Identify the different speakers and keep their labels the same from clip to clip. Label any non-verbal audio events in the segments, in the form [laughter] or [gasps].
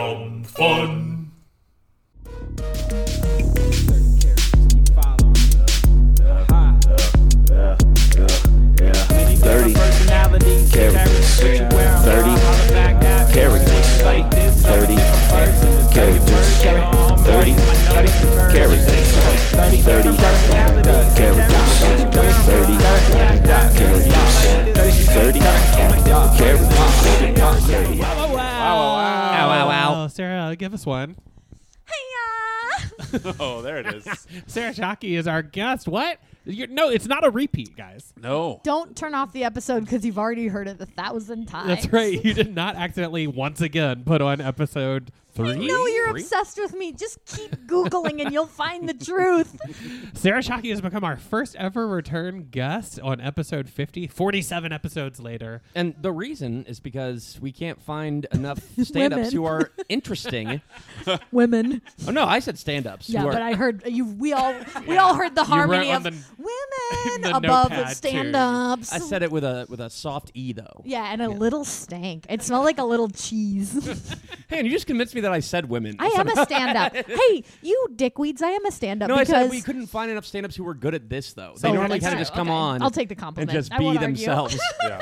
Speaker 1: Dumb fun.
Speaker 2: Thirty characters. Thirty characters. Like thirty characters. Thirty characters. Thirty characters. Thirty characters. Thirty characters. Thirty.
Speaker 3: Ow, ow, ow. Oh, Sarah, give us one.
Speaker 4: Oh, there it is.
Speaker 3: Sarah Shockey is our guest. What? You're, no, it's not a repeat, guys.
Speaker 5: Oh.
Speaker 4: no.
Speaker 6: Don't turn off the episode because you've already heard it a thousand times.
Speaker 3: That's right. You did not accidentally once again put on episode three.
Speaker 6: No, you're
Speaker 3: Three?
Speaker 6: obsessed with me. Just keep Googling and you'll find the truth.
Speaker 3: Sarah Shockey has become our first ever return guest on episode 50, 47 episodes later.
Speaker 5: And the reason is because we can't
Speaker 6: [laughs]
Speaker 5: find enough stand ups
Speaker 6: Women. [laughs]
Speaker 5: who are interesting.
Speaker 6: [laughs] Women.
Speaker 5: oh, no, I said stand ups.
Speaker 6: Yeah,
Speaker 5: who are,
Speaker 6: but I heard you. We all we all heard the harmony
Speaker 3: on
Speaker 6: of
Speaker 3: the-
Speaker 6: women
Speaker 5: [laughs]
Speaker 3: the notepad,
Speaker 6: above
Speaker 3: too.
Speaker 6: stand ups.
Speaker 5: I said it with a with a soft E, though.
Speaker 6: Yeah, and a little stank. It smelled like a little
Speaker 5: [laughs]
Speaker 6: cheese. [laughs]
Speaker 5: Hey, and you just convinced me that I said women.
Speaker 6: I am a stand up. hey, you dickweeds! I am a stand up.
Speaker 5: [laughs] No, I
Speaker 6: because
Speaker 5: said we couldn't find enough stand ups who were good at this, though. They
Speaker 6: Oh,
Speaker 5: normally
Speaker 6: that's
Speaker 5: kind of
Speaker 6: true.
Speaker 5: just come
Speaker 6: Okay.
Speaker 5: on
Speaker 6: I'll take the
Speaker 5: and
Speaker 6: compliment.
Speaker 5: just
Speaker 6: I
Speaker 5: be
Speaker 6: won't argue. [laughs]
Speaker 5: themselves.
Speaker 4: Yeah.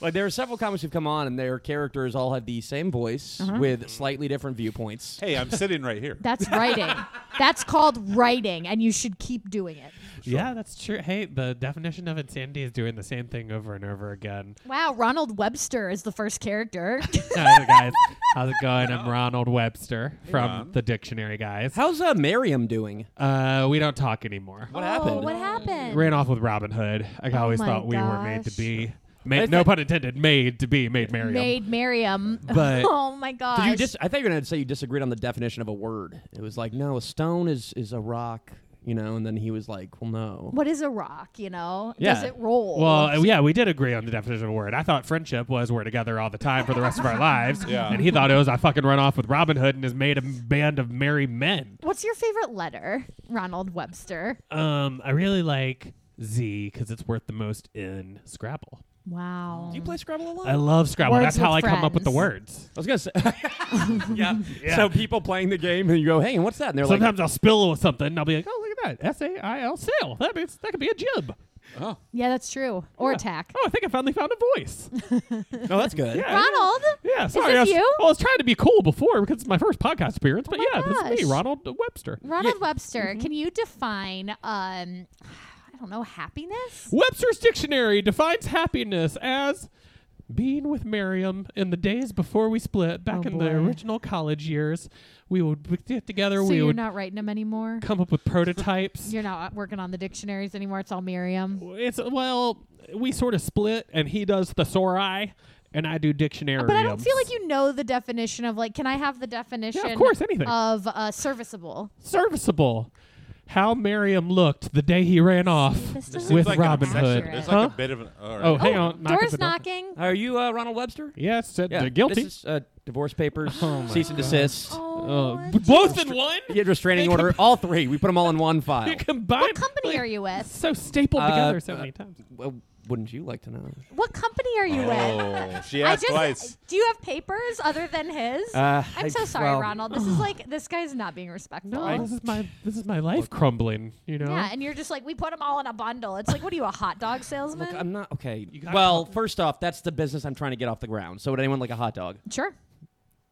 Speaker 5: like, there are several comics who've come on, and their characters all have the same voice
Speaker 6: Uh-huh.
Speaker 5: with slightly different viewpoints.
Speaker 4: Hey, I'm sitting right here.
Speaker 6: That's writing. That's called writing, and you should keep doing it.
Speaker 3: Yeah, that's true. Hey, the definition of insanity is doing the same thing over and over again. [laughs]
Speaker 6: Wow, Ronald Webster is the first character.
Speaker 3: Hi, guys. How's it going? I'm Ronald Webster from
Speaker 4: Ron.
Speaker 3: the dictionary, guys.
Speaker 5: How's uh, Miriam doing?
Speaker 3: Uh, we don't talk anymore.
Speaker 5: [laughs] What
Speaker 6: Oh,
Speaker 5: happened?
Speaker 6: What happened?
Speaker 3: Ran off with Robin Hood. I always
Speaker 6: Oh my
Speaker 3: thought we were made to
Speaker 6: gosh.
Speaker 3: be. Ma- no pun intended. Made to be. Made Miriam.
Speaker 6: Made Miriam.
Speaker 3: But-
Speaker 6: [laughs] oh my
Speaker 5: Did
Speaker 6: gosh.
Speaker 5: you dis- I thought you were going to say you disagreed on the definition of a word. It was like, no, a stone is, is a rock, you know, and then he was like, well, no.
Speaker 6: what is a rock? You know,
Speaker 5: Yeah.
Speaker 6: does it roll?
Speaker 3: Well, uh, yeah, we did agree on the definition of a word. I thought friendship was we're together all the time for the rest of [laughs] our lives.
Speaker 4: Yeah.
Speaker 3: And he thought it was I fucking run off with Robin Hood and has made a m- band of merry men.
Speaker 6: What's your favorite letter, Ronald Webster?
Speaker 3: Um, I really like Z because it's worth the most in Scrabble.
Speaker 6: Wow.
Speaker 5: Do you play Scrabble a lot?
Speaker 3: I love Scrabble.
Speaker 6: Words
Speaker 3: That's how I
Speaker 6: with
Speaker 3: come up with the
Speaker 6: friends.
Speaker 3: words.
Speaker 5: I
Speaker 3: [laughs]
Speaker 5: was going to say. yeah. So people playing the game, and you go, hey, what's that? And they're
Speaker 3: Sometimes I'll spill something and I'll be like, oh, look at that. S A I L sail. That means that could be a jib.
Speaker 6: Yeah, that's true. Or attack.
Speaker 3: Oh, I think I finally found a voice.
Speaker 5: like, no, that's
Speaker 3: [laughs]
Speaker 5: good.
Speaker 3: Yeah.
Speaker 6: Ronald.
Speaker 3: Yeah,
Speaker 6: Is
Speaker 3: sorry.
Speaker 6: this
Speaker 3: I, was,
Speaker 6: you? Oh
Speaker 3: I was trying to be cool before because it's my first podcast appearance, but
Speaker 6: my
Speaker 3: yeah, this is
Speaker 6: gosh.
Speaker 3: me, Ronald Webster.
Speaker 6: Ronald Webster, can you define um [sighs] I don't know, happiness?
Speaker 3: Webster's Dictionary defines happiness as being with Miriam in the days before we split back
Speaker 6: Oh,
Speaker 3: in
Speaker 6: boy.
Speaker 3: the original college years. We would b- get together,
Speaker 6: So
Speaker 3: we
Speaker 6: you're
Speaker 3: would
Speaker 6: not writing them anymore?
Speaker 3: come up with prototypes.
Speaker 6: You're not working on the dictionaries anymore. It's all Miriam.
Speaker 3: it's well, we sort of split and he does thesauri and I do dictionary.
Speaker 6: But I don't feel like you know the definition of like. Can I have the definition?
Speaker 3: course, anything.
Speaker 6: of uh, serviceable.
Speaker 3: serviceable. How Miriam looked the day he ran off
Speaker 6: this doesn't
Speaker 4: Seems
Speaker 3: with
Speaker 4: like an
Speaker 3: Robin
Speaker 4: obsession.
Speaker 3: Hood.
Speaker 4: There's
Speaker 3: Huh?
Speaker 4: like a [laughs] bit of an. all right.
Speaker 3: oh, hang
Speaker 6: Oh,
Speaker 3: on. knock at
Speaker 6: doors
Speaker 3: the door.
Speaker 6: knocking.
Speaker 5: Are you uh, Ronald Webster?
Speaker 3: Yes, said
Speaker 5: Yeah.
Speaker 3: they're guilty.
Speaker 5: This is, uh, divorce papers, cease and desist.
Speaker 6: Oh,
Speaker 3: Uh,
Speaker 6: what-
Speaker 3: b- [laughs] both in one? [laughs]
Speaker 5: He had restraining
Speaker 3: They
Speaker 5: order. All three. We put them all in [laughs] one
Speaker 3: You
Speaker 5: file.
Speaker 3: combine.
Speaker 6: what company are you with?
Speaker 3: So stapled
Speaker 5: Uh,
Speaker 3: together so
Speaker 5: uh,
Speaker 3: many times.
Speaker 5: Well, wouldn't you like to know?
Speaker 6: What company are you with?
Speaker 4: Oh, she
Speaker 6: I
Speaker 4: asked
Speaker 6: just.
Speaker 4: twice.
Speaker 6: Do you have papers other than his?
Speaker 5: Uh,
Speaker 6: I'm
Speaker 5: I-
Speaker 6: so sorry,
Speaker 5: well-
Speaker 6: Ronald. This is like this guy's not being respectful.
Speaker 3: No, this is my this is my life crumbling. You know.
Speaker 6: Yeah, and you're just like we put them all in a bundle. It's like, what are you, a hot dog salesman?
Speaker 5: Look, I'm not okay.
Speaker 3: gotta
Speaker 5: Well, first off, that's the business I'm trying to get off the ground. So would anyone like a hot dog?
Speaker 6: sure.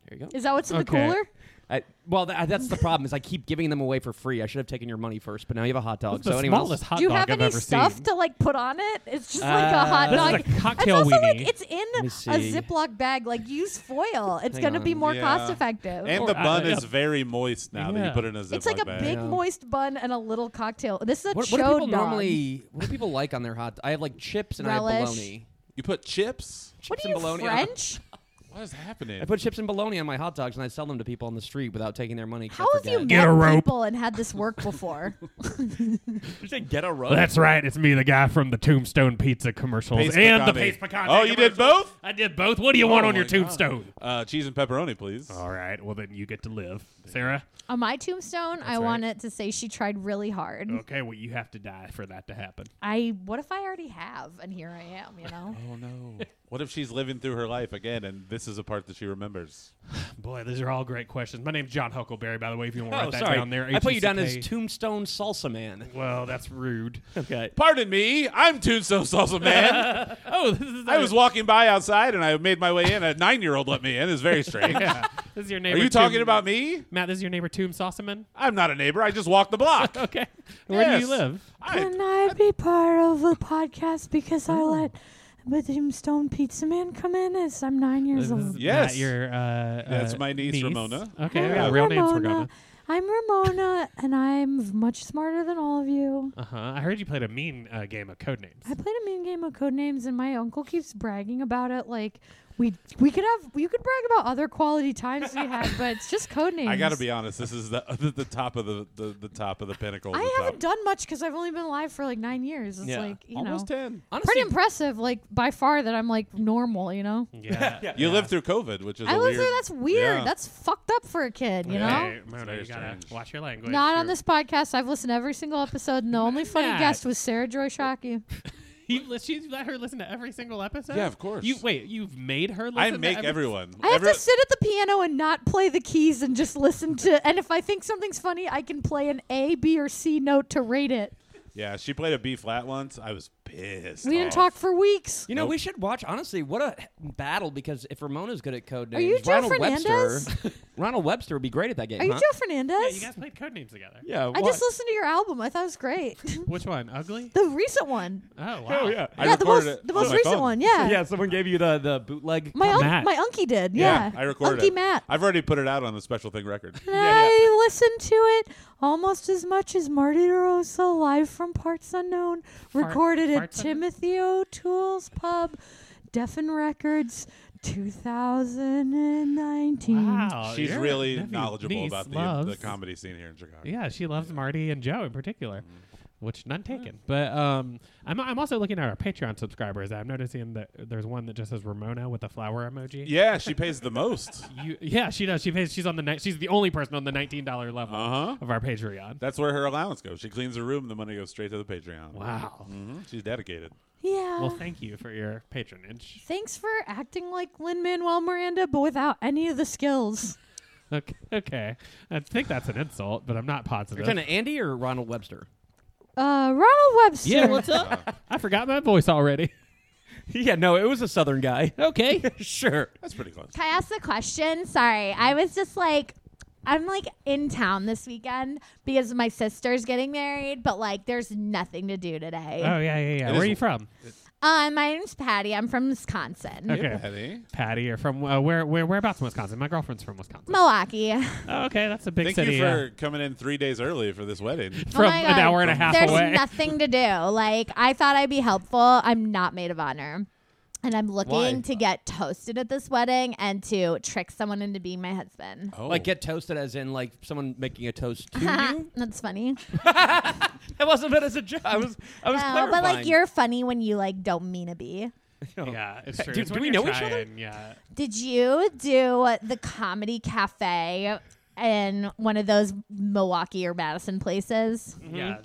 Speaker 5: There you go.
Speaker 6: Is that what's in
Speaker 3: Okay.
Speaker 6: the cooler?
Speaker 5: I, well, tha- that's the problem is I keep giving them away for free. I should have taken your money first, but now you have a hot dog.
Speaker 3: It's the
Speaker 5: so anyone else-
Speaker 3: smallest hot
Speaker 6: Do you
Speaker 3: dog
Speaker 6: have
Speaker 3: I've
Speaker 6: any
Speaker 3: ever
Speaker 6: stuff
Speaker 3: seen.
Speaker 6: to like put on it? It's just like a hot
Speaker 5: Uh,
Speaker 6: dog.
Speaker 3: This is a cocktail
Speaker 6: it's also
Speaker 3: weenie.
Speaker 6: like it's in
Speaker 5: me
Speaker 6: a
Speaker 5: see.
Speaker 6: Ziploc bag. Like use foil. It's
Speaker 5: Hang
Speaker 6: gonna be
Speaker 5: on.
Speaker 6: more
Speaker 4: Yeah.
Speaker 6: cost effective.
Speaker 4: And
Speaker 3: Or
Speaker 4: the
Speaker 3: I-
Speaker 4: bun
Speaker 3: yeah.
Speaker 4: is very moist now that you
Speaker 3: Yeah.
Speaker 4: put it in a Ziploc
Speaker 6: it's like a
Speaker 4: bag.
Speaker 6: big
Speaker 5: Yeah.
Speaker 6: moist bun and a little cocktail. This is a
Speaker 5: What, what do
Speaker 6: show
Speaker 5: people
Speaker 6: dog.
Speaker 5: normally? What do people like on their hot? I have like chips and I have
Speaker 6: Relish.
Speaker 5: bologna.
Speaker 4: You put chips?
Speaker 6: What
Speaker 5: Chips
Speaker 6: are
Speaker 5: and
Speaker 6: you
Speaker 3: [laughs]
Speaker 5: bologna.
Speaker 6: French?
Speaker 4: What is happening?
Speaker 5: I put chips and bologna on my hot dogs and I sell them to people on the street without taking their money. 'cause I
Speaker 6: How have you
Speaker 5: forget.
Speaker 3: Get a
Speaker 6: met
Speaker 3: rope.
Speaker 6: people and had this
Speaker 4: [laughs]
Speaker 6: work before?
Speaker 5: you say get a rope?
Speaker 3: Well, that's right. It's me, the guy from the Tombstone Pizza commercials
Speaker 4: Paste
Speaker 3: [laughs] and the
Speaker 4: picante.
Speaker 3: Paste Picante.
Speaker 4: Oh, you did
Speaker 3: commercials.
Speaker 4: both?
Speaker 3: I did both. What do you want
Speaker 4: Oh
Speaker 3: on your
Speaker 4: my God.
Speaker 3: tombstone?
Speaker 4: Uh, cheese and pepperoni, please.
Speaker 3: All right. Well, then you get to live, Sarah.
Speaker 6: On my tombstone, I
Speaker 3: right.
Speaker 6: want it to say she tried really hard.
Speaker 3: Okay. Well, you have to die for that to happen.
Speaker 6: I what if I already have and here I am, you know?
Speaker 3: [laughs]
Speaker 4: [laughs] Oh, no. what if she's living through her life again and this this is a part that she remembers.
Speaker 3: Boy, these are all great questions. My name's John Huckleberry, by the way, if you want to write
Speaker 5: oh,
Speaker 3: that
Speaker 5: sorry.
Speaker 3: down there.
Speaker 5: I
Speaker 2: E
Speaker 5: put you down as
Speaker 3: HTCK.
Speaker 5: Tombstone Salsa Man.
Speaker 3: Well, that's rude.
Speaker 5: Okay.
Speaker 4: Pardon me, I'm Tombstone Salsa [laughs] Man.
Speaker 3: oh, this is,
Speaker 4: I was walking by outside and I made my way in. A nine-year-old let me in. It's very [laughs] strange.
Speaker 3: yeah. This is your
Speaker 4: Are
Speaker 3: neighbor.
Speaker 4: you talking
Speaker 3: Tomb-
Speaker 4: about me?
Speaker 3: Matt? This is your neighbor Tomb Sauceman. [laughs]
Speaker 4: I'm not a neighbor. I just walked the [laughs] block.
Speaker 3: Okay. Where do
Speaker 4: Yes.
Speaker 3: you live?
Speaker 4: I,
Speaker 1: I be part of the podcast because I let the Stone Pizza Man come in as I'm nine
Speaker 3: This
Speaker 1: years
Speaker 3: is
Speaker 1: old?
Speaker 3: Matt,
Speaker 4: Yes.
Speaker 3: your, uh,
Speaker 4: That's
Speaker 3: uh,
Speaker 4: my niece, Ramona.
Speaker 3: Okay,
Speaker 1: Hi,
Speaker 3: yeah,
Speaker 1: I'm
Speaker 3: real names Ramona.
Speaker 1: I'm Ramona, and I'm v- much smarter than all of you.
Speaker 3: Uh huh. I heard you played a mean uh, game of Codenames.
Speaker 1: I played a mean game of Codenames, and my uncle keeps bragging about it. Like we we could have you could brag about other quality times we had, but it's just
Speaker 4: [laughs]
Speaker 1: Codenames.
Speaker 4: I gotta be honest. This is the [laughs] the, the top of the, the the top of the pinnacle. of
Speaker 1: I
Speaker 4: the
Speaker 1: haven't
Speaker 4: top.
Speaker 1: done much because I've only been alive for like nine years. It's
Speaker 5: Yeah.
Speaker 1: like you
Speaker 4: almost
Speaker 1: know,
Speaker 4: ten.
Speaker 5: Honestly,
Speaker 1: pretty impressive. Like by far that I'm like normal. You know.
Speaker 3: [laughs] Yeah.
Speaker 4: You lived through COVID, which is
Speaker 1: I
Speaker 4: a
Speaker 1: was
Speaker 4: weird.
Speaker 1: there. That's weird.
Speaker 4: Yeah.
Speaker 1: That's fucked up for a kid, you know?
Speaker 3: Hey,
Speaker 4: It's
Speaker 3: Mona,
Speaker 4: very
Speaker 3: you gotta
Speaker 4: strange.
Speaker 3: watch your language.
Speaker 1: Not on
Speaker 3: You're-
Speaker 1: this podcast. I've listened to every single episode, and the only funny
Speaker 3: Matt.
Speaker 1: guest was Sarah Joy Shockey.
Speaker 3: You li- she let her listen to every single episode.
Speaker 4: Yeah, of course.
Speaker 3: You wait. You've made her. listen
Speaker 4: I
Speaker 3: to
Speaker 4: make
Speaker 3: every-
Speaker 4: everyone.
Speaker 1: I have
Speaker 4: Every-
Speaker 1: to sit at the piano and not play the keys and just listen to. And if I think something's funny, I can play an A, B, or C note to rate it.
Speaker 4: yeah, she played a B flat once. I was pissed.
Speaker 1: We didn't
Speaker 4: off.
Speaker 1: talk for weeks.
Speaker 5: You know, we should watch. Honestly, what a battle! Because if Ramona's good at code names,
Speaker 1: you Joe
Speaker 5: Ronald
Speaker 1: Fernandez?
Speaker 5: Webster, [laughs] Ronald Webster would be great at that game.
Speaker 1: Are you
Speaker 5: huh?
Speaker 1: Joe
Speaker 3: Yeah,
Speaker 1: Fernandez?
Speaker 3: you guys played Codenames together.
Speaker 5: Yeah,
Speaker 1: I just listened to your album. I thought it was great. [laughs]
Speaker 3: Which one? Ugly.
Speaker 1: the recent one.
Speaker 3: Oh wow.
Speaker 4: I
Speaker 1: yeah, the most,
Speaker 4: recorded it
Speaker 1: the
Speaker 4: on
Speaker 1: most
Speaker 4: my
Speaker 1: recent
Speaker 4: phone.
Speaker 1: one. Yeah.
Speaker 5: someone gave you the the bootleg.
Speaker 1: My,
Speaker 3: Matt.
Speaker 1: un- my unky did. Yeah.
Speaker 4: I recorded
Speaker 1: Unky
Speaker 4: it.
Speaker 1: Matt.
Speaker 4: I've already put it out on the special thing
Speaker 1: [laughs]
Speaker 4: record.
Speaker 1: And I listened to it almost as much as Marty DeRosa live from Parts Unknown, recorded at
Speaker 3: Parts Unknown?
Speaker 1: Timothy O'Toole's Pub, Deffen Records, 2019.
Speaker 3: Wow.
Speaker 4: She's
Speaker 3: your
Speaker 4: really
Speaker 3: nephew's
Speaker 4: knowledgeable
Speaker 3: niece
Speaker 4: about the,
Speaker 3: loves-
Speaker 4: the comedy scene here in Chicago.
Speaker 3: Yeah, she loves Marty and Joe in particular,
Speaker 4: Mm-hmm.
Speaker 3: which none taken. But um, I'm I'm also looking at our Patreon subscribers. I'm noticing that there's one that just says Ramona with a flower emoji.
Speaker 4: Yeah, she pays the most.
Speaker 3: You, yeah, she does. She pays, she's on the ni- she's the only person on the nineteen dollar level
Speaker 4: Uh-huh.
Speaker 3: of our Patreon.
Speaker 4: That's where her allowance goes. She cleans her room. The money goes straight to the Patreon.
Speaker 3: Wow.
Speaker 4: hmm She's dedicated.
Speaker 1: Yeah.
Speaker 3: Mm-hmm. Well, thank you for your patronage.
Speaker 1: Thanks for acting like Lin Manuel Miranda, but without any of the skills.
Speaker 3: [laughs] Okay, okay. I think that's an insult, but I'm not
Speaker 5: You're
Speaker 3: positive.
Speaker 5: talking to Andy or Ronald Webster?
Speaker 1: Uh, Ronald Webster.
Speaker 5: Yeah, what's up?
Speaker 3: I forgot my voice already.
Speaker 5: [laughs] yeah, no, it was a Southern guy. [laughs]
Speaker 3: Okay.
Speaker 5: sure.
Speaker 4: That's pretty close.
Speaker 6: Can I ask the question? Sorry, I was just like, I'm like in town this weekend because my sister's getting married, but like, there's nothing to do today.
Speaker 3: [laughs] Oh yeah, yeah, yeah.
Speaker 4: It
Speaker 3: Where
Speaker 4: is-
Speaker 3: are you from?
Speaker 6: Uh, my name's Patty. I'm from Wisconsin,
Speaker 3: Okay.
Speaker 4: Patty.
Speaker 3: Patty, you're from uh, where? Where? Whereabouts in Wisconsin? My girlfriend's from Wisconsin.
Speaker 6: Milwaukee.
Speaker 3: Oh, okay, that's a big
Speaker 4: Thank
Speaker 3: city.
Speaker 4: you
Speaker 3: yeah.
Speaker 4: for coming in three days early for this wedding.
Speaker 3: from
Speaker 6: oh my
Speaker 3: an
Speaker 6: God.
Speaker 3: hour and a half
Speaker 6: There's
Speaker 3: away. [laughs]
Speaker 6: nothing to do. Like I thought I'd be helpful. I'm not maid of honor. And I'm looking
Speaker 5: Why?
Speaker 6: to get toasted at this wedding and to trick someone into being my [laughs] husband.
Speaker 4: Oh.
Speaker 5: Like get toasted, as in like someone making a toast to
Speaker 6: Ha,
Speaker 5: you.
Speaker 6: That's funny.
Speaker 5: That wasn't meant as a joke. [laughs] I was, I was
Speaker 6: No, but like
Speaker 5: clarifying.
Speaker 6: you're funny when you like don't mean to be.
Speaker 3: [laughs] yeah, it's true.
Speaker 5: Do-
Speaker 3: It's
Speaker 5: do
Speaker 3: when
Speaker 5: we
Speaker 3: you're
Speaker 5: know each other?
Speaker 3: trying, Yeah.
Speaker 6: Did you do the comedy cafe in one of those Milwaukee or Madison places?
Speaker 3: Yeah, that's.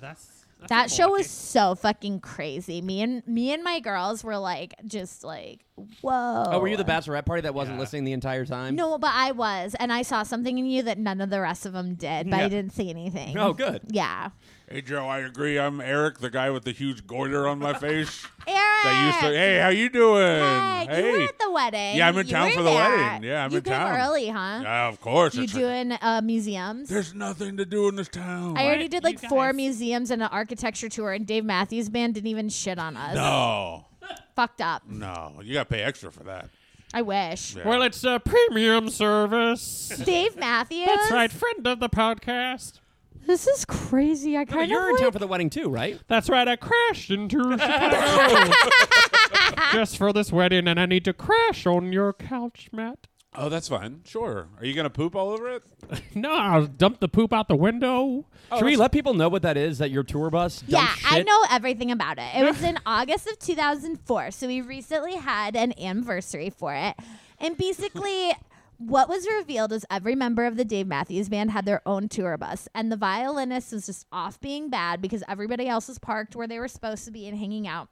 Speaker 3: that's
Speaker 6: That
Speaker 3: a
Speaker 6: show
Speaker 3: Milwaukee.
Speaker 6: was so fucking crazy. Me and me and my girls were like just like, whoa.
Speaker 5: Oh, were you the bachelorette party that wasn't
Speaker 3: Yeah.
Speaker 5: listening the entire time?
Speaker 6: No, but I was, and I saw something in you that none of the rest of them did, but
Speaker 5: Yeah.
Speaker 6: I didn't say anything.
Speaker 5: Oh, good.
Speaker 6: Yeah.
Speaker 4: Hey Joe, I agree. I'm Eric, the guy with the huge goiter on my
Speaker 6: [laughs]
Speaker 4: face.
Speaker 6: Eric.
Speaker 4: that used to. Hey, how you doing?
Speaker 6: Hey, you were at the wedding.
Speaker 4: Yeah, I'm in
Speaker 6: You
Speaker 4: town
Speaker 6: were
Speaker 4: for the
Speaker 6: there.
Speaker 4: wedding. Yeah, I'm
Speaker 6: you
Speaker 4: in
Speaker 6: came
Speaker 4: town.
Speaker 6: early, huh?
Speaker 4: Yeah, of course.
Speaker 6: you
Speaker 4: it's-
Speaker 6: doing uh, museums?
Speaker 4: There's nothing to do in this town.
Speaker 6: I already
Speaker 3: What?
Speaker 6: did like
Speaker 3: You
Speaker 6: four
Speaker 3: guys-
Speaker 6: museums and an architecture tour, and Dave Matthews Band didn't even shit on us.
Speaker 4: no,
Speaker 6: Fucked up.
Speaker 4: no, you got to pay extra for that.
Speaker 6: I wish.
Speaker 4: Yeah.
Speaker 3: Well, it's a premium service.
Speaker 6: Dave Matthews.
Speaker 3: That's right, friend of the podcast.
Speaker 1: This is crazy.
Speaker 5: No,
Speaker 1: I kind
Speaker 5: you're
Speaker 1: of
Speaker 5: in town
Speaker 1: like-
Speaker 5: for the wedding too, right?
Speaker 3: That's right, I crashed into
Speaker 5: [laughs]
Speaker 3: Chicago just for this wedding, and I need to crash on your couch, Matt.
Speaker 4: Oh, that's fine. Sure. Are you gonna poop all over it?
Speaker 3: No, I'll dump the poop out the window.
Speaker 5: Should we let people know what that is? That your tour bus?
Speaker 6: Yeah,
Speaker 5: dumps
Speaker 6: I
Speaker 5: shit?
Speaker 6: know everything about it. It was in August of 2004, so we recently had an anniversary for it. And basically, what was revealed is every member of the Dave Matthews Band had their own tour bus, and the violinist was just off being bad because everybody else was parked where they were supposed to be and hanging out.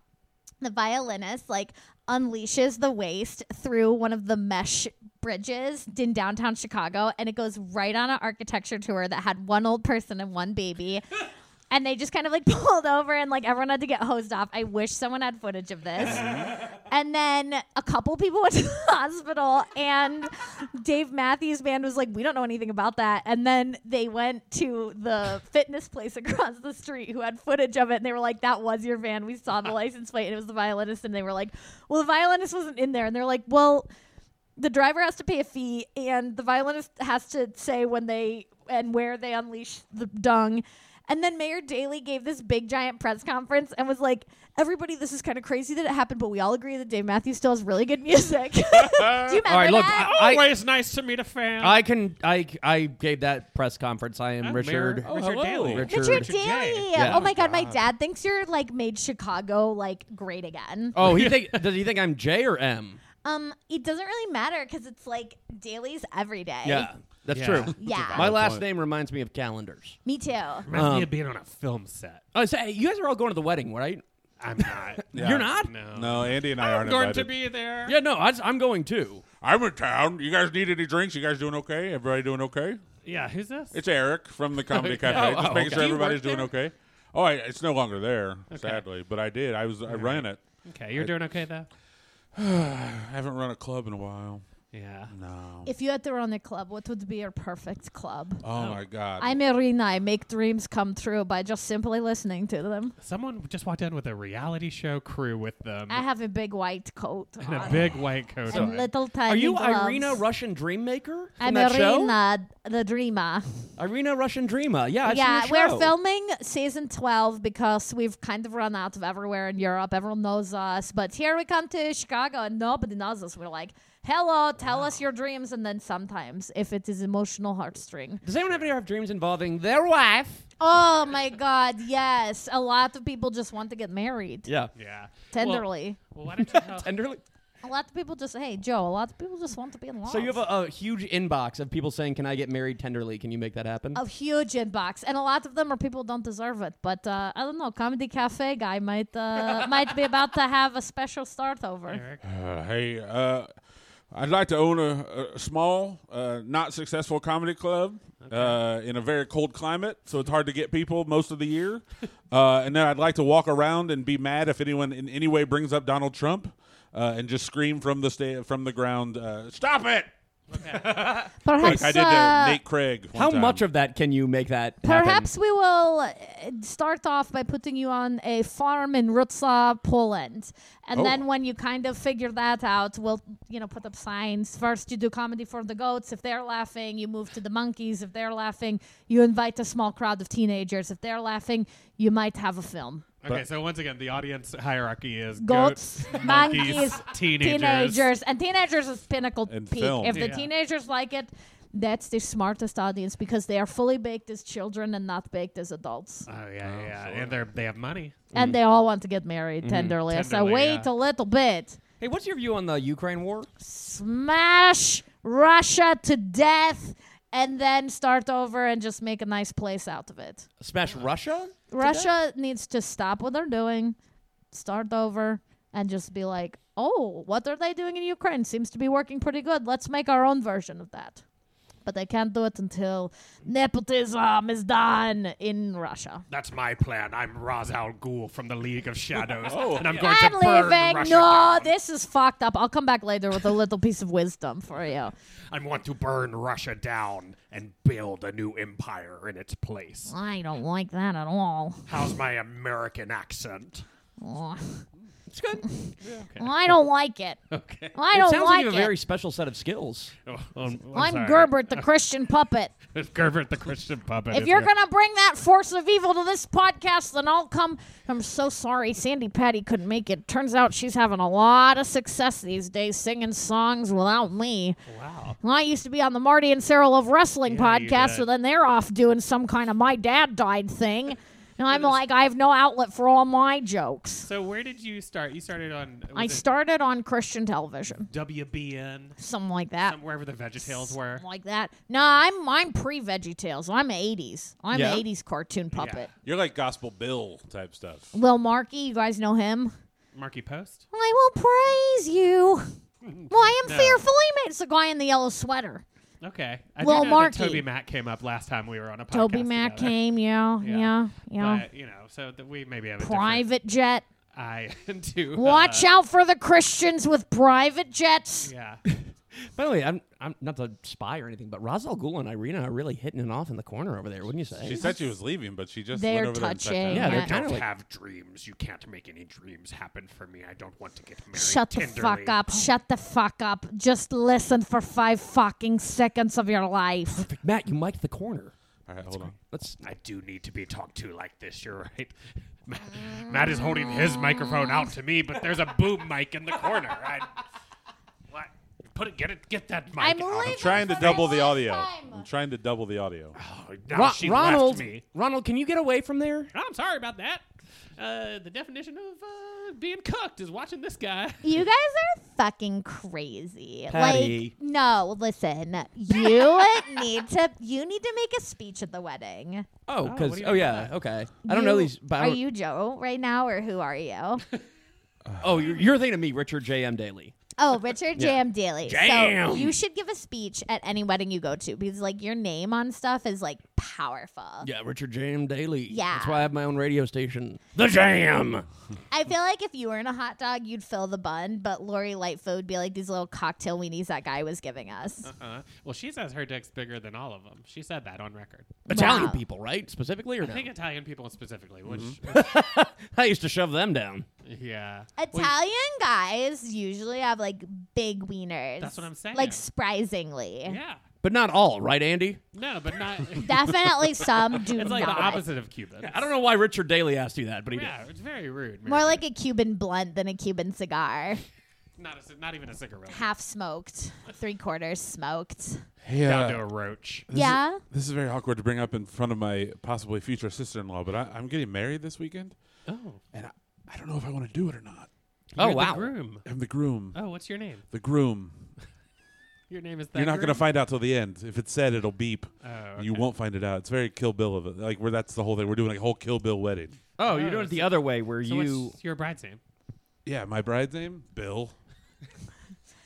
Speaker 6: the violinist like unleashes the waste through one of the mesh bridges in downtown Chicago and it goes right on an architecture tour that had one old person and one baby. And they just kind of like [laughs] pulled over and like everyone had to get hosed off. I wish someone had footage of this. And then a couple people went [laughs] to the hospital, and Dave Matthews Band was like, "We don't know anything about that." And then they went to the fitness place across the street, who had footage of it, and they were like, "That was your van. We saw the license plate, and it was the violinist." And they were like, "Well, the violinist wasn't in there." And they're like, "Well." The driver has to pay a fee, and the violinist has to say when they and where they unleash the dung. And then Mayor Daley gave this big giant press conference and was like, "Everybody, this is kind of crazy that it happened, but we all agree that Dave Matthews still has really good music." [laughs] Do you remember
Speaker 5: All right, look,
Speaker 6: that?
Speaker 5: I-
Speaker 3: Always nice to meet a fan.
Speaker 5: I can. I I gave that press conference. I am
Speaker 3: I'm
Speaker 5: Richard.
Speaker 3: Mayor Richard
Speaker 4: hello.
Speaker 3: Daley.
Speaker 5: Richard-
Speaker 6: Richard,
Speaker 3: Richard J.
Speaker 6: Daley.
Speaker 5: Yeah.
Speaker 6: Oh my god, my dad thinks you're like made Chicago like great again.
Speaker 5: Oh, [laughs] he think does he think I'm J or M?
Speaker 6: Um, it doesn't really matter because it's like Daley's every day.
Speaker 5: Yeah, that's
Speaker 3: Yeah.
Speaker 5: true.
Speaker 6: Yeah.
Speaker 5: My last name reminds me of calendars.
Speaker 6: Me too.
Speaker 3: Reminds me
Speaker 5: Um,
Speaker 3: of being on a film set.
Speaker 5: Oh, so, hey, you guys are all going to the wedding, right?
Speaker 3: I'm not.
Speaker 5: [laughs]
Speaker 4: Yeah.
Speaker 5: You're not?
Speaker 3: Uh, No.
Speaker 4: No, Andy and I
Speaker 3: I'm
Speaker 4: aren't
Speaker 3: going
Speaker 4: invited.
Speaker 3: to be there.
Speaker 5: Yeah, no, I, am going too.
Speaker 4: I'm in town. You guys need any drinks? You guys doing okay? Everybody doing okay?
Speaker 3: Yeah, who's this?
Speaker 4: It's Eric from the
Speaker 5: [laughs]
Speaker 4: Comedy
Speaker 5: Okay.
Speaker 4: Cafe.
Speaker 5: Oh,
Speaker 4: Just making
Speaker 5: oh, okay.
Speaker 4: sure
Speaker 5: Do you
Speaker 4: everybody's
Speaker 3: work
Speaker 4: doing okay. Oh, I, it's no longer there, sadly. But I did. I was. I ran it.
Speaker 3: okay, you're doing okay though.
Speaker 4: I haven't run a club in a while.
Speaker 3: Yeah.
Speaker 4: No.
Speaker 6: If you had to run a club, what would be your perfect club?
Speaker 4: Oh, my God.
Speaker 6: I'm Irina. I make dreams come true by just simply listening to them.
Speaker 3: Someone just walked in with a reality show crew with them
Speaker 6: I have a big white coat
Speaker 3: and a
Speaker 6: on.
Speaker 3: big white coat
Speaker 6: Ah. and
Speaker 3: on.
Speaker 6: little tiny
Speaker 5: Are you
Speaker 6: gloves.
Speaker 5: Irina Russian Dream Maker? From
Speaker 6: I'm
Speaker 5: that show?
Speaker 6: Irina, the dreamer.
Speaker 5: Irina Russian Dreamer. Yeah, I've
Speaker 6: yeah,
Speaker 5: seen your
Speaker 6: we're
Speaker 5: show.
Speaker 6: filming season 12 because we've kind of run out of everywhere in Europe. Everyone knows us. But here we come to Chicago and nobody knows us. We're like, hello, tell us your dreams. And then sometimes, if it is emotional heartstring.
Speaker 5: Does anyone have any have dreams involving their wife?
Speaker 6: Oh my God, yes. A lot of people just want to get married
Speaker 5: Yeah.
Speaker 3: Yeah.
Speaker 6: tenderly.
Speaker 3: Well, well, why don't you tell?
Speaker 5: Oh. Tenderly.
Speaker 6: a lot of people just, hey, Joe, a lot of people just want to be in love.
Speaker 5: So you have a, a huge inbox of people saying, "Can I get married tenderly? Can you make that happen?"
Speaker 6: a huge inbox, and a lot of them are people who don't deserve it. But uh, I don't know, comedy cafe guy might uh, [laughs] might be about to have a special start over.
Speaker 3: Eric?
Speaker 4: Uh, hey, uh, I'd like to own a, a small, uh, not successful comedy club uh, in a very cold climate, so it's hard to get people most of the
Speaker 5: [laughs]
Speaker 4: year. uh, and then I'd like to walk around and be mad if anyone in any way brings up Donald Trump, uh, and just scream from the sta- from the ground, uh, "Stop it!"
Speaker 6: Perhaps uh,
Speaker 4: Like I did uh, to Nate Craig. one
Speaker 5: How
Speaker 4: time.
Speaker 5: much of that can you make that?
Speaker 6: perhaps we will uh, start off by putting you on a farm in Rutsa, Poland, and
Speaker 4: Oh.
Speaker 6: then when you kind of figure that out, we'll you know put up signs. First, you do comedy for the goats. If they're laughing, you move to the monkeys. If they're laughing, you invite a small crowd of teenagers. If they're laughing, you might have a film.
Speaker 3: Okay, so once again, the audience hierarchy is
Speaker 6: goats, monkeys,
Speaker 3: teenagers.
Speaker 6: teenagers. and teenagers is pinnacle
Speaker 4: And
Speaker 6: peak.
Speaker 4: film.
Speaker 6: If the
Speaker 3: Yeah.
Speaker 6: teenagers like it, that's the smartest audience because they are fully baked as children and not baked as adults,
Speaker 3: Oh yeah, yeah, yeah. and they're they have money.
Speaker 6: and they all want to get married tenderly. so
Speaker 3: Mm-hmm. Tenderly,
Speaker 6: wait
Speaker 3: yeah.
Speaker 6: a little bit.
Speaker 5: Hey, what's your view on the Ukraine war?
Speaker 6: Smash Russia to death. And then start over and just make a nice place out of it.
Speaker 5: Smash Russia?
Speaker 6: Russia needs to stop what they're doing, start over, and just be like, oh, what are they doing in Ukraine? Seems to be working pretty good. Let's make our own version of that. But they can't do it until nepotism is done in Russia.
Speaker 3: That's my plan. I'm Ra's al Ghul from the League of [laughs] Shadows, and I'm going
Speaker 6: I'm
Speaker 3: to burn
Speaker 6: leaving.
Speaker 3: Russia
Speaker 6: No,
Speaker 3: down.
Speaker 6: this is fucked up. I'll come back later with a little piece of wisdom for you.
Speaker 3: I want to burn Russia down and build a new empire in its place.
Speaker 6: I don't like that at all.
Speaker 3: How's my American accent?
Speaker 6: Ugh.
Speaker 5: It's
Speaker 6: [laughs]
Speaker 5: good.
Speaker 6: I don't
Speaker 3: [laughs]
Speaker 6: like it.
Speaker 3: Okay.
Speaker 6: I
Speaker 5: it
Speaker 6: don't
Speaker 5: sounds
Speaker 6: like
Speaker 5: you
Speaker 6: it.
Speaker 5: have a very special set of skills.
Speaker 3: Oh, I'm,
Speaker 6: I'm
Speaker 3: sorry. [laughs]
Speaker 6: Gerbert, the Christian puppet.
Speaker 3: It's Gerbert the Christian puppet.
Speaker 6: If
Speaker 3: is
Speaker 6: you're
Speaker 3: it?
Speaker 6: gonna bring that force of evil to this podcast, then I'll come. I'm so sorry, Sandy Patty couldn't make it. Turns out she's having a lot of success these days singing songs without me.
Speaker 3: Wow.
Speaker 6: Well, I used to be on the Marty and Sarah Love Wrestling
Speaker 3: Yeah, you
Speaker 6: podcast,
Speaker 3: did.
Speaker 6: so then they're off doing some kind of my dad
Speaker 3: [laughs]
Speaker 6: died thing, and I'm like, I have no outlet for all my jokes.
Speaker 3: So where did you start? You started on. was
Speaker 6: I
Speaker 3: it
Speaker 6: started on Christian television,
Speaker 3: WBN,
Speaker 6: something like that.
Speaker 3: um, wherever the VeggieTales were.
Speaker 6: Like that. No, I'm I'm pre Veggie Tales. I'm '80s. I'm
Speaker 5: Yeah.
Speaker 6: an '80s cartoon puppet.
Speaker 4: You're like Gospel Bill type stuff.
Speaker 6: Lil Marky, you guys know him?
Speaker 3: Marky Post.
Speaker 6: I will praise you.
Speaker 1: Well, I
Speaker 3: [laughs]
Speaker 1: am
Speaker 3: No.
Speaker 1: fearfully made. It's the guy in the yellow sweater.
Speaker 3: Okay. I
Speaker 6: Well,
Speaker 3: did know that
Speaker 6: Marky.
Speaker 3: Toby Mac came up last time we were on a podcast.
Speaker 6: Toby Mac
Speaker 3: together.
Speaker 6: came, yeah,
Speaker 3: Yeah.
Speaker 6: yeah, yeah.
Speaker 3: But, you know, so that we maybe have a different
Speaker 6: Private jet.
Speaker 3: eye [laughs] into.
Speaker 6: Watch
Speaker 3: uh,
Speaker 6: out for the Christians with private jets.
Speaker 3: Yeah.
Speaker 5: By the way, I'm, I'm not to spy or anything, but Ra's al Ghul and Irina are really hitting it off in the corner over there, wouldn't you say?
Speaker 4: She said she was leaving, but she just
Speaker 6: They're
Speaker 4: went over there
Speaker 6: touching.
Speaker 4: and sat down.
Speaker 5: yeah, they're
Speaker 6: Yeah.
Speaker 5: kind of like
Speaker 2: [laughs] have dreams. You can't make any dreams happen for me. I don't want to get married.
Speaker 6: Shut the fuck up. Shut the fuck up. Just listen for five fucking seconds of
Speaker 3: [laughs]
Speaker 6: your life.
Speaker 5: Matt, you mic'd the corner.
Speaker 4: All right, hold on.
Speaker 5: Let's.
Speaker 2: I do need to be talked to like this. You're right. [laughs] Matt, Matt is holding his microphone out to me, but there's a boom mic in the corner. I, what? Put it. Get it. Get that mic.
Speaker 6: I'm
Speaker 2: out.
Speaker 6: leaving.
Speaker 4: I'm trying to
Speaker 6: for
Speaker 4: double
Speaker 6: the
Speaker 4: the
Speaker 6: last
Speaker 4: audio.
Speaker 6: time.
Speaker 4: I'm trying to double the audio.
Speaker 2: Oh, now
Speaker 5: Ro-
Speaker 2: she
Speaker 5: Ronald,
Speaker 2: left me.
Speaker 5: Ronald, can you get away from there?
Speaker 3: [laughs] I'm sorry about that. Uh, the definition of uh, being cooked is watching this guy. [laughs]
Speaker 6: You guys are fucking crazy.
Speaker 5: Patty.
Speaker 6: Like, no, listen.
Speaker 3: [laughs]
Speaker 6: You need to. You need to make a speech at the wedding.
Speaker 5: Oh,
Speaker 3: what do
Speaker 5: because
Speaker 3: you
Speaker 5: oh,
Speaker 3: mean by
Speaker 5: yeah,
Speaker 3: that?
Speaker 5: okay. I don't know
Speaker 6: You-
Speaker 5: these. But I
Speaker 6: are
Speaker 5: don't-
Speaker 6: you Joe right now, or who
Speaker 5: [laughs]
Speaker 6: are you?
Speaker 5: Oh, you're, you're thinking of me, Richard J M Daly.
Speaker 6: Oh, Richard
Speaker 5: Yeah.
Speaker 6: Jam Daly. So
Speaker 2: Jam.
Speaker 6: you should give a speech at any wedding you go to because like your name on stuff is like powerful.
Speaker 5: Yeah, Richard J M Daly.
Speaker 6: Yeah.
Speaker 5: that's why I have my own radio station.
Speaker 2: The jam.
Speaker 6: I feel like if you were in a hot dog, you'd fill the bun, but Lori Lightfoot would be like these little cocktail weenies that guy was giving
Speaker 5: Uh-huh.
Speaker 6: us.
Speaker 2: Uh-huh.
Speaker 3: Uh, well, she says her dick's bigger than all of them. She said that on record.
Speaker 5: Italian
Speaker 6: Wow.
Speaker 5: people, right? Specifically, or
Speaker 3: I
Speaker 5: no?
Speaker 3: think Italian people specifically, which,
Speaker 2: Mm-hmm. [laughs]
Speaker 5: I used to shove them down.
Speaker 3: yeah.
Speaker 6: [laughs]
Speaker 3: Well,
Speaker 6: Italian guys usually have like big wieners.
Speaker 3: That's what I'm saying.
Speaker 6: Like
Speaker 5: [laughs]
Speaker 6: surprisingly.
Speaker 3: yeah.
Speaker 5: But not all, right, Andy?
Speaker 3: No, but not. [laughs]
Speaker 6: Definitely some do
Speaker 3: it's like
Speaker 6: not.
Speaker 3: the opposite of Cuban.
Speaker 2: [laughs]
Speaker 5: I don't know why Richard Daly asked you that, but he
Speaker 3: Yeah, it's very rude.
Speaker 6: More
Speaker 3: Mary.
Speaker 6: like a Cuban blunt than a Cuban cigar.
Speaker 3: not, a, c- not even a cigarette.
Speaker 6: Half smoked, three quarters smoked.
Speaker 3: Down to a roach.
Speaker 4: uh, This is-
Speaker 6: Yeah.
Speaker 4: this is very awkward to bring up in front of my possibly future sister-in-law, but I, I'm getting married this weekend,
Speaker 3: Oh,
Speaker 4: and I, I don't know if I want to do it or not.
Speaker 5: did. Oh,
Speaker 3: You're
Speaker 5: wow.
Speaker 3: The groom.
Speaker 4: I'm the groom.
Speaker 3: Oh, what's your name?
Speaker 4: The groom.
Speaker 3: Your name is. That
Speaker 4: You're not going to
Speaker 3: groom?
Speaker 4: find out till the end. If it's said, it'll beep.
Speaker 3: Oh,
Speaker 4: You
Speaker 3: okay.
Speaker 4: won't find it out. It's very Kill Bill of it. Like where that's the whole thing. We're doing like a whole Kill Bill wedding.
Speaker 5: Oh, you're doing
Speaker 3: Oh,
Speaker 5: it the other way, where
Speaker 3: So
Speaker 5: you.
Speaker 3: what's your bride's name? [laughs]
Speaker 4: Yeah, my bride's name Bill.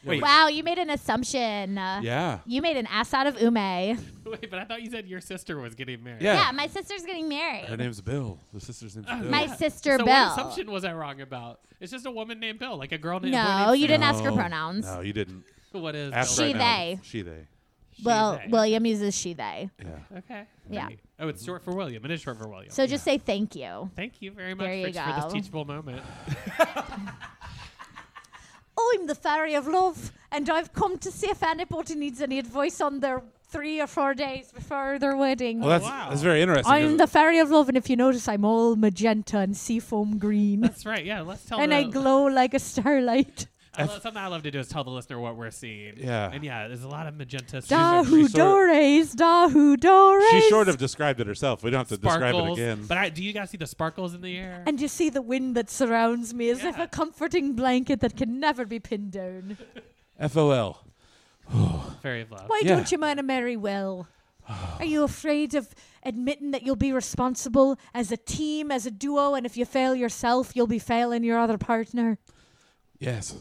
Speaker 5: Wait,
Speaker 6: Wow, you made an assumption. Uh,
Speaker 4: Yeah.
Speaker 6: You made an ass out of
Speaker 4: [laughs]
Speaker 6: Ume. Yeah,
Speaker 3: Wait, but I thought you said your sister was getting married.
Speaker 4: Yeah.
Speaker 6: my sister's getting married.
Speaker 4: Her name's Bill. The sister's name's
Speaker 1: Oh,
Speaker 4: Bill.
Speaker 6: my
Speaker 3: Yeah.
Speaker 6: sister
Speaker 3: so
Speaker 6: Bill.
Speaker 3: What assumption was I wrong about? It's just a woman named Bill, like a girl named. a boy
Speaker 6: no,
Speaker 3: named
Speaker 6: you didn't
Speaker 4: No.
Speaker 6: ask her pronouns.
Speaker 4: No, you didn't.
Speaker 3: Sam. What is?
Speaker 4: Ask
Speaker 6: She,
Speaker 4: right
Speaker 3: Bill?
Speaker 4: now.
Speaker 6: they.
Speaker 4: She they.
Speaker 3: She,
Speaker 6: Well,
Speaker 3: they.
Speaker 6: William uses she they.
Speaker 4: Yeah.
Speaker 3: Okay.
Speaker 6: Yeah.
Speaker 3: Great. Oh, it's short for William. It is short for William.
Speaker 6: So just say thank you.
Speaker 3: Thank you very much
Speaker 6: There you
Speaker 3: Fritz, for this
Speaker 6: go.
Speaker 3: teachable moment.
Speaker 6: I'm the fairy of love, and I've come to see if anybody needs any advice on their three or four days before their wedding.
Speaker 4: Well, that's
Speaker 3: wow.
Speaker 4: that's very interesting.
Speaker 1: I'm the
Speaker 4: isn't
Speaker 1: fairy of love, and if you notice, I'm all magenta and seafoam green,
Speaker 3: That's right. Yeah. Let's tell.
Speaker 1: and
Speaker 3: the,
Speaker 1: I glow like a starlight.
Speaker 3: I love- something I love to do is tell the listener what we're seeing.
Speaker 4: Yeah.
Speaker 3: And yeah, there's a lot of magenta.
Speaker 4: actually
Speaker 1: Dahu
Speaker 4: sort
Speaker 1: dores, dahu dores.
Speaker 4: it? She sort of described it herself. We don't have to describe it
Speaker 3: sparkles.
Speaker 4: again.
Speaker 3: But I, do you guys see the sparkles in the air?
Speaker 1: And you see the wind that surrounds me as if
Speaker 3: Yeah.
Speaker 1: a comforting blanket that can never be pinned down.
Speaker 4: FOL.
Speaker 3: Fairy of love.
Speaker 1: Why
Speaker 4: Yeah.
Speaker 1: don't you mind a
Speaker 4: [sighs]
Speaker 1: merry well? Are you afraid of admitting that you'll be responsible as a team, as a duo, and if you fail yourself, you'll be failing your other partner?
Speaker 4: Yes.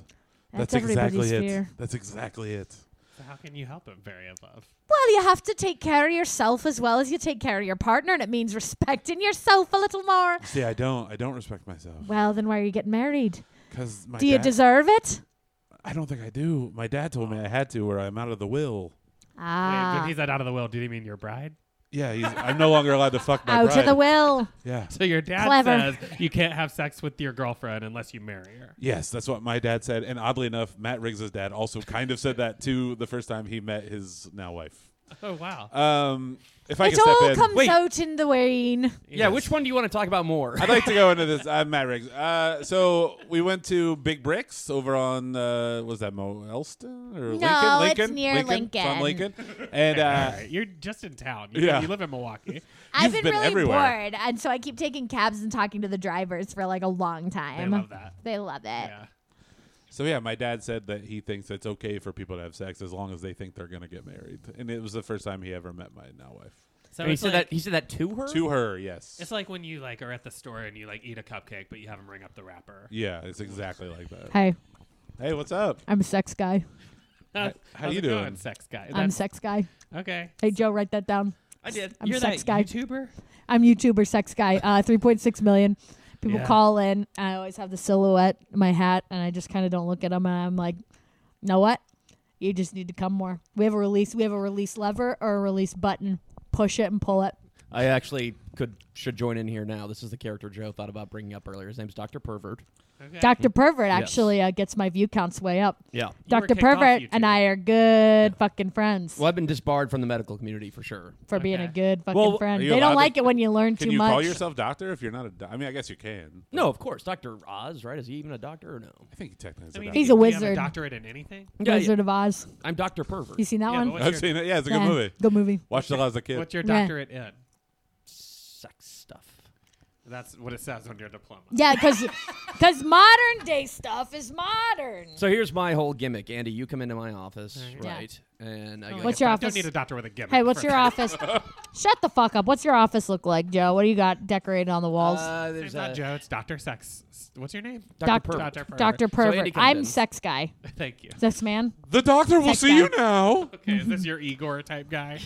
Speaker 1: That's
Speaker 4: That's,
Speaker 1: everybody's
Speaker 4: exactly it.
Speaker 1: fear.
Speaker 4: That's exactly it.
Speaker 3: So how can you help him? Fairy of love.
Speaker 1: Well, you have to take care of yourself as well as you take care of your partner, and it means respecting yourself a little more.
Speaker 4: See, I don't I don't respect myself
Speaker 1: Well, then why are you getting married?
Speaker 4: cuz my
Speaker 1: Do you
Speaker 4: dad-
Speaker 1: deserve it?
Speaker 4: I don't think I do. My dad told me I had to or I'm out of the will.
Speaker 3: Wait,
Speaker 1: Ah,
Speaker 3: but he's not out of the will. Did he mean your bride? [laughs]
Speaker 4: Yeah, he's, I'm no longer allowed to fuck my
Speaker 1: out
Speaker 4: bride.
Speaker 1: of the will.
Speaker 4: Yeah.
Speaker 3: So your dad
Speaker 1: Clever.
Speaker 3: says you can't have sex with your girlfriend unless you marry her.
Speaker 4: Yes, that's what my dad said. And oddly enough, Matt Riggs' dad also kind of said that too the first time he met his now wife.
Speaker 3: Oh wow.
Speaker 4: Um, if I
Speaker 1: It
Speaker 4: can step
Speaker 1: all
Speaker 4: in,
Speaker 1: comes
Speaker 5: Wait.
Speaker 1: out in the rain.
Speaker 5: yeah, which one do you want to talk about more?
Speaker 4: I'd like to go into this. I'm Matt Riggs. Uh, so we went to Big Bricks over on uh, was that Mo Elston or Lincoln?
Speaker 6: No, it's
Speaker 4: Lincoln?
Speaker 6: near
Speaker 4: Lincoln? It's on
Speaker 6: Lincoln.
Speaker 4: Lincoln. And
Speaker 3: All
Speaker 4: uh,
Speaker 3: right, you're just in town. You,
Speaker 4: Yeah.
Speaker 3: you live in Milwaukee.
Speaker 6: I've
Speaker 4: You've
Speaker 6: been,
Speaker 4: been
Speaker 6: really
Speaker 4: everywhere.
Speaker 6: bored, and so I keep taking cabs and talking to the drivers for like a long
Speaker 3: I
Speaker 6: time.
Speaker 3: love that.
Speaker 6: They love it.
Speaker 3: Yeah.
Speaker 4: so yeah, my dad said that he thinks it's okay for people to have sex as long as they think they're going to get married, and it was the first time he ever met my now wife.
Speaker 5: And
Speaker 3: So
Speaker 5: he
Speaker 3: it's
Speaker 5: said
Speaker 3: like,
Speaker 5: that he said that to her.
Speaker 4: To her, yes.
Speaker 3: It's like when you like are at the store and you like eat a cupcake, but you have them ring up the wrapper.
Speaker 4: yeah, it's exactly like that.
Speaker 6: Hey,
Speaker 4: Hey, what's up?
Speaker 6: I'm a sex guy.
Speaker 3: How's
Speaker 4: how you
Speaker 3: it going,
Speaker 4: doing?
Speaker 3: "Oh, sex guy?
Speaker 6: I'm a
Speaker 3: That's-
Speaker 6: sex guy.
Speaker 3: okay.
Speaker 6: Hey, Joe, write that down.
Speaker 5: I did.
Speaker 6: I'm
Speaker 3: You're
Speaker 6: sex
Speaker 3: that
Speaker 6: guy.
Speaker 3: YouTuber.
Speaker 6: I'm YouTuber sex guy. Uh, 3.6 million people
Speaker 3: Yeah.
Speaker 6: call in. I always have the silhouette, in my hat, and I just kind of don't look at them. And I'm like, you know what? You just need to come more. We have a release. We have a release lever or a release button. Push it and pull it.
Speaker 5: I actually could should join in here now. This is the character Joe thought about bringing up earlier. His name's Doctor Pervert.
Speaker 3: Okay.
Speaker 6: Dr. Pervert actually uh, gets my view counts way up.
Speaker 5: Yeah.
Speaker 3: were
Speaker 6: Dr.
Speaker 3: kicked off
Speaker 6: Pervert and
Speaker 3: YouTube.
Speaker 6: I are good fucking friends
Speaker 5: Well, I've been disbarred from the medical community for sure.
Speaker 6: for being a
Speaker 3: okay.
Speaker 6: good fucking
Speaker 4: Well,
Speaker 6: friend.
Speaker 4: are you
Speaker 6: They
Speaker 4: allowed
Speaker 6: don't
Speaker 4: to-
Speaker 6: like it when you learn
Speaker 4: Can
Speaker 6: too
Speaker 4: you
Speaker 6: much.
Speaker 4: call yourself doctor if you're not a do- I mean, I guess you can.
Speaker 5: No, of course, Doctor Oz, right? Is he even a doctor or no?
Speaker 4: I think he technically is a
Speaker 3: I mean,
Speaker 4: doctor.
Speaker 6: He's
Speaker 3: do
Speaker 6: a
Speaker 3: you have
Speaker 6: wizard.
Speaker 3: doctorate in anything?
Speaker 5: Yeah, yeah.
Speaker 6: Wizard of Oz.
Speaker 5: I'm Doctor Pervert.
Speaker 6: You seen that
Speaker 3: Yeah,
Speaker 6: one?
Speaker 3: but what's
Speaker 4: I've
Speaker 3: your-
Speaker 4: seen it. Yeah, it's a
Speaker 6: Yeah,
Speaker 4: good movie.
Speaker 6: Good movie.
Speaker 4: Watched it when I was a kid.
Speaker 3: What's your
Speaker 6: Yeah.
Speaker 3: doctorate in?
Speaker 5: Sex stuff.
Speaker 3: That's what it says on your diploma.
Speaker 6: Yeah, because modern day stuff is modern.
Speaker 5: So here's my whole gimmick, Andy. You come into my office,
Speaker 6: Yeah.
Speaker 5: right? And I
Speaker 3: I
Speaker 5: go,
Speaker 3: don't
Speaker 6: What's
Speaker 3: like
Speaker 6: your
Speaker 3: it. I
Speaker 6: office-
Speaker 3: Don't need a doctor with a gimmick.
Speaker 6: Hey, what's
Speaker 3: for
Speaker 6: your
Speaker 3: that.
Speaker 6: office? Shut the fuck up. What's your office look like, Joe? What do you got decorated on the walls?
Speaker 5: Uh, there's
Speaker 3: It's not
Speaker 5: a
Speaker 3: Joe. It's Doctor Sex. What's your
Speaker 6: [laughs]
Speaker 3: name?
Speaker 5: Doctor Pervert.
Speaker 3: Doctor.
Speaker 6: Doctor
Speaker 5: Andy
Speaker 6: Pervert.
Speaker 5: comes
Speaker 6: I'm
Speaker 5: in.
Speaker 6: sex guy.
Speaker 3: Thank you.
Speaker 6: Sex man.
Speaker 4: the doctor will
Speaker 6: Sex
Speaker 4: see you
Speaker 6: guy.
Speaker 4: now.
Speaker 3: Okay, is this your Igor type guy?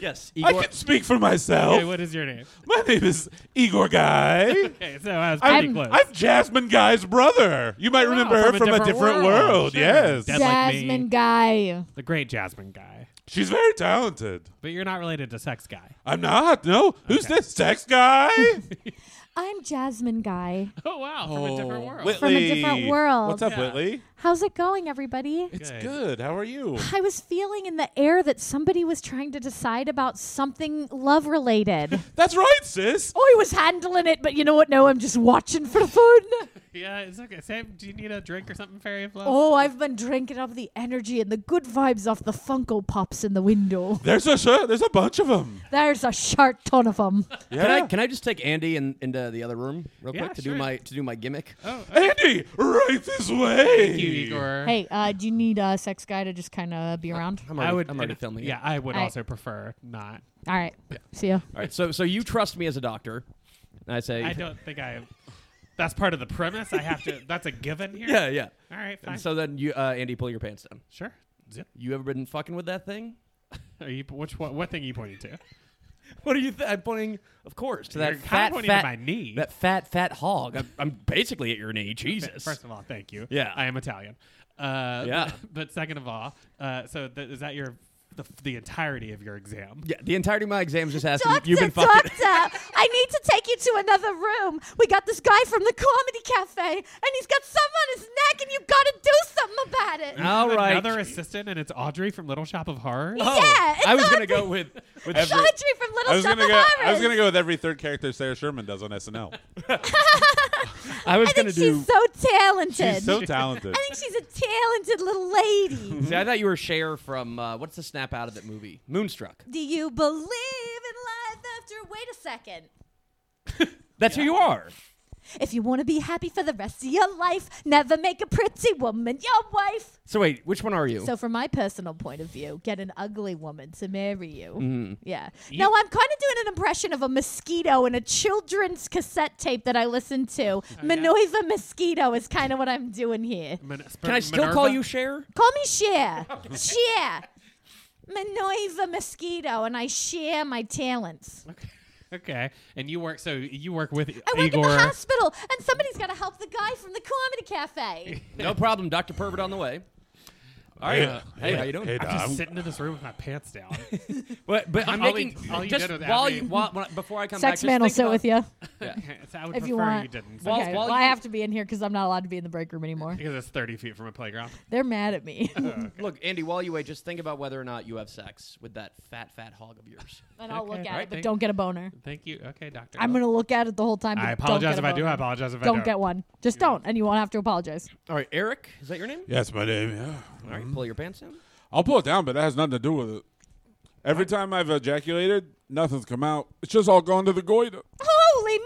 Speaker 5: Yes,
Speaker 4: I
Speaker 5: Igor.
Speaker 4: can speak for myself.
Speaker 3: Okay, what is your name?
Speaker 4: My name is Igor
Speaker 6: [laughs]
Speaker 4: Guy.
Speaker 3: Okay, so I was pretty
Speaker 4: I'm,
Speaker 3: close.
Speaker 4: I'm Jasmine Guy's brother. You might remember her from a different, world.
Speaker 3: Sure.
Speaker 4: Yes.
Speaker 3: Dead like me.
Speaker 6: Jasmine guy.
Speaker 3: the great Jasmine guy.
Speaker 4: She's very talented.
Speaker 3: But you're not related to sex guy.
Speaker 4: I'm not. No. Who's
Speaker 3: Okay.
Speaker 4: this sex
Speaker 3: [laughs]
Speaker 4: guy?
Speaker 6: I'm Jasmine guy.
Speaker 3: Oh wow, from a different world.
Speaker 6: From a different
Speaker 4: Whitley.
Speaker 6: world.
Speaker 4: What's up,
Speaker 3: Yeah.
Speaker 4: Whitley?
Speaker 6: How's it going, everybody?
Speaker 4: It's
Speaker 3: Good.
Speaker 4: good. How are you?
Speaker 6: I was feeling in the air that somebody was trying to decide about something
Speaker 5: [laughs]
Speaker 6: love related.
Speaker 4: That's right, sis.
Speaker 6: oh, he was handling it, but you know what? No, I'm just watching for
Speaker 5: [laughs]
Speaker 6: the food.
Speaker 3: Yeah, it's okay. Sam, do you need a drink or something, Fairy Flow?
Speaker 6: Oh, I've been drinking up the energy and the good vibes off the Funko Pops in the window.
Speaker 4: There's a sh- there's a bunch of them.
Speaker 6: There's a shart ton
Speaker 5: [laughs]
Speaker 6: of them.
Speaker 4: Yeah.
Speaker 5: Can I can I just take Andy in, into the other room real
Speaker 3: Yeah,
Speaker 5: quick to
Speaker 3: sure.
Speaker 5: do my to do my gimmick?
Speaker 3: Oh,
Speaker 4: Andy, right this way.
Speaker 3: thank you, Igor.
Speaker 6: hey, uh, do you need a sex guy to just kind of be around?
Speaker 5: I'm already,
Speaker 3: I would.
Speaker 5: I'm already
Speaker 3: and-
Speaker 5: filming. it.
Speaker 3: Yeah, I would
Speaker 6: I-
Speaker 3: also prefer not.
Speaker 6: All right. See ya.
Speaker 5: All right. So so you trust me as a doctor, and I say [laughs]
Speaker 3: I don't think I. That's part of the premise. I have to. That's a given here.
Speaker 5: yeah yeah.
Speaker 3: All right, fine.
Speaker 5: And so then you uh, Andy pull your pants down.
Speaker 3: sure. Zip.
Speaker 5: You ever been fucking with that thing?
Speaker 3: Are you? Which what? What thing are you pointing to?
Speaker 5: What are you? Th- I'm pointing, of course, to
Speaker 3: You're
Speaker 5: that
Speaker 3: kinda
Speaker 5: fat
Speaker 3: pointing to
Speaker 5: fat
Speaker 3: my knee.
Speaker 5: That fat fat hog. I'm, I'm basically at your knee. Jesus.
Speaker 3: First of all, thank you.
Speaker 5: Yeah.
Speaker 3: I am Italian. Uh,
Speaker 5: Yeah.
Speaker 3: But second of all, uh, so th- is that your the, the entirety of your exam?
Speaker 5: yeah. The entirety of my exam is just asking.
Speaker 6: Doctor,
Speaker 5: You've been
Speaker 6: doctor,
Speaker 5: fucking.
Speaker 6: I need to take you to another room. We got this guy from the comedy cafe, and he's got some on his neck, and you gotta do something about it.
Speaker 5: All
Speaker 3: You have
Speaker 5: right.
Speaker 3: Another assistant, and it's Audrey from Little Shop of Horrors.
Speaker 5: Oh,
Speaker 6: Yeah,
Speaker 5: [laughs]
Speaker 6: it's
Speaker 5: I was gonna
Speaker 6: Audrey.
Speaker 5: go with with
Speaker 4: Every-
Speaker 6: Audrey from
Speaker 4: I
Speaker 6: Little
Speaker 4: was
Speaker 6: Shop
Speaker 4: gonna
Speaker 6: of
Speaker 4: go. I was
Speaker 6: Horrors.
Speaker 4: gonna go with every third character Sarah Sherman does on
Speaker 6: [laughs]
Speaker 4: SNL.
Speaker 5: I was
Speaker 6: I think
Speaker 5: gonna do.
Speaker 6: she's so talented.
Speaker 4: She's so talented.
Speaker 6: [laughs] I think she's a talented
Speaker 4: [laughs]
Speaker 6: little lady.
Speaker 5: See, I thought you were Cher from uh, what's the snap out of that movie? Moonstruck.
Speaker 6: do you believe in life after? Wait a second.
Speaker 5: That's who you are.
Speaker 6: If you want to be happy for the rest of your life, never make a pretty woman your wife.
Speaker 5: So wait, which one are you?
Speaker 6: So, from my personal point of view, get an ugly woman to marry you.
Speaker 4: Mm-hmm.
Speaker 6: Yeah.
Speaker 3: You-
Speaker 6: now, I'm kind of doing an impression of a mosquito in a children's cassette tape that I listened to.
Speaker 4: Oh,
Speaker 6: Minerva Mosquito is kind of what I'm doing here.
Speaker 3: Min-
Speaker 5: Can I still
Speaker 3: Minerva?
Speaker 5: call you Cher?
Speaker 6: Call me Cher. Cher. Minerva Mosquito, and I share my talents.
Speaker 3: Okay. Okay. And you work. So you work with
Speaker 6: I work
Speaker 3: Igor.
Speaker 6: in the hospital, and somebody's got to help the guy from the comedy cafe.
Speaker 5: No problem, Doctor Pervert on the way. All right.
Speaker 4: Yeah.
Speaker 5: Hey, how you doing?
Speaker 4: Hey,
Speaker 3: I'm just
Speaker 4: Dom.
Speaker 3: sitting in this room with my pants
Speaker 5: [laughs]
Speaker 3: down.
Speaker 5: But, but I'm
Speaker 3: All he-
Speaker 5: making
Speaker 3: all he
Speaker 5: just
Speaker 3: did was
Speaker 5: while
Speaker 3: ask
Speaker 5: you
Speaker 3: me.
Speaker 5: while, when I- before I come back.
Speaker 6: Sex
Speaker 5: just
Speaker 6: man will
Speaker 5: think
Speaker 6: sit
Speaker 5: about-
Speaker 6: with you.
Speaker 3: so I would
Speaker 6: If
Speaker 3: prefer
Speaker 6: you want.
Speaker 3: didn't.
Speaker 5: Well,
Speaker 6: Okay,
Speaker 5: while
Speaker 6: well, I
Speaker 5: you-
Speaker 6: have to be in here because I'm not allowed to be in the break
Speaker 3: [laughs]
Speaker 6: room anymore.
Speaker 3: Because it's 30 feet from a playground.
Speaker 6: They're mad at me.
Speaker 5: Look, Andy, while you wait, just think about whether or not you have sex with that fat fat hog of yours.
Speaker 6: and I'll look
Speaker 3: Okay,
Speaker 6: at
Speaker 3: right,
Speaker 6: it, but
Speaker 3: thank-
Speaker 6: don't get a boner.
Speaker 3: Thank you. Okay, doctor.
Speaker 6: I'm going to look at it the whole time.
Speaker 3: I
Speaker 6: but don't
Speaker 3: apologize
Speaker 6: get a
Speaker 3: if I do.
Speaker 6: boner.
Speaker 3: I apologize if I
Speaker 6: Don't,
Speaker 3: don't.
Speaker 6: get one. Just don't, and you won't have to apologize.
Speaker 5: All right, Eric, is that your name?
Speaker 4: Yes, my name. Yeah.
Speaker 5: All
Speaker 4: Mm-hmm.
Speaker 5: right, pull your pants down.
Speaker 4: I'll pull it down, but that has nothing to do with it. Every time I've ejaculated, nothing's come out. It's just all gone to the goiter.
Speaker 6: Holy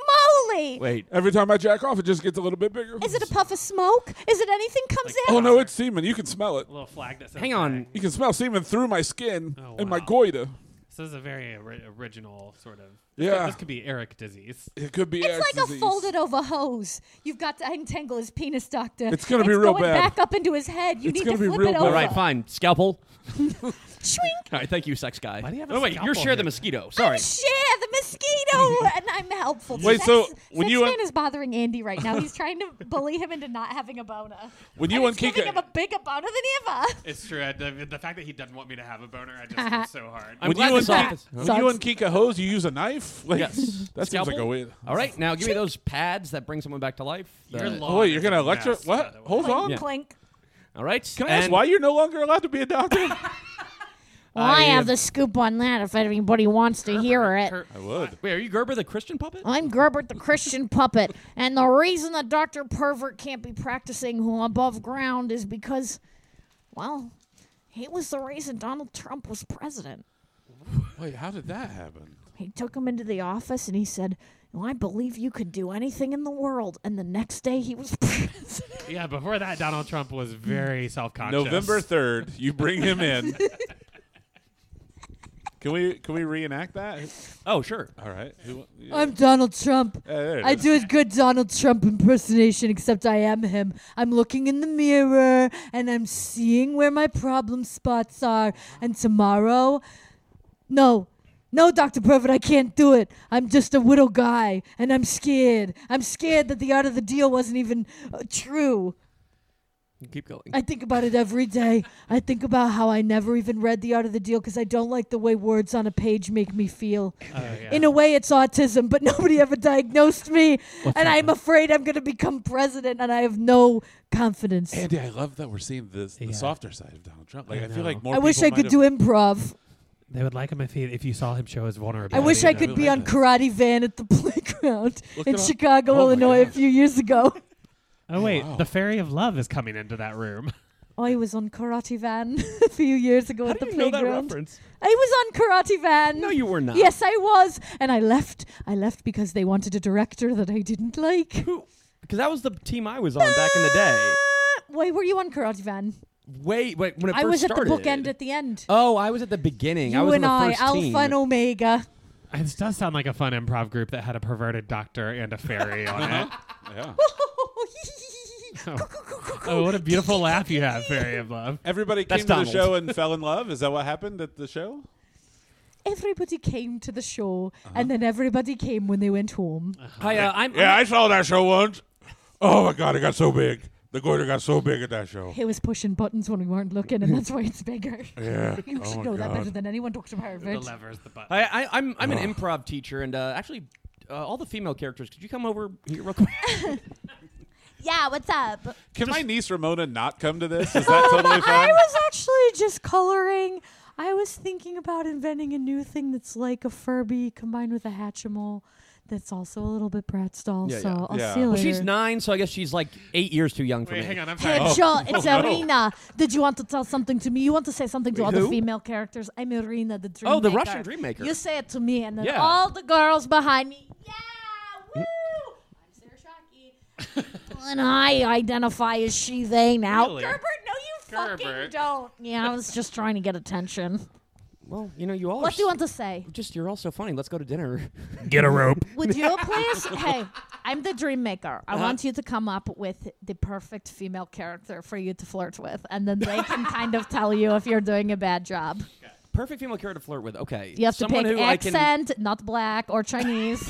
Speaker 6: moly!
Speaker 5: Wait,
Speaker 4: Every time I jack off, it just gets a little bit bigger.
Speaker 6: Is it a puff of smoke? Is it anything comes
Speaker 3: Like-
Speaker 6: out?
Speaker 4: oh no, it's semen. You can smell it.
Speaker 3: A little flag that says.
Speaker 5: hang on.
Speaker 4: You can smell semen through my skin
Speaker 3: Oh,
Speaker 4: and my
Speaker 3: wow.
Speaker 4: goiter.
Speaker 3: So this is a very ori- original sort of.
Speaker 4: Yeah.
Speaker 3: This could be Eric disease.
Speaker 4: It could be
Speaker 6: It's
Speaker 4: Eric's
Speaker 6: like
Speaker 4: disease.
Speaker 6: a folded over hose. You've got to untangle his penis, doctor.
Speaker 4: It's gonna be real
Speaker 6: going
Speaker 4: bad.
Speaker 6: back up into his head. You
Speaker 4: It's
Speaker 6: need
Speaker 4: gonna
Speaker 6: to
Speaker 4: be
Speaker 6: flip
Speaker 4: real
Speaker 6: it
Speaker 4: bad.
Speaker 6: over.
Speaker 5: All right, fine. Scalpel.
Speaker 4: [laughs]
Speaker 6: Shrink.
Speaker 5: All right, thank you, sex guy.
Speaker 3: Why do you have a
Speaker 5: oh wait,
Speaker 3: scalpel
Speaker 5: you're shared the
Speaker 3: here?
Speaker 5: mosquito. Sorry.
Speaker 6: Share the
Speaker 4: [laughs]
Speaker 6: mosquito, and I'm helpful.
Speaker 4: Wait,
Speaker 6: sex,
Speaker 4: so when
Speaker 6: sex
Speaker 4: you-
Speaker 6: man is bothering Andy right now.
Speaker 4: [laughs]
Speaker 6: He's trying to bully him into not having a boner.
Speaker 4: When
Speaker 6: And
Speaker 4: you and
Speaker 6: it's giving him a
Speaker 4: Kika,
Speaker 6: bigger boner than ever.
Speaker 7: It's true. I, the, the fact that he doesn't want me to have a boner,
Speaker 6: [laughs]
Speaker 7: I just am so hard.
Speaker 5: I'm
Speaker 4: Would
Speaker 5: glad
Speaker 4: you
Speaker 5: this
Speaker 4: and-
Speaker 5: office.
Speaker 4: when you and Kika hose, you use a knife. Like,
Speaker 5: Yes.
Speaker 4: [laughs] that seems like a
Speaker 5: Scalpel?
Speaker 4: weird.
Speaker 5: All right, now give me those pads that bring someone back to life.
Speaker 7: Your
Speaker 5: The-
Speaker 7: lawn
Speaker 4: Oh, wait, you're
Speaker 7: is
Speaker 4: gonna
Speaker 7: a
Speaker 4: lecture?
Speaker 7: mess, by
Speaker 4: what?
Speaker 7: the way.
Speaker 4: Hold on.
Speaker 6: Clink, clink.
Speaker 5: All right.
Speaker 4: Can I ask
Speaker 5: and
Speaker 4: why you're no longer allowed to be a doctor?
Speaker 6: Well,
Speaker 5: I have
Speaker 6: the scoop on that if anybody wants to hear it.
Speaker 4: I would.
Speaker 5: Wait, are you Gerber the Christian puppet?
Speaker 6: I'm Gerbert the Christian puppet, and the reason that Dr. Pervert can't be practicing above ground is because, well, he was the reason Donald Trump was president.
Speaker 4: Wait, how did that happen?
Speaker 6: He took him into the office and he said, "Well, I believe you could do anything in the world. And the next day he was [laughs] president.
Speaker 3: Yeah, before that, Donald Trump was very
Speaker 6: Hmm.
Speaker 3: self conscious.
Speaker 4: November third, you bring
Speaker 7: [laughs]
Speaker 4: him in. can we can we reenact that?
Speaker 5: Oh, sure.
Speaker 4: All right. Who- yeah.
Speaker 6: I'm Donald Trump.
Speaker 4: Yeah, there it
Speaker 6: I
Speaker 4: is.
Speaker 6: do a good Donald Trump impersonation, except I am him. I'm looking in the mirror and I'm seeing where my problem spots are. And tomorrow, no, no, Dr. Perfect, I can't do it. I'm just a widow guy and I'm scared. I'm scared that the art of the deal wasn't even uh, true.
Speaker 5: Keep going.
Speaker 6: I think about it every day. I think about how I never even read The Art of the Deal because I don't like the way words on a page make me feel.
Speaker 3: Oh, yeah.
Speaker 6: In a way, it's autism, but [laughs] nobody ever diagnosed me, and I'm afraid I'm going to become president, and I have no confidence.
Speaker 4: Andy, I love that we're seeing this, the
Speaker 3: Yeah.
Speaker 4: softer side of Donald Trump. Like I,
Speaker 3: I
Speaker 4: feel like
Speaker 3: know.
Speaker 4: more.
Speaker 6: I wish
Speaker 4: people
Speaker 6: I
Speaker 4: might
Speaker 6: could do improv.
Speaker 3: they would like him if he, if you saw him show his vulnerability.
Speaker 6: I wish I
Speaker 4: I
Speaker 6: could
Speaker 4: really
Speaker 6: be
Speaker 4: like
Speaker 6: on
Speaker 4: that.
Speaker 6: Karate Van at the [laughs] playground
Speaker 4: Look
Speaker 6: in
Speaker 4: it up.
Speaker 6: Chicago,
Speaker 4: Oh my
Speaker 6: Illinois, a
Speaker 4: gosh.
Speaker 6: few
Speaker 5: [laughs]
Speaker 6: years ago.
Speaker 3: Oh wait,
Speaker 4: Wow.
Speaker 3: the fairy of love is coming into that
Speaker 6: [laughs]
Speaker 3: room.
Speaker 6: Oh, I was on Karate Van [laughs] a few years ago at the
Speaker 5: you know that
Speaker 6: playground.
Speaker 5: reference?
Speaker 6: I was on Karate Van.
Speaker 5: No, you were not.
Speaker 6: Yes, I was, and I left. I left because they wanted a director that I
Speaker 5: [laughs]
Speaker 6: didn't like. [laughs]
Speaker 5: Because that was the team I was on back in the day.
Speaker 6: Why were you on Karate Van?
Speaker 5: Wait, wait. When it
Speaker 6: I
Speaker 5: first
Speaker 6: was
Speaker 5: started.
Speaker 6: at the bookend at the end.
Speaker 5: Oh, I was at the beginning. I
Speaker 6: you
Speaker 5: was
Speaker 6: and
Speaker 5: on the
Speaker 6: I,
Speaker 5: first
Speaker 6: Alpha
Speaker 5: team. [laughs]
Speaker 6: and Omega. [laughs]
Speaker 3: This does sound like a fun improv group that had a perverted doctor and a fairy on
Speaker 4: [laughs]
Speaker 3: it.
Speaker 4: Yeah.
Speaker 3: Oh, what a beautiful laugh you have, fairy of love.
Speaker 4: Everybody
Speaker 5: That's
Speaker 4: came to
Speaker 5: Donald.
Speaker 4: the show and fell in love. Is that what happened at the show?
Speaker 6: Everybody came to the show,
Speaker 5: Uh-huh.
Speaker 6: and then everybody came when they went home.
Speaker 5: Hi, uh, I'm.
Speaker 4: Yeah, I saw that show once. Oh my god, it got so big. The goiter got so big at that show.
Speaker 6: He was pushing buttons when we weren't looking, and that's why it's bigger.
Speaker 4: [laughs] Yeah.
Speaker 6: [laughs] You
Speaker 4: oh
Speaker 6: should
Speaker 4: my
Speaker 6: know that better
Speaker 4: God.
Speaker 6: than anyone, Dr.
Speaker 7: The
Speaker 6: Harvard.
Speaker 7: levers, the button.
Speaker 5: I, I, I'm, I'm an improv teacher, and uh, actually, uh, all the female characters, could you come over here
Speaker 6: [laughs]
Speaker 5: real quick?
Speaker 8: Yeah, what's up?
Speaker 4: Can my niece Ramona not come to this? Is that totally
Speaker 6: I
Speaker 4: fine?
Speaker 6: was actually just coloring. I was thinking about inventing a new thing that's like a Furby combined with a Hatchimal that's also a little bit Bratz doll.
Speaker 5: Yeah,
Speaker 6: so
Speaker 5: yeah.
Speaker 6: Oh, I'll
Speaker 4: Yeah.
Speaker 6: see you
Speaker 5: well,
Speaker 6: later.
Speaker 5: she's nine, so I guess she's like eight years too young for
Speaker 7: Wait,
Speaker 5: me.
Speaker 7: hang
Speaker 2: [laughs]
Speaker 7: on. I'm sorry.
Speaker 6: Hey,
Speaker 5: Oh. [laughs]
Speaker 6: Joe, it's Irina. Did you want to tell something to me? You want to say something to all the
Speaker 5: Who?
Speaker 6: female characters? I'm Irina, the dream
Speaker 5: Oh, the
Speaker 6: maker.
Speaker 5: Russian dream maker.
Speaker 6: You say it to me, and then
Speaker 5: Yeah. Mm.
Speaker 6: all the girls behind me, yeah, woo! I'm Sarah Shockey. and I identify as she, they now.
Speaker 7: Really?
Speaker 6: Gerbert, no, you fucking
Speaker 7: Gerbert.
Speaker 6: don't. Yeah, I was just trying to get attention.
Speaker 5: Well, you know, you all.
Speaker 6: What
Speaker 5: are
Speaker 6: do you
Speaker 5: s-
Speaker 6: want to say?
Speaker 5: Just you're all so funny. Let's go to dinner. [laughs]
Speaker 3: Get a rope.
Speaker 6: Would you please? hey, I'm the dream maker.
Speaker 5: Uh-huh.
Speaker 6: I want you to come up with the perfect female character for you to flirt with, and then they
Speaker 5: [laughs]
Speaker 6: can kind of tell you if you're doing a bad job.
Speaker 5: Perfect female character to flirt with. Okay.
Speaker 6: You have
Speaker 5: Someone
Speaker 6: to pick
Speaker 5: who I can.
Speaker 6: accent, not black
Speaker 5: [laughs]
Speaker 6: or Chinese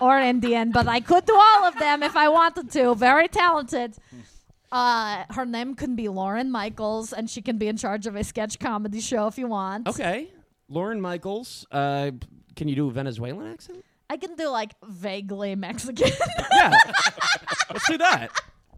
Speaker 6: or Indian, but I could do all of them if I wanted to. Very talented. Uh, her name can be Lauren Michaels, and she can be in charge of a sketch comedy show if you want.
Speaker 5: Okay. Lauren Michaels. Uh, can you do a Venezuelan accent?
Speaker 6: I can do like vaguely Mexican. [laughs]
Speaker 5: yeah. Let's do that.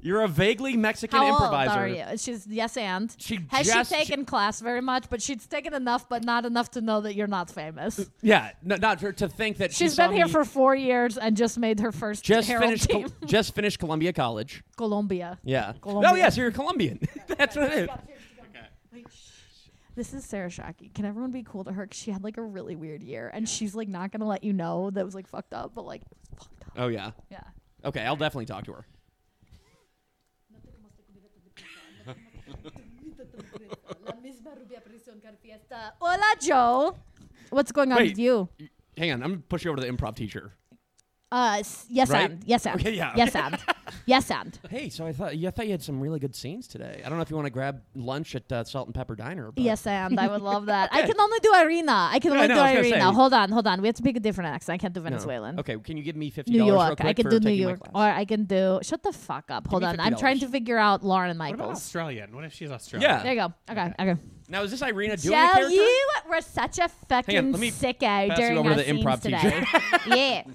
Speaker 5: You're a vaguely Mexican
Speaker 6: How
Speaker 5: improviser.
Speaker 6: old are you? She's yes and.
Speaker 5: She
Speaker 6: Has
Speaker 5: just-
Speaker 6: she taken class very much? But she's taken enough, but not enough to know that you're not famous.
Speaker 5: Uh, Yeah, no, not for, to think that she
Speaker 6: She's
Speaker 5: saw
Speaker 6: been here
Speaker 5: me
Speaker 6: for four years and just made her first
Speaker 5: just
Speaker 6: Herald
Speaker 5: finished
Speaker 6: team. [laughs]
Speaker 5: Col- just finished Columbia College.
Speaker 6: Colombia.
Speaker 5: Yeah.
Speaker 6: Columbia.
Speaker 5: Oh yes, you're Colombian. [laughs] That's what it is.
Speaker 6: This is Sarah Shockey. Can everyone be cool to her? 'Cause she had like a really weird year, and she's like not gonna let you know that it was like fucked up, but like it's fucked up.
Speaker 5: Oh yeah.
Speaker 6: Yeah.
Speaker 5: Okay, I'll definitely talk to her.
Speaker 6: Uh, Hola, Joe.
Speaker 1: What's going on
Speaker 5: Wait.
Speaker 1: with you?
Speaker 5: Hang on, I'm gonna push you over to the improv teacher.
Speaker 6: Uh, s- yes,
Speaker 5: Right?
Speaker 6: and yes, and
Speaker 5: Okay, yeah.
Speaker 6: yes,
Speaker 5: [laughs]
Speaker 6: and yes, and
Speaker 5: Hey, so I thought you I thought you had some really good scenes today. I don't know if you want to grab lunch at uh, Salt and Pepper Diner. But
Speaker 6: yes, and I would love that.
Speaker 5: [laughs]
Speaker 6: I can only do arena. I can
Speaker 5: Yeah, I
Speaker 6: only
Speaker 5: know,
Speaker 6: do
Speaker 5: I was gonna
Speaker 6: arena.
Speaker 5: say.
Speaker 6: Hold on, hold on. We have to pick a different accent. I can't do
Speaker 5: no.
Speaker 6: Venezuelan.
Speaker 5: Okay, can you give me fifty
Speaker 6: New
Speaker 5: dollars?
Speaker 6: York. I
Speaker 5: can
Speaker 6: can do New York, or I can do. Shut the fuck up. Hold
Speaker 5: me
Speaker 6: on. I'm trying
Speaker 5: $50.
Speaker 6: to figure out Lauren
Speaker 2: What about
Speaker 6: Michaels.
Speaker 2: Australian? What if she's Australian?
Speaker 5: Yeah.
Speaker 6: There you go. Okay, okay.
Speaker 5: now is this Irina doing a
Speaker 6: Tell
Speaker 5: character?
Speaker 6: you, we're such a fucking
Speaker 5: on, let me
Speaker 6: sicko
Speaker 5: pass you
Speaker 6: during
Speaker 5: over to
Speaker 6: our
Speaker 5: the
Speaker 6: scenes
Speaker 5: improv
Speaker 6: today.
Speaker 5: [laughs]
Speaker 6: yeah.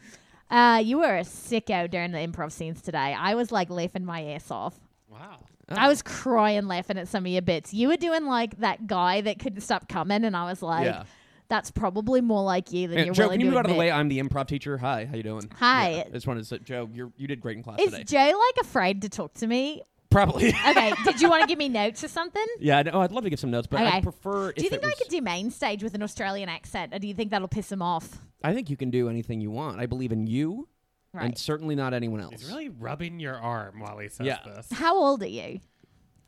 Speaker 6: Uh, you were a sicko during the improv scenes today. I was like laughing my ass off.
Speaker 2: Wow.
Speaker 6: I was crying laughing at some of your bits. You were doing like that guy that couldn't stop coming, and I was like,
Speaker 5: Yeah.
Speaker 6: "That's probably more like you than
Speaker 5: Yeah,
Speaker 6: you're
Speaker 5: Joe,
Speaker 6: willing
Speaker 5: can you
Speaker 6: to
Speaker 5: move out of the way?
Speaker 6: admit.
Speaker 5: I'm the improv teacher. Hi, how you doing?
Speaker 6: Hi.
Speaker 5: Yeah, I just wanted to say, Joe, you you did great in class
Speaker 6: Is
Speaker 5: today.
Speaker 6: Joe like afraid to talk to me?
Speaker 5: Probably.
Speaker 6: [laughs]
Speaker 5: [laughs]
Speaker 6: Okay, did you want to give me notes or something?
Speaker 5: yeah, I know, I'd love to give some notes, but I
Speaker 6: Okay.
Speaker 5: prefer.
Speaker 6: Do you think I could do main stage with an Australian accent, or do you think that'll piss him off?
Speaker 5: I think you can do anything you want. I believe in you, and
Speaker 6: Right.
Speaker 5: certainly not anyone else.
Speaker 2: He's really rubbing your arm while he says
Speaker 5: Yeah.
Speaker 2: [laughs] this.
Speaker 6: How old are you?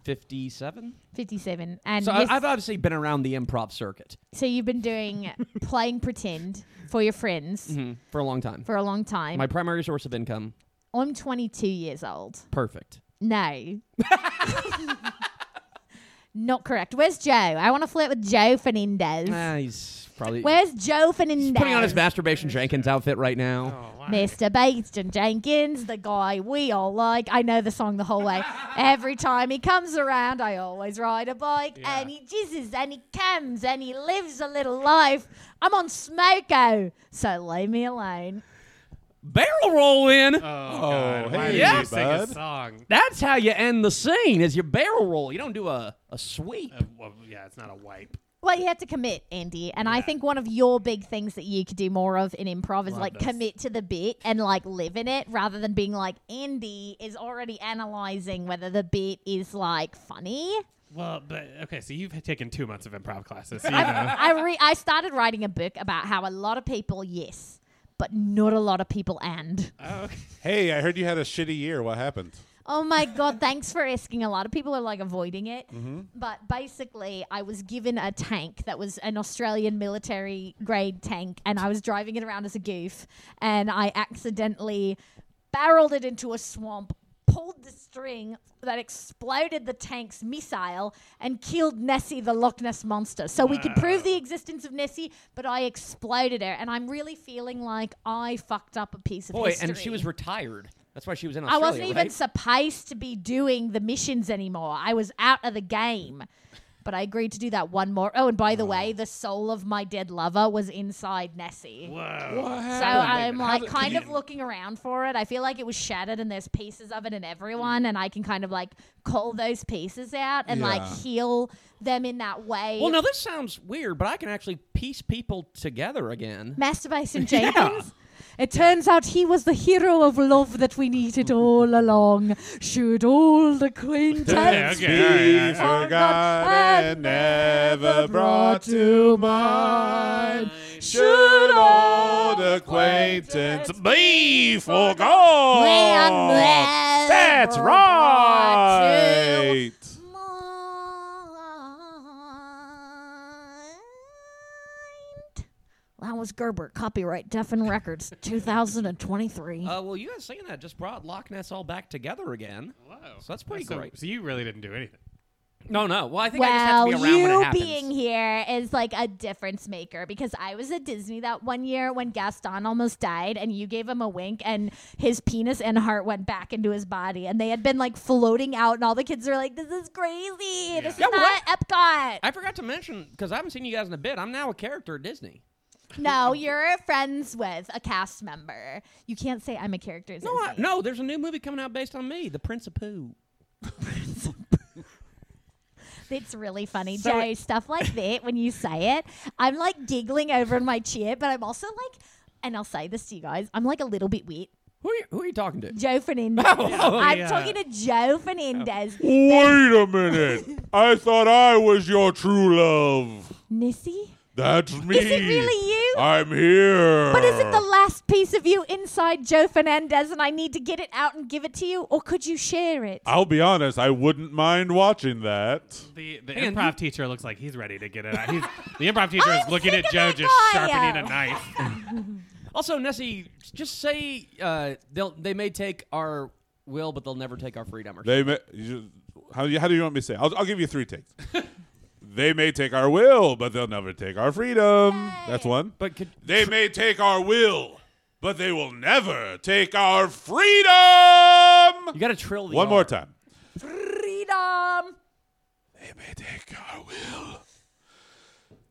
Speaker 5: Fifty-seven.
Speaker 6: Fifty-seven, and
Speaker 5: So
Speaker 6: you're s-
Speaker 5: I, I've uh obviously been around the improv circuit
Speaker 6: so you've been
Speaker 5: [laughs]
Speaker 6: doing playing pretend for your friends
Speaker 5: for a long time.
Speaker 6: for a long time.
Speaker 5: Mm-hmm. My primary source of income.
Speaker 6: I'm 22 years old.
Speaker 5: Perfect.
Speaker 6: No. Not correct. Where's Joe? I want to flirt with Joe Fernandez.
Speaker 5: Ah, he's probably
Speaker 6: Where's Joe Fernandez?
Speaker 5: he's putting on his masturbation Jenkins outfit right now.
Speaker 2: Oh, wow.
Speaker 6: Mr. Bates and Jenkins, the guy we all like. I know the song the whole way. Every time he comes around, I always ride a bike.
Speaker 2: Yeah.
Speaker 6: And he jizzes and he comes and he lives a little life. I'm on Smoko, so leave me alone.
Speaker 5: Barrel roll in.
Speaker 2: Oh, God. Why
Speaker 4: hey,
Speaker 2: did
Speaker 4: yeah,
Speaker 2: you sing
Speaker 4: bud.
Speaker 2: a song?
Speaker 5: That's how you end the scene is your barrel roll. You don't do a, a sweep.
Speaker 2: Uh, well, yeah, it's not a wipe.
Speaker 6: Well, you have to commit, Andy. And I think one of your big things that you could do more of in improv is
Speaker 2: Love
Speaker 6: like
Speaker 2: this.
Speaker 6: commit to the bit and like live in it rather than being like Andy is already analyzing whether the bit is like funny.
Speaker 2: Well, but okay, so you've taken two months of improv classes. [laughs] So you know.
Speaker 6: I re- I started writing a book about how a lot of people yes, but not a lot of people and.
Speaker 2: oh, okay.
Speaker 4: Hey, I heard you had a shitty year. What happened?
Speaker 6: Oh my god, thanks for asking. A lot of people are like avoiding it.
Speaker 5: Mm-hmm.
Speaker 6: But basically, I was given a tank that was an Australian military grade tank and I was driving it around as a goof and I accidentally barreled it into a swamp. Pulled the string that exploded the tank's missile and killed Nessie, the Loch Ness monster. So we could prove the existence of Nessie, but I exploded her, and I'm really feeling like I fucked up a piece of
Speaker 5: Boy,
Speaker 6: history.
Speaker 5: and she was retired. That's why she was in
Speaker 6: I
Speaker 5: Australia.
Speaker 6: wasn't even
Speaker 5: right?
Speaker 6: supposed to be doing the missions anymore. I was out of the game. But I agreed to do that one more. Oh, and by the way, the soul of my dead lover was inside Nessie.
Speaker 2: Whoa.
Speaker 6: So I'm like kind of looking around for it. I feel like it was shattered and there's pieces of it in everyone and I can kind of like call those pieces out and like
Speaker 4: Yeah.
Speaker 6: heal them in that way.
Speaker 5: Well, now this sounds weird, but I can actually piece people together again.
Speaker 6: Masturbation Jenkins. It turns out he was the hero of love that we needed all along. Should old acquaintance
Speaker 2: Yeah,
Speaker 4: Be
Speaker 2: okay, all right, all
Speaker 6: right.
Speaker 4: forgotten and never brought to mind. Should old acquaintance be
Speaker 6: When
Speaker 4: forgot?
Speaker 6: love
Speaker 4: Oh, That's
Speaker 6: brought
Speaker 4: right.
Speaker 6: to mind. That was Gerber, copyright Defen Records, 2023.
Speaker 5: Uh, well, you guys saying that just brought Loch Ness all back together again.
Speaker 2: Whoa.
Speaker 5: So that's pretty
Speaker 2: so,
Speaker 5: great.
Speaker 2: So you really didn't do anything.
Speaker 5: No, no. Well, I think I just have
Speaker 6: well,
Speaker 5: to be around when it
Speaker 6: you
Speaker 5: happens.
Speaker 6: being here is like a difference maker because I was at Disney that one year when Gaston almost died, and you gave him a wink, and his penis and heart went back into his body, and they had been like floating out, and all the kids were like, "This is crazy! This is
Speaker 5: Yeah,
Speaker 6: not Epcot."
Speaker 5: I forgot to mention because I haven't seen you guys in a bit. I'm now a character at Disney. [laughs]
Speaker 6: no, you're friends with a cast member. You can't say I'm a character. at
Speaker 5: No, I,
Speaker 6: Disney.
Speaker 5: no. There's a new movie coming out based on me, The Prince of Pooh.
Speaker 6: It's really funny,
Speaker 5: So
Speaker 6: Joe. Stuff
Speaker 5: [laughs]
Speaker 6: like that when you say it, I'm like giggling over in my chair, but I'm also like, and I'll say this to you guys, I'm like a little bit wet.
Speaker 5: Who are you, who are you talking to?
Speaker 6: Joe
Speaker 2: [laughs]
Speaker 6: Fernandez.
Speaker 5: Oh,
Speaker 6: I'm
Speaker 2: yeah. Oh.
Speaker 6: talking to Joe Fernandez. [laughs]
Speaker 4: Wait a minute. I thought I was your true love.
Speaker 6: Nissi?
Speaker 4: That's me.
Speaker 6: Is it really you?
Speaker 4: I'm here.
Speaker 6: But is it the last piece of you inside Joe Fernandez and I need to get it out and give it to you? Or could you share it?
Speaker 4: I'll be honest. I wouldn't mind watching that.
Speaker 2: The, the
Speaker 3: Man,
Speaker 2: improv teacher looks like he's ready to get [laughs] it out. He's, the improv teacher
Speaker 6: I'm
Speaker 2: is looking
Speaker 6: sick
Speaker 2: at
Speaker 6: of
Speaker 2: Joe
Speaker 6: that
Speaker 2: just
Speaker 6: guy.
Speaker 2: sharpening a [laughs] knife.
Speaker 5: Also, Nessie, just say uh, they'll they may take our will, but they'll never take our freedom. Or
Speaker 4: They may, you, how, do you- how do you want me to say? it? I'll, I'll give you three [laughs] takes. they may take our will, but they'll never take our freedom. That's one.
Speaker 5: But could,
Speaker 4: They may take our will, but they will never take our freedom.
Speaker 5: you got to trill the
Speaker 4: One more
Speaker 5: R.
Speaker 4: time.
Speaker 6: Freedom.
Speaker 4: They may take our will,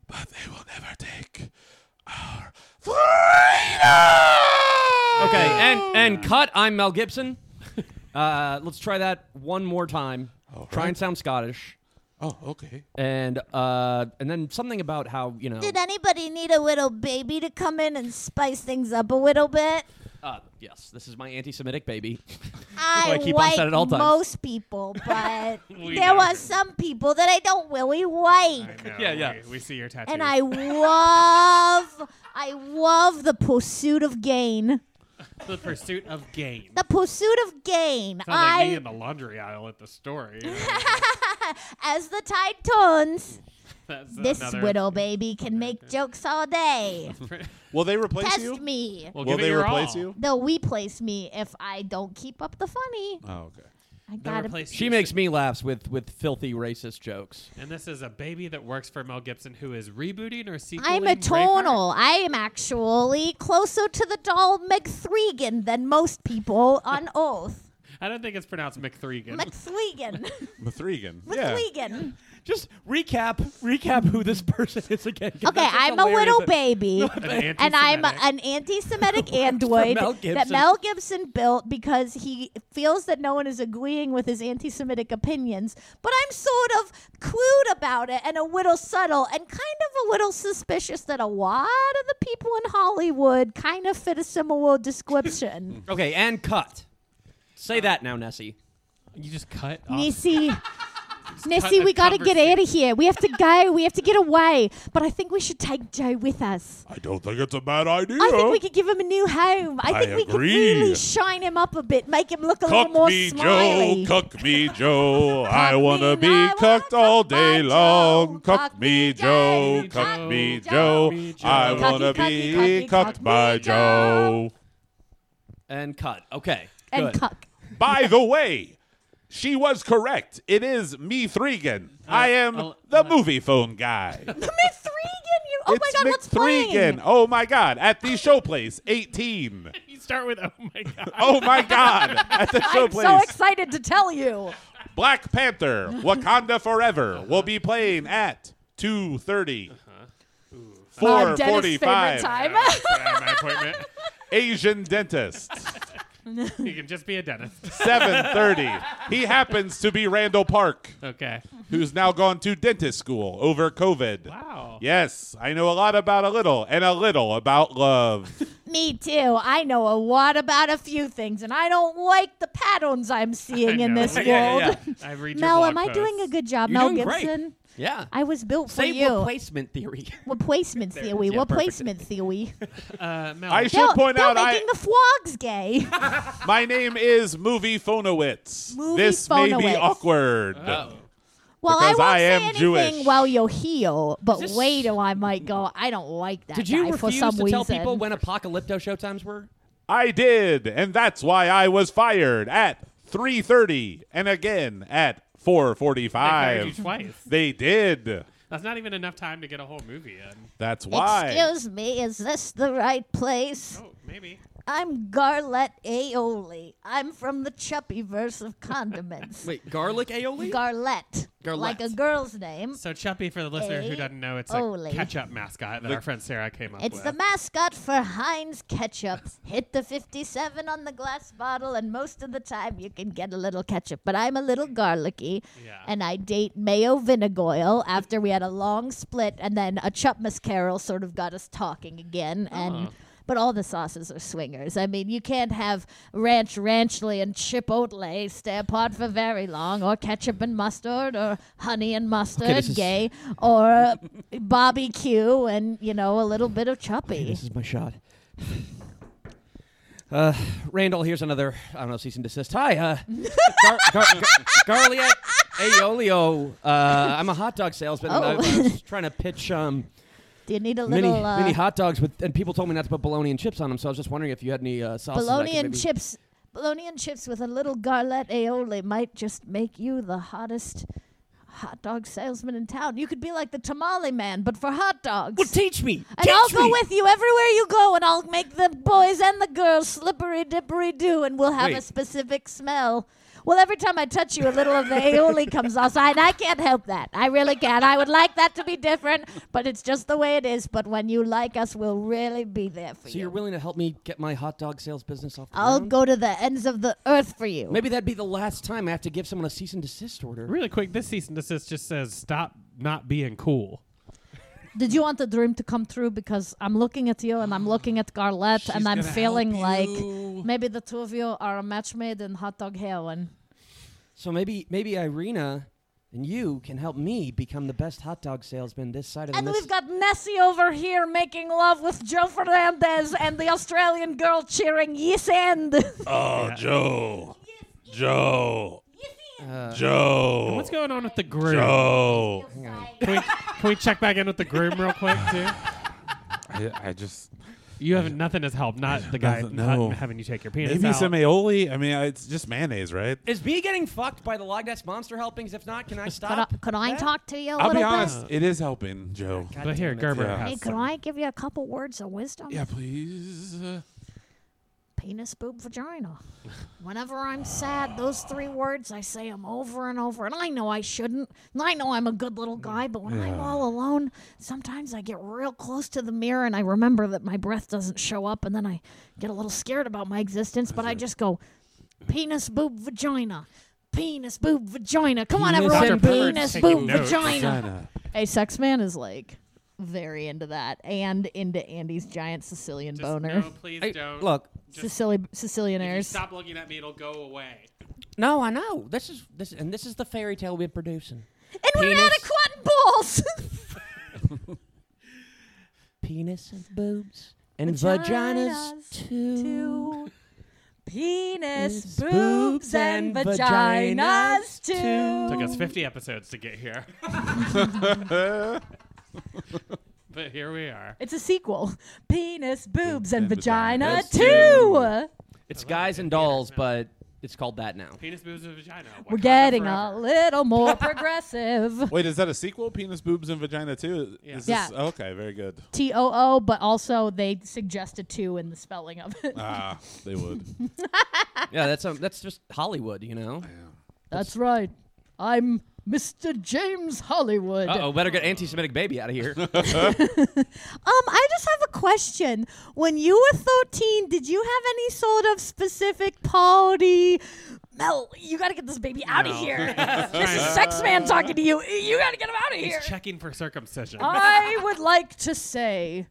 Speaker 4: but they will never take our freedom.
Speaker 5: Okay, and and cut. I'm Mel Gibson. [laughs] Uh, let's try that one more time. Try and sound Scottish,
Speaker 4: Oh, okay.
Speaker 5: and uh, and then something about how you know.
Speaker 6: Did anybody need a little baby to come in and spice things up a little bit?
Speaker 5: Uh, yes, this is my anti-Semitic
Speaker 6: [laughs]
Speaker 5: baby.
Speaker 6: I,
Speaker 5: I keep on
Speaker 6: like
Speaker 5: saying it all times.
Speaker 6: most people, but
Speaker 2: [laughs] We
Speaker 6: there
Speaker 2: know.
Speaker 6: are some people that I don't really like.
Speaker 2: I know,
Speaker 5: Yeah, yeah.
Speaker 2: We, we see your tattoo.
Speaker 6: And I love, I love the pursuit of gain.
Speaker 2: the pursuit of gain.
Speaker 6: The pursuit of gain.
Speaker 2: Sounds like
Speaker 6: I
Speaker 2: me in the laundry aisle at the store.
Speaker 6: [laughs]
Speaker 2: you know.
Speaker 6: As the tide turns,
Speaker 2: That's
Speaker 6: this
Speaker 2: another- [laughs]
Speaker 6: widow baby can make jokes all day.
Speaker 9: Will they replace
Speaker 6: Test
Speaker 9: you?
Speaker 6: me.
Speaker 2: Well,
Speaker 9: Will
Speaker 2: give it
Speaker 9: they
Speaker 2: your
Speaker 9: replace
Speaker 2: all.
Speaker 9: you?
Speaker 6: They'll replace me if I don't keep up the funny.
Speaker 4: Oh, okay.
Speaker 6: I
Speaker 2: They'll
Speaker 6: gotta.
Speaker 2: replace
Speaker 5: She
Speaker 2: you.
Speaker 5: makes me laugh with with filthy racist jokes.
Speaker 2: And this is a baby that works for Mel Gibson who is rebooting or sequeling.
Speaker 6: I'm
Speaker 2: Braveheart?
Speaker 6: atonal. I am actually closer to the doll McThreegan than most people on Oath.
Speaker 2: I don't think it's pronounced McThreegan.
Speaker 6: McThreegan.
Speaker 4: Mathregan. Yeah.
Speaker 6: McThreegan.
Speaker 5: Just recap, recap who this [laughs] person is again. 'cause
Speaker 6: Okay,
Speaker 5: that's just
Speaker 6: I'm a
Speaker 5: hilarious
Speaker 6: widow
Speaker 5: that-
Speaker 6: baby.
Speaker 2: An
Speaker 6: and I'm
Speaker 2: anti-Semitic.
Speaker 6: an anti-Semitic android
Speaker 5: Mel
Speaker 6: that
Speaker 5: Gibson.
Speaker 6: Mel Gibson built because he feels that no one is agreeing with his anti-Semitic opinions. But I'm sort of clued about it and a little subtle and kind of a little suspicious that a lot of the people in Hollywood kind of fit a similar
Speaker 5: [laughs]
Speaker 6: description.
Speaker 5: Okay, and cut.
Speaker 6: Uh.
Speaker 5: Say that now, Nessie.
Speaker 2: You just cut off.
Speaker 6: Nisi. Nessie, we
Speaker 2: cut the
Speaker 6: gotta get out of here. We have to go. We have to get away. But I think we should take Joe with us.
Speaker 4: I don't think it's a bad idea.
Speaker 6: I think we could give him a new home. I
Speaker 4: I
Speaker 6: think we could
Speaker 4: agree.
Speaker 6: really shine him up a bit, make him look a
Speaker 4: Cuck
Speaker 6: little more
Speaker 4: me,
Speaker 6: smiley.
Speaker 4: Joe. Cuck
Speaker 6: [laughs]
Speaker 4: me, Joe. I
Speaker 6: Cuck
Speaker 4: wanna
Speaker 6: me,
Speaker 4: be
Speaker 6: I wanna
Speaker 4: cucked all
Speaker 6: cuck
Speaker 4: day
Speaker 6: my
Speaker 4: long.
Speaker 6: Joe.
Speaker 4: Cuck me, Joe. Cuck me, Joe.
Speaker 2: me, Joe.
Speaker 4: I
Speaker 2: Cucky,
Speaker 4: wanna
Speaker 6: cucky,
Speaker 4: be
Speaker 6: cucky,
Speaker 4: cucked
Speaker 6: cuck
Speaker 4: by
Speaker 6: me, Joe.
Speaker 4: Joe.
Speaker 5: And cut. Okay.
Speaker 6: and
Speaker 5: good.
Speaker 6: cuck.
Speaker 4: By the way, she was correct. It is me, Threegan. I am
Speaker 2: uh,
Speaker 4: the
Speaker 2: uh,
Speaker 4: movie phone guy.
Speaker 6: McThreegan, you. [laughs] Oh my
Speaker 4: It's
Speaker 6: God, what's
Speaker 4: McThreegan.
Speaker 6: playing?
Speaker 4: Oh my God. At the showplace, 18.
Speaker 2: [laughs] You start with, oh my God.
Speaker 4: Oh my God. At the
Speaker 6: [laughs] I'm
Speaker 4: showplace.
Speaker 6: so excited to tell you.
Speaker 4: Black Panther, Wakanda Forever will be playing at 2.30.
Speaker 6: Uh, Dennis' favorite
Speaker 4: 4.45.
Speaker 6: time. [laughs]
Speaker 2: That's what I have my appointment.
Speaker 4: Asian Dentist.
Speaker 2: You can just be a dentist.
Speaker 4: 7.30. He happens to be Randall Park,
Speaker 2: [laughs] Okay.
Speaker 4: who's now gone to dentist school over COVID.
Speaker 2: Wow.
Speaker 4: Yes, I know a lot about a little and a little about love.
Speaker 6: Me too. I know a lot about a few things, and I don't like the patterns I'm seeing
Speaker 2: I
Speaker 6: in
Speaker 3: [laughs]
Speaker 2: know.
Speaker 6: this world.
Speaker 5: yeah, yeah.
Speaker 2: I read your
Speaker 6: Mel,
Speaker 2: blog
Speaker 6: am I
Speaker 2: posts.
Speaker 6: doing a good job,
Speaker 5: You're
Speaker 6: Mel
Speaker 5: doing great.
Speaker 6: Gibson?
Speaker 5: Yeah.
Speaker 6: I was built for
Speaker 5: Say
Speaker 6: you.
Speaker 5: replacement theory. [laughs]
Speaker 6: replacement theory.
Speaker 5: Yeah, perfect.
Speaker 6: replacement theory.
Speaker 2: Uh, Mel,
Speaker 4: I should
Speaker 6: They're,
Speaker 4: point
Speaker 6: they're
Speaker 4: out I,
Speaker 6: making the flogs gay.
Speaker 4: my name is Movie Phonowitz.
Speaker 6: Movie
Speaker 4: this may be
Speaker 6: Phonowitz. Oh.
Speaker 4: awkward.
Speaker 6: Well,
Speaker 4: Because
Speaker 6: I won't
Speaker 4: I
Speaker 6: say
Speaker 4: am
Speaker 6: anything
Speaker 4: Jewish.
Speaker 6: while you're healed, but
Speaker 5: Is this-
Speaker 6: wait till I might go. I don't like that
Speaker 5: Did you
Speaker 6: guy
Speaker 5: refuse
Speaker 6: for some
Speaker 5: to
Speaker 6: reason.
Speaker 5: tell people when Apocalypto showtimes were?
Speaker 4: I did, and that's why I was fired at 3:30 and again at
Speaker 2: I fired you
Speaker 4: 4:45.
Speaker 2: twice.
Speaker 4: They did.
Speaker 2: That's not even enough time to get a whole movie in.
Speaker 4: That's why.
Speaker 6: Excuse me, is this the right place?
Speaker 2: Oh, maybe.
Speaker 6: I'm Garlette Aioli. I'm from the Chuppy verse of condiments.
Speaker 5: Wait, garlic aioli?
Speaker 6: Garlette,
Speaker 5: Garlette.
Speaker 6: like a girl's name.
Speaker 2: So Chuppy, for the listener who
Speaker 6: Hey,
Speaker 2: doesn't know, it's
Speaker 6: Ole.
Speaker 2: a ketchup mascot that our friend Sarah came up
Speaker 6: It's
Speaker 2: with.
Speaker 6: the mascot for Heinz ketchup. Hit the 57 on the glass bottle, and most of the time you can get a little ketchup. But I'm a little garlicky,
Speaker 2: Yeah.
Speaker 6: and I date mayo vinegar oil
Speaker 5: Uh-huh.
Speaker 6: after we had a long split, and then a Chupmas Carol sort of got us talking again. And But all the sauces are swingers. I mean, you can't have ranch ranchly and chipotle stay apart for very long, or ketchup and mustard, or honey and mustard,
Speaker 5: this is-
Speaker 6: gay, or barbecue and, you know, a little bit of choppy.
Speaker 5: This is my shot. [sighs] Uh, Randall, here's another. I don't know, cease and desist. Hi, uh, [laughs] Gar- Gar- Gar- Garliet Aiolio. Uh, I'm a hot dog salesman. and I
Speaker 6: Oh. [laughs]
Speaker 5: was trying to pitch um,
Speaker 6: Do you need a
Speaker 5: mini
Speaker 6: little uh,
Speaker 5: mini hot dogs with, and people told me not to put bologna and chips on them. So I was just wondering if you had any uh, sauces. I could
Speaker 6: bologna and
Speaker 5: maybe-
Speaker 6: chips? Bologna and chips with a little garlette aioli might just make you the hottest hot dog salesman in town. You could be like the tamale man, but for hot dogs.
Speaker 5: Well, teach me.
Speaker 6: And
Speaker 5: teach
Speaker 6: I'll go
Speaker 5: me.
Speaker 6: with you everywhere you go, and I'll make the boys and the girls slippery dippery do, and we'll have a
Speaker 5: Wait.
Speaker 6: specific smell. Well, every time I touch you, a little of the aioli comes off, and I can't help that. I really can't. I would like that to be different, but it's just the way it is. But when you like us, we'll really be there for
Speaker 5: So
Speaker 6: you.
Speaker 5: you're willing to help me get my hot dog sales business off the
Speaker 6: I'll
Speaker 5: ground?
Speaker 6: go to the ends of the earth for you.
Speaker 5: Maybe that'd be the last time I have to give someone a cease and desist order.
Speaker 3: Really quick, this cease and desist just says stop not being cool.
Speaker 1: Did you want the dream to come true? Because I'm looking at you and I'm looking at Garlette and I'm feeling like maybe the two of you are a match made in hot dog heroin.
Speaker 5: So maybe maybe Irina and you can help me become the best hot dog salesman this side of
Speaker 6: And
Speaker 5: the
Speaker 6: we've got Nessie over here making love with Joe Fernandez and the Australian girl cheering, yes, and.
Speaker 4: Oh, Joe. Joe.
Speaker 5: Uh,
Speaker 4: Joe.
Speaker 3: What's going on with the groom?
Speaker 4: Joe.
Speaker 3: Can we, can we check back in with the groom real quick too?
Speaker 4: I, I just
Speaker 3: You have nothing has helped. Not the guy
Speaker 4: Nothing,
Speaker 3: not
Speaker 4: no.
Speaker 3: having you take your penis
Speaker 4: maybe
Speaker 3: out.
Speaker 4: some aioli. I mean, uh, it's just mayonnaise, right?
Speaker 5: is me getting fucked by the Logness monster helpings? If not, can I
Speaker 6: Could I,
Speaker 5: stop?
Speaker 6: could I
Speaker 5: that?
Speaker 6: talk to you a
Speaker 4: I'll
Speaker 6: little
Speaker 4: be
Speaker 6: bit?
Speaker 4: honest, it is helping, Joe.
Speaker 5: God
Speaker 3: but here,
Speaker 5: damn it.
Speaker 3: Gerber
Speaker 4: Yeah.
Speaker 3: has
Speaker 4: Hey,
Speaker 6: Hey, could
Speaker 3: some.
Speaker 6: I give you a couple words of wisdom?
Speaker 4: Yeah, please.
Speaker 6: Penis, boob, vagina. Whenever I'm sad, those three words, I say them over and over. And I know I shouldn't. And I know I'm a good little guy, but when I'm
Speaker 4: Yeah.
Speaker 6: all alone, sometimes I get real close to the mirror and I remember that my breath doesn't show up. And then I get a little scared about my existence, but I just go, penis, boob, vagina. Penis, boob, vagina. Come on,
Speaker 5: Penis
Speaker 6: everyone.
Speaker 5: and boob.
Speaker 6: Penis,
Speaker 3: Taking
Speaker 6: boob,
Speaker 3: notes.
Speaker 6: vagina.
Speaker 4: Vagina.
Speaker 1: A sex man is like very into that and into Andy's giant Sicilian boner.
Speaker 2: please
Speaker 5: Hey, look,
Speaker 1: Sicili- Sicilian airs.
Speaker 2: looking at me, it'll go away.
Speaker 5: no, I know. This is this, and this is the fairy tale we're producing.
Speaker 6: And we're
Speaker 5: Penis.
Speaker 6: out of cotton
Speaker 1: [laughs]
Speaker 6: balls.
Speaker 5: Penis and boobs and vaginas,
Speaker 6: Vaginas
Speaker 5: too.
Speaker 6: Two Penis,
Speaker 5: Is
Speaker 6: boobs, and vaginas,
Speaker 5: vaginas
Speaker 6: too.
Speaker 2: Took us 50 episodes to get
Speaker 4: [laughs]
Speaker 2: here. but here we are.
Speaker 1: It's a sequel.
Speaker 6: Penis, boobs, and,
Speaker 4: and
Speaker 6: vagina,
Speaker 4: vaginas,
Speaker 6: too.
Speaker 5: It's guys and dolls, but it's called that
Speaker 2: [laughs]
Speaker 5: now.
Speaker 2: Penis moves a vagina. Wakanda
Speaker 1: We're getting
Speaker 2: forever.
Speaker 1: a little more progressive.
Speaker 4: Wait, is that a sequel? Penis, boobs, and vagina too.
Speaker 2: Yeah.
Speaker 4: Is this,
Speaker 1: Yeah.
Speaker 4: Okay, very good.
Speaker 1: T O O, but also they suggested two in the spelling of it.
Speaker 4: Ah, they would.
Speaker 5: yeah, that's um, that's just Hollywood, you know.
Speaker 1: That's right. I'm Mr. James Hollywood.
Speaker 5: Uh oh, better get anti-Semitic baby out of
Speaker 2: [laughs]
Speaker 5: here.
Speaker 6: Um, I just have a question. When you were 13, did you have any sort of specific party? Mel, you gotta get this baby out of
Speaker 2: No.
Speaker 6: here. this is Sex Man talking to you. You gotta get him out of [laughs] here.
Speaker 2: He's checking for circumcision.
Speaker 3: [laughs]
Speaker 6: Oh.
Speaker 1: I would like to say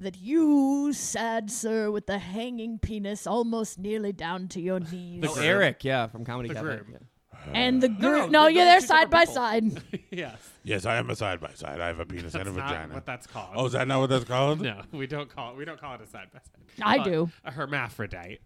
Speaker 1: that you, sad sir, with the hanging penis almost nearly down to your knees,
Speaker 2: The-
Speaker 5: Eric, yeah, from Comedy
Speaker 2: The
Speaker 5: Cafe.
Speaker 2: groom.
Speaker 5: yeah.
Speaker 1: and the group. No,
Speaker 5: no, they're
Speaker 1: you're there
Speaker 5: two separate
Speaker 1: side by
Speaker 5: people.
Speaker 1: side.
Speaker 2: yes.
Speaker 4: yes, I am a side by side. I have a penis and
Speaker 2: That's
Speaker 4: a
Speaker 2: not
Speaker 4: vagina.
Speaker 2: what that's called.
Speaker 4: oh, is that not what that's called?
Speaker 2: no, we don't call it. We don't call it a side by side.
Speaker 1: I
Speaker 2: Uh,
Speaker 1: do.
Speaker 2: A hermaphrodite.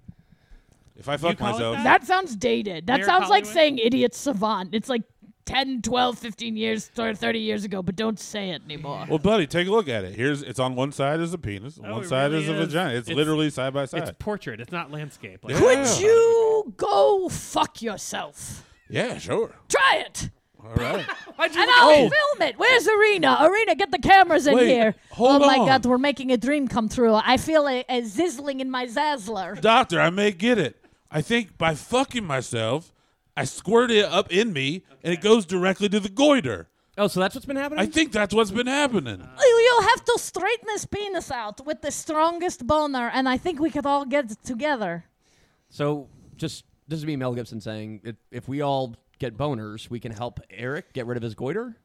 Speaker 4: If I fuck
Speaker 2: call it
Speaker 4: myself,
Speaker 2: that?
Speaker 1: That sounds dated. That
Speaker 2: Mayor
Speaker 1: sounds like
Speaker 2: Hollywood?
Speaker 1: saying idiot savant. It's like 10, 12, 15 years, thir- 30 years ago, but don't say it anymore.
Speaker 4: well, buddy, take a look at it. Here's it's on one side is a penis, on
Speaker 2: Oh,
Speaker 4: one
Speaker 2: it
Speaker 4: side
Speaker 2: really
Speaker 4: is a
Speaker 2: is.
Speaker 4: vagina. It's,
Speaker 2: It's-
Speaker 4: literally side by
Speaker 2: It's
Speaker 4: side.
Speaker 2: portrait. It's not landscape. Like,
Speaker 4: Yeah.
Speaker 1: Would you go fuck yourself?
Speaker 4: Yeah, sure.
Speaker 1: Try it.
Speaker 2: [laughs]
Speaker 4: All right.
Speaker 1: And I'll film it. Where's Arena? Arena, get the cameras in
Speaker 4: Wait,
Speaker 1: here.
Speaker 4: hold
Speaker 1: oh my
Speaker 4: on.
Speaker 1: God, we're making a dream come true. I feel a, a sizzling in my zazzler.
Speaker 4: Doctor, I may get it. I think by fucking myself, I squirt it up in me, and it goes directly to the goiter.
Speaker 5: Oh, so that's what's been happening.
Speaker 4: I think that's what's been happening.
Speaker 2: Uh,
Speaker 1: You- You'll have to straighten this penis out with the strongest boner, and I think we could all get it together.
Speaker 5: so just this is me, Mel Gibson, saying if, if we all get boners, we can help Eric get rid of his goiter.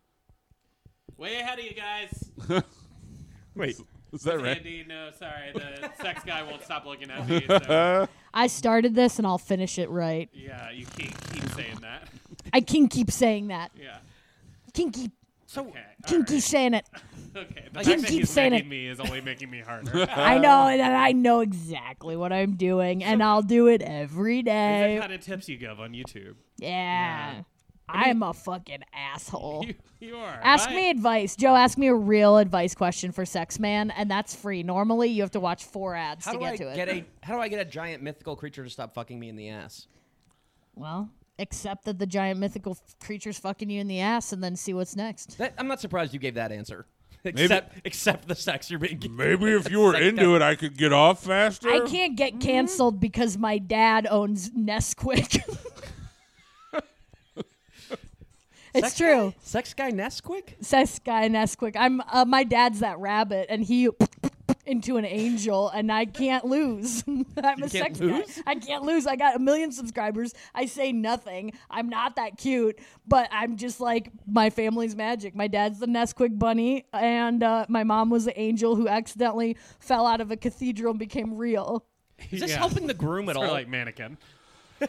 Speaker 2: Way ahead of you guys.
Speaker 4: Wait, Is that right?
Speaker 3: Andy, no, sorry. The sex guy won't stop looking at me.
Speaker 5: [laughs]
Speaker 3: So,
Speaker 6: I started this and I'll finish it right.
Speaker 3: yeah, you keep, keep saying that.
Speaker 6: I can keep saying that.
Speaker 3: Yeah.
Speaker 6: Can keep
Speaker 5: So
Speaker 3: Okay. all
Speaker 6: can keep saying it.
Speaker 3: right, Okay. The
Speaker 6: can
Speaker 3: fact that
Speaker 6: keep
Speaker 3: he's
Speaker 6: saying
Speaker 3: nagging
Speaker 6: it.
Speaker 3: me is only making me
Speaker 5: [laughs]
Speaker 3: harder. Is
Speaker 6: I know and I know exactly what I'm doing and I'll do it every
Speaker 3: that
Speaker 6: day.
Speaker 3: kind of tips you give on YouTube. [laughs]
Speaker 6: Yeah. I'm a fucking asshole.
Speaker 3: You, you are.
Speaker 6: Ask
Speaker 3: Bye.
Speaker 6: me advice. Joe, ask me a real advice question for Sex Man, and that's free. Normally, you have to watch four ads
Speaker 5: How
Speaker 6: to
Speaker 5: do
Speaker 6: get
Speaker 5: I
Speaker 6: to it.
Speaker 5: get a How do I get a giant mythical creature to stop fucking me in the ass?
Speaker 6: [laughs] well, except that the giant mythical f- creature's fucking you in the ass, and then see what's next.
Speaker 5: That, I'm not surprised you gave that answer. [laughs] Except except the sex you're being.
Speaker 4: Maybe if you were into it, I could get off faster.
Speaker 6: I can't get canceled because my dad owns Nesquik. [laughs] it's
Speaker 5: Sex
Speaker 6: true.
Speaker 5: Guy, sex guy Nesquik.
Speaker 6: Sex guy Nesquik. I'm uh, my dad's that rabbit, and he [laughs] into an angel, and I can't lose. [laughs] I'm a
Speaker 5: can't
Speaker 6: sex
Speaker 5: lose?
Speaker 6: guy. I can't lose. I got a million subscribers. I say nothing. I'm not that cute, but I'm just like my family's magic. My dad's the Nesquik bunny, and uh, my mom was the angel who accidentally fell out of a cathedral and became real.
Speaker 5: Is this
Speaker 3: Yeah.
Speaker 5: helping the groom at
Speaker 3: Or
Speaker 5: all?
Speaker 3: like mannequin.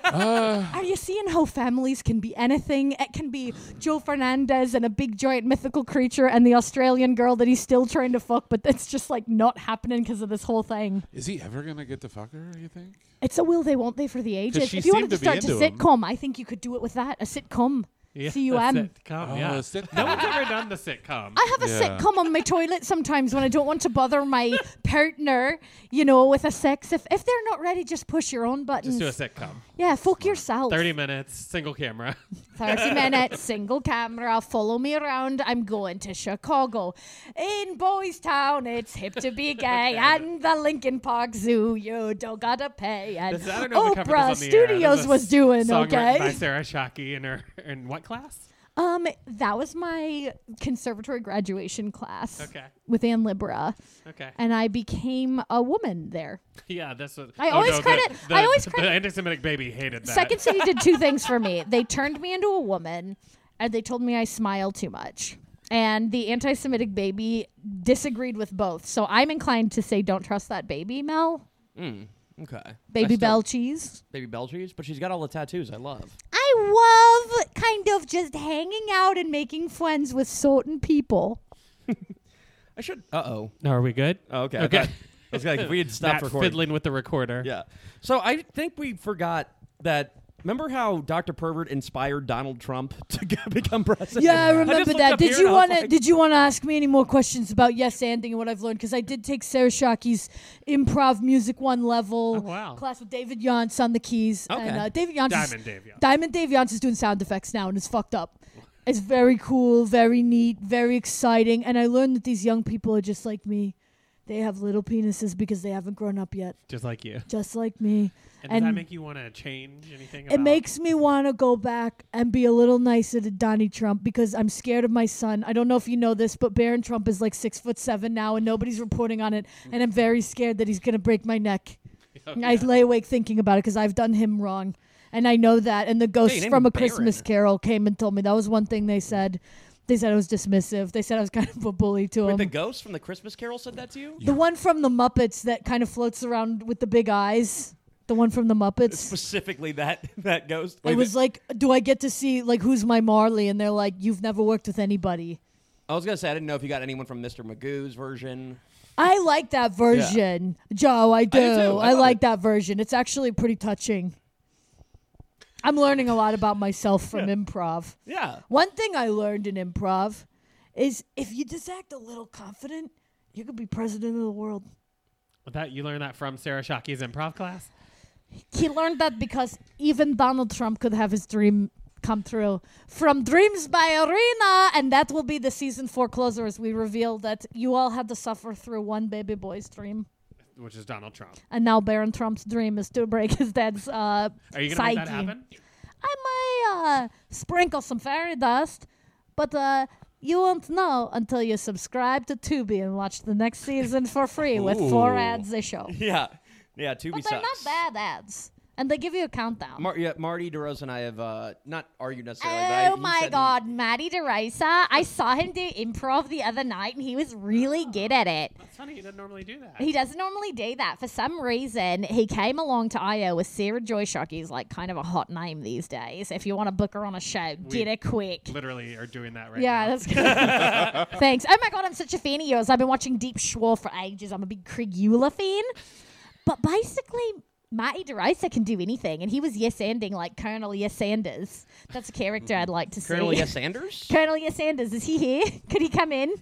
Speaker 6: Are you seeing how families can be anything? It can be Joe Fernandez and a big giant mythical creature and the Australian girl that he's still trying to fuck, but that's just like not happening because of this whole thing.
Speaker 4: Is he ever gonna get to fuck her? You think?
Speaker 6: It's a will they won't they for the ages.
Speaker 4: she
Speaker 6: If you wanted
Speaker 4: seemed
Speaker 6: to
Speaker 4: to be
Speaker 6: start
Speaker 4: into
Speaker 6: a
Speaker 4: him.
Speaker 6: sitcom, I think you could do it with that. A sitcom. C-U-M.
Speaker 3: Sitcom,
Speaker 4: Oh,
Speaker 3: yeah.
Speaker 4: a sitcom.
Speaker 3: No one's ever done the sitcom.
Speaker 6: I have a
Speaker 4: Yeah.
Speaker 6: sitcom on my toilet sometimes when I don't want to bother my partner, you know, with a sex. If, if they're not ready, just push your own buttons.
Speaker 3: Just do a sitcom.
Speaker 6: yeah, fuck yourself.
Speaker 3: 30 minutes, single camera. [laughs]
Speaker 6: 30 minutes, single camera, follow me around. I'm going to Chicago. In Boys Town, it's hip
Speaker 3: [laughs]
Speaker 6: to be gay. and the Lincoln Park Zoo, you don't gotta pay. And
Speaker 3: This- I don't know if we covered
Speaker 6: Oprah
Speaker 3: this on the air. This
Speaker 6: Studios
Speaker 3: is a
Speaker 6: was doing
Speaker 3: song written by
Speaker 6: okay.
Speaker 3: Sarah Shockey in her in what class?
Speaker 6: Um, That was my conservatory graduation class
Speaker 3: Okay.
Speaker 6: with Ann Libra.
Speaker 3: Okay.
Speaker 6: And I became a woman there.
Speaker 3: Yeah, that's what
Speaker 6: I always
Speaker 3: the-
Speaker 6: credit-
Speaker 3: The,
Speaker 6: I always
Speaker 3: the
Speaker 6: credit-
Speaker 3: anti-Semitic baby hated that.
Speaker 6: Second City did two things for me. They turned me into a woman, and they told me I smile too much. And the anti Semitic baby disagreed with both. So I'm inclined to say, don't trust that baby, Mel.
Speaker 5: okay. I
Speaker 6: Baby
Speaker 5: still-
Speaker 6: Bell Cheese.
Speaker 5: Baby Beltries, but she's got all the tattoos. I love.
Speaker 6: I love kind of just hanging out and making friends with certain people.
Speaker 5: I should. Uh oh.
Speaker 3: No, are we good?
Speaker 5: Oh, okay. I
Speaker 3: Okay.
Speaker 5: thought- I was like, if [laughs] we had
Speaker 3: Stop
Speaker 5: stopped recording.
Speaker 3: fiddling with the recorder.
Speaker 5: Yeah. So I think we forgot that. Remember how Dr. Pervert inspired Donald Trump [laughs] to go become president? [laughs]
Speaker 6: Yeah, I
Speaker 5: just
Speaker 6: remember
Speaker 5: looked
Speaker 6: that.
Speaker 5: up
Speaker 6: Did
Speaker 5: here
Speaker 6: you
Speaker 5: and I was
Speaker 6: want to?
Speaker 5: like-
Speaker 6: did you want to ask me any more questions about yes anding and what I've learned? Because I did take Sarah Shockey's improv music one level
Speaker 3: Oh, wow.
Speaker 6: class with David Yance on the keys.
Speaker 5: Okay.
Speaker 6: And, uh, David Yance
Speaker 3: Diamond
Speaker 6: is,
Speaker 3: Dave Yance.
Speaker 6: Diamond Dave Yance is doing sound effects now, and it's fucked up. It's very cool, very neat, very exciting, and I learned that these young people are just like me. They have little penises because they haven't grown up yet,
Speaker 3: Just like you.
Speaker 6: just like me.
Speaker 3: And, does that make you want to change anything?
Speaker 6: It
Speaker 3: about-
Speaker 6: makes me want to go back and be a little nicer to Donnie Trump because I'm scared of my son. I don't know if you know this, but Barron Trump is like six foot seven now, and nobody's reporting on it. And I'm very scared that he's gonna break my neck. I lay awake thinking about it because I've done him wrong, and I know that. And the ghosts
Speaker 5: named
Speaker 6: from a
Speaker 5: Barron.
Speaker 6: Christmas Carol came and told me that was one thing they said. They said I was dismissive. They said I was [laughs] kind of a bully to
Speaker 5: Wait,
Speaker 6: him.
Speaker 5: the ghost from the Christmas Carol said that to
Speaker 6: [laughs]
Speaker 5: you?
Speaker 6: the one from the Muppets that kind of floats around with the big eyes. The one from the Muppets.
Speaker 5: Specifically, that [laughs] that ghost.
Speaker 6: it was like, do I get to see like who's my Marley? And they're like, you've never worked with anybody.
Speaker 5: I was gonna say I didn't know if you got anyone from Mr. Magoo's version.
Speaker 6: I like that version, Joe. I do.
Speaker 5: do
Speaker 6: I,
Speaker 5: too. I love
Speaker 6: like
Speaker 5: it.
Speaker 6: that version. It's actually pretty touching. I'm learning a lot about myself from improv.
Speaker 5: Yeah.
Speaker 6: One thing I learned in improv is if you just act a little confident, you could be president of the world.
Speaker 3: that you learned that from Sarah Shockey's improv class.
Speaker 6: He learned that because even Donald Trump could have his dream come true from Dreams by Arena, and that will be the season four closer as we reveal that you all had to suffer through one baby boy's dream,
Speaker 3: Which is Donald Trump.
Speaker 6: and now Baron Trump's dream is to break [laughs] his dad's uh,
Speaker 3: Are you gonna
Speaker 6: psyche.
Speaker 3: make that happen?
Speaker 6: I might uh, sprinkle some fairy dust, but uh, you won't know until you subscribe to Tubi and watch the next season for free with four
Speaker 5: Ooh.
Speaker 6: ads a show.
Speaker 5: [laughs] Yeah. Yeah. Tubi
Speaker 6: But they're
Speaker 5: sucks.
Speaker 6: not bad ads.
Speaker 1: and they give you a countdown.
Speaker 5: Mar- yeah, Marty DeRose and I have uh, not argued necessarily. but I-
Speaker 6: Oh
Speaker 5: he said
Speaker 6: my
Speaker 5: he-
Speaker 6: God, Maddie DeRisa! I saw him do improv the other night, and he was really good at it.
Speaker 3: It's funny you don't normally do that.
Speaker 6: He doesn't normally do that. For some reason, he came along to IO with Sarah Joy Shockey's like kind of a hot name these days. If you want to book her on a show, get her quick.
Speaker 3: Literally are doing that right
Speaker 1: yeah,
Speaker 3: now.
Speaker 1: that's
Speaker 5: [laughs]
Speaker 1: good.
Speaker 6: Thanks. Oh my god, I'm such a fan of yours. I've been watching Deep Schwar for ages. I'm a big Craig Euler fan. But basically, Marty DeRosa can do anything, and he was yes ending like Colonel Yes Sanders. That's a character I'd like to
Speaker 5: Colonel
Speaker 6: see. [laughs]
Speaker 5: Yes Sanders.
Speaker 6: Colonel Yes Sanders, is he here? [laughs] Could he come in?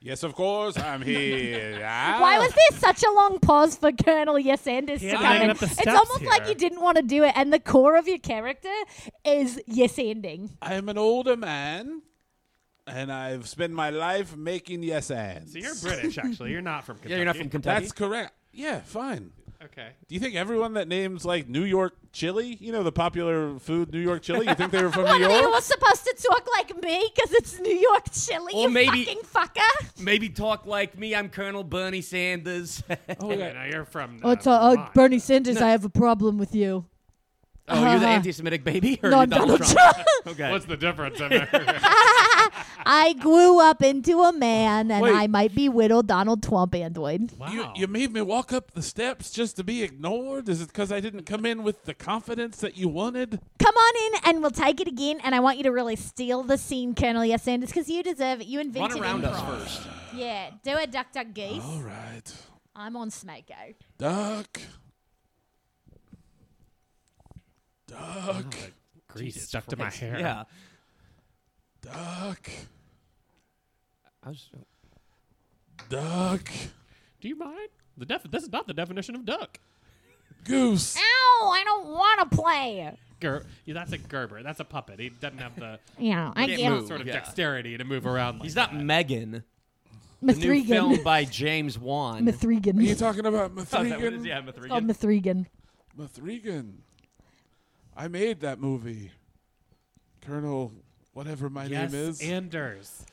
Speaker 4: Yes, of course, I'm here. Ah,
Speaker 6: Why was there such a long pause for Colonel Yes Sanders
Speaker 3: Ah. He
Speaker 6: to
Speaker 3: had to
Speaker 6: come
Speaker 3: hang
Speaker 6: in?
Speaker 3: up the
Speaker 6: It's
Speaker 3: steps
Speaker 6: almost like
Speaker 3: here.
Speaker 6: you didn't want to do it, and the core of your character is yes ending.
Speaker 4: I'm an older man, and I've spent my life making yes ands.
Speaker 3: So you're British, actually. You're not from Kentucky.
Speaker 5: [laughs] Yeah, you're not from Kentucky.
Speaker 4: That's correct. Yeah, fine.
Speaker 3: Okay.
Speaker 4: Do you think everyone that names like New York chili, you know the popular food New York chili, you think they were from New
Speaker 6: What are you
Speaker 4: York?
Speaker 6: all supposed to talk like me? Because it's New York chili,
Speaker 5: Or
Speaker 6: you
Speaker 5: maybe-
Speaker 6: fucking fucker.
Speaker 5: Maybe talk like me. I'm Colonel Bernie Sanders.
Speaker 3: Oh,
Speaker 5: [laughs]
Speaker 3: yeah. Now you're from.
Speaker 1: oh,
Speaker 3: uh,
Speaker 1: it's, uh, uh,
Speaker 2: Vermont.
Speaker 1: Bernie Sanders, I have a problem with you.
Speaker 5: oh, you're the anti-Semitic baby, or
Speaker 1: Uh-huh. No,
Speaker 5: you're
Speaker 1: I'm
Speaker 5: Donald,
Speaker 1: Donald
Speaker 5: Trump? okay.
Speaker 2: What's the difference? I mean,
Speaker 6: [laughs] I grew up into a man, and
Speaker 4: Wait.
Speaker 6: I might be widowed Donald Trump android.
Speaker 3: wow.
Speaker 4: You, you made me walk up the steps just to be ignored? Is it because I didn't come in with the confidence that you wanted?
Speaker 6: Come on in, and we'll take it again. And I want you to really steal the scene, Colonel Yes Sanders, because you deserve it. You
Speaker 5: Run
Speaker 6: invented
Speaker 5: around
Speaker 6: improv.
Speaker 5: us first. Oh.
Speaker 6: Yeah, do a duck, duck, geese.
Speaker 4: All right.
Speaker 6: I'm on Smoko.
Speaker 4: Duck. Duck.
Speaker 3: Grease stuck to my hair.
Speaker 5: Yeah.
Speaker 4: Duck.
Speaker 5: I was,
Speaker 4: Duck.
Speaker 3: Do you mind? The def- this is not the definition of duck.
Speaker 4: Goose.
Speaker 6: Ah. Ow! I don't want to play.
Speaker 3: Ger- yeah, that's a Gerber. That's a puppet. He doesn't have
Speaker 5: [laughs]
Speaker 3: the
Speaker 6: Yeah, I
Speaker 5: Can't
Speaker 6: get
Speaker 5: move.
Speaker 6: it.
Speaker 3: sort of
Speaker 5: Yeah.
Speaker 3: dexterity to move around. Like
Speaker 5: he's not Megan. The new film
Speaker 1: Mithrigan.
Speaker 5: by James Wan.
Speaker 4: Are you
Speaker 6: [laughs]
Speaker 1: Mithrigan.
Speaker 4: talking about
Speaker 5: Oh, is that what it is?
Speaker 4: Mathregan?
Speaker 5: Yeah,
Speaker 1: Called
Speaker 5: Mithrigan.
Speaker 6: Um,
Speaker 1: Mithrigan.
Speaker 4: Mathregan. I made that movie. Colonel, whatever my
Speaker 3: Yes,
Speaker 4: name is.
Speaker 5: [sighs]
Speaker 3: Anders.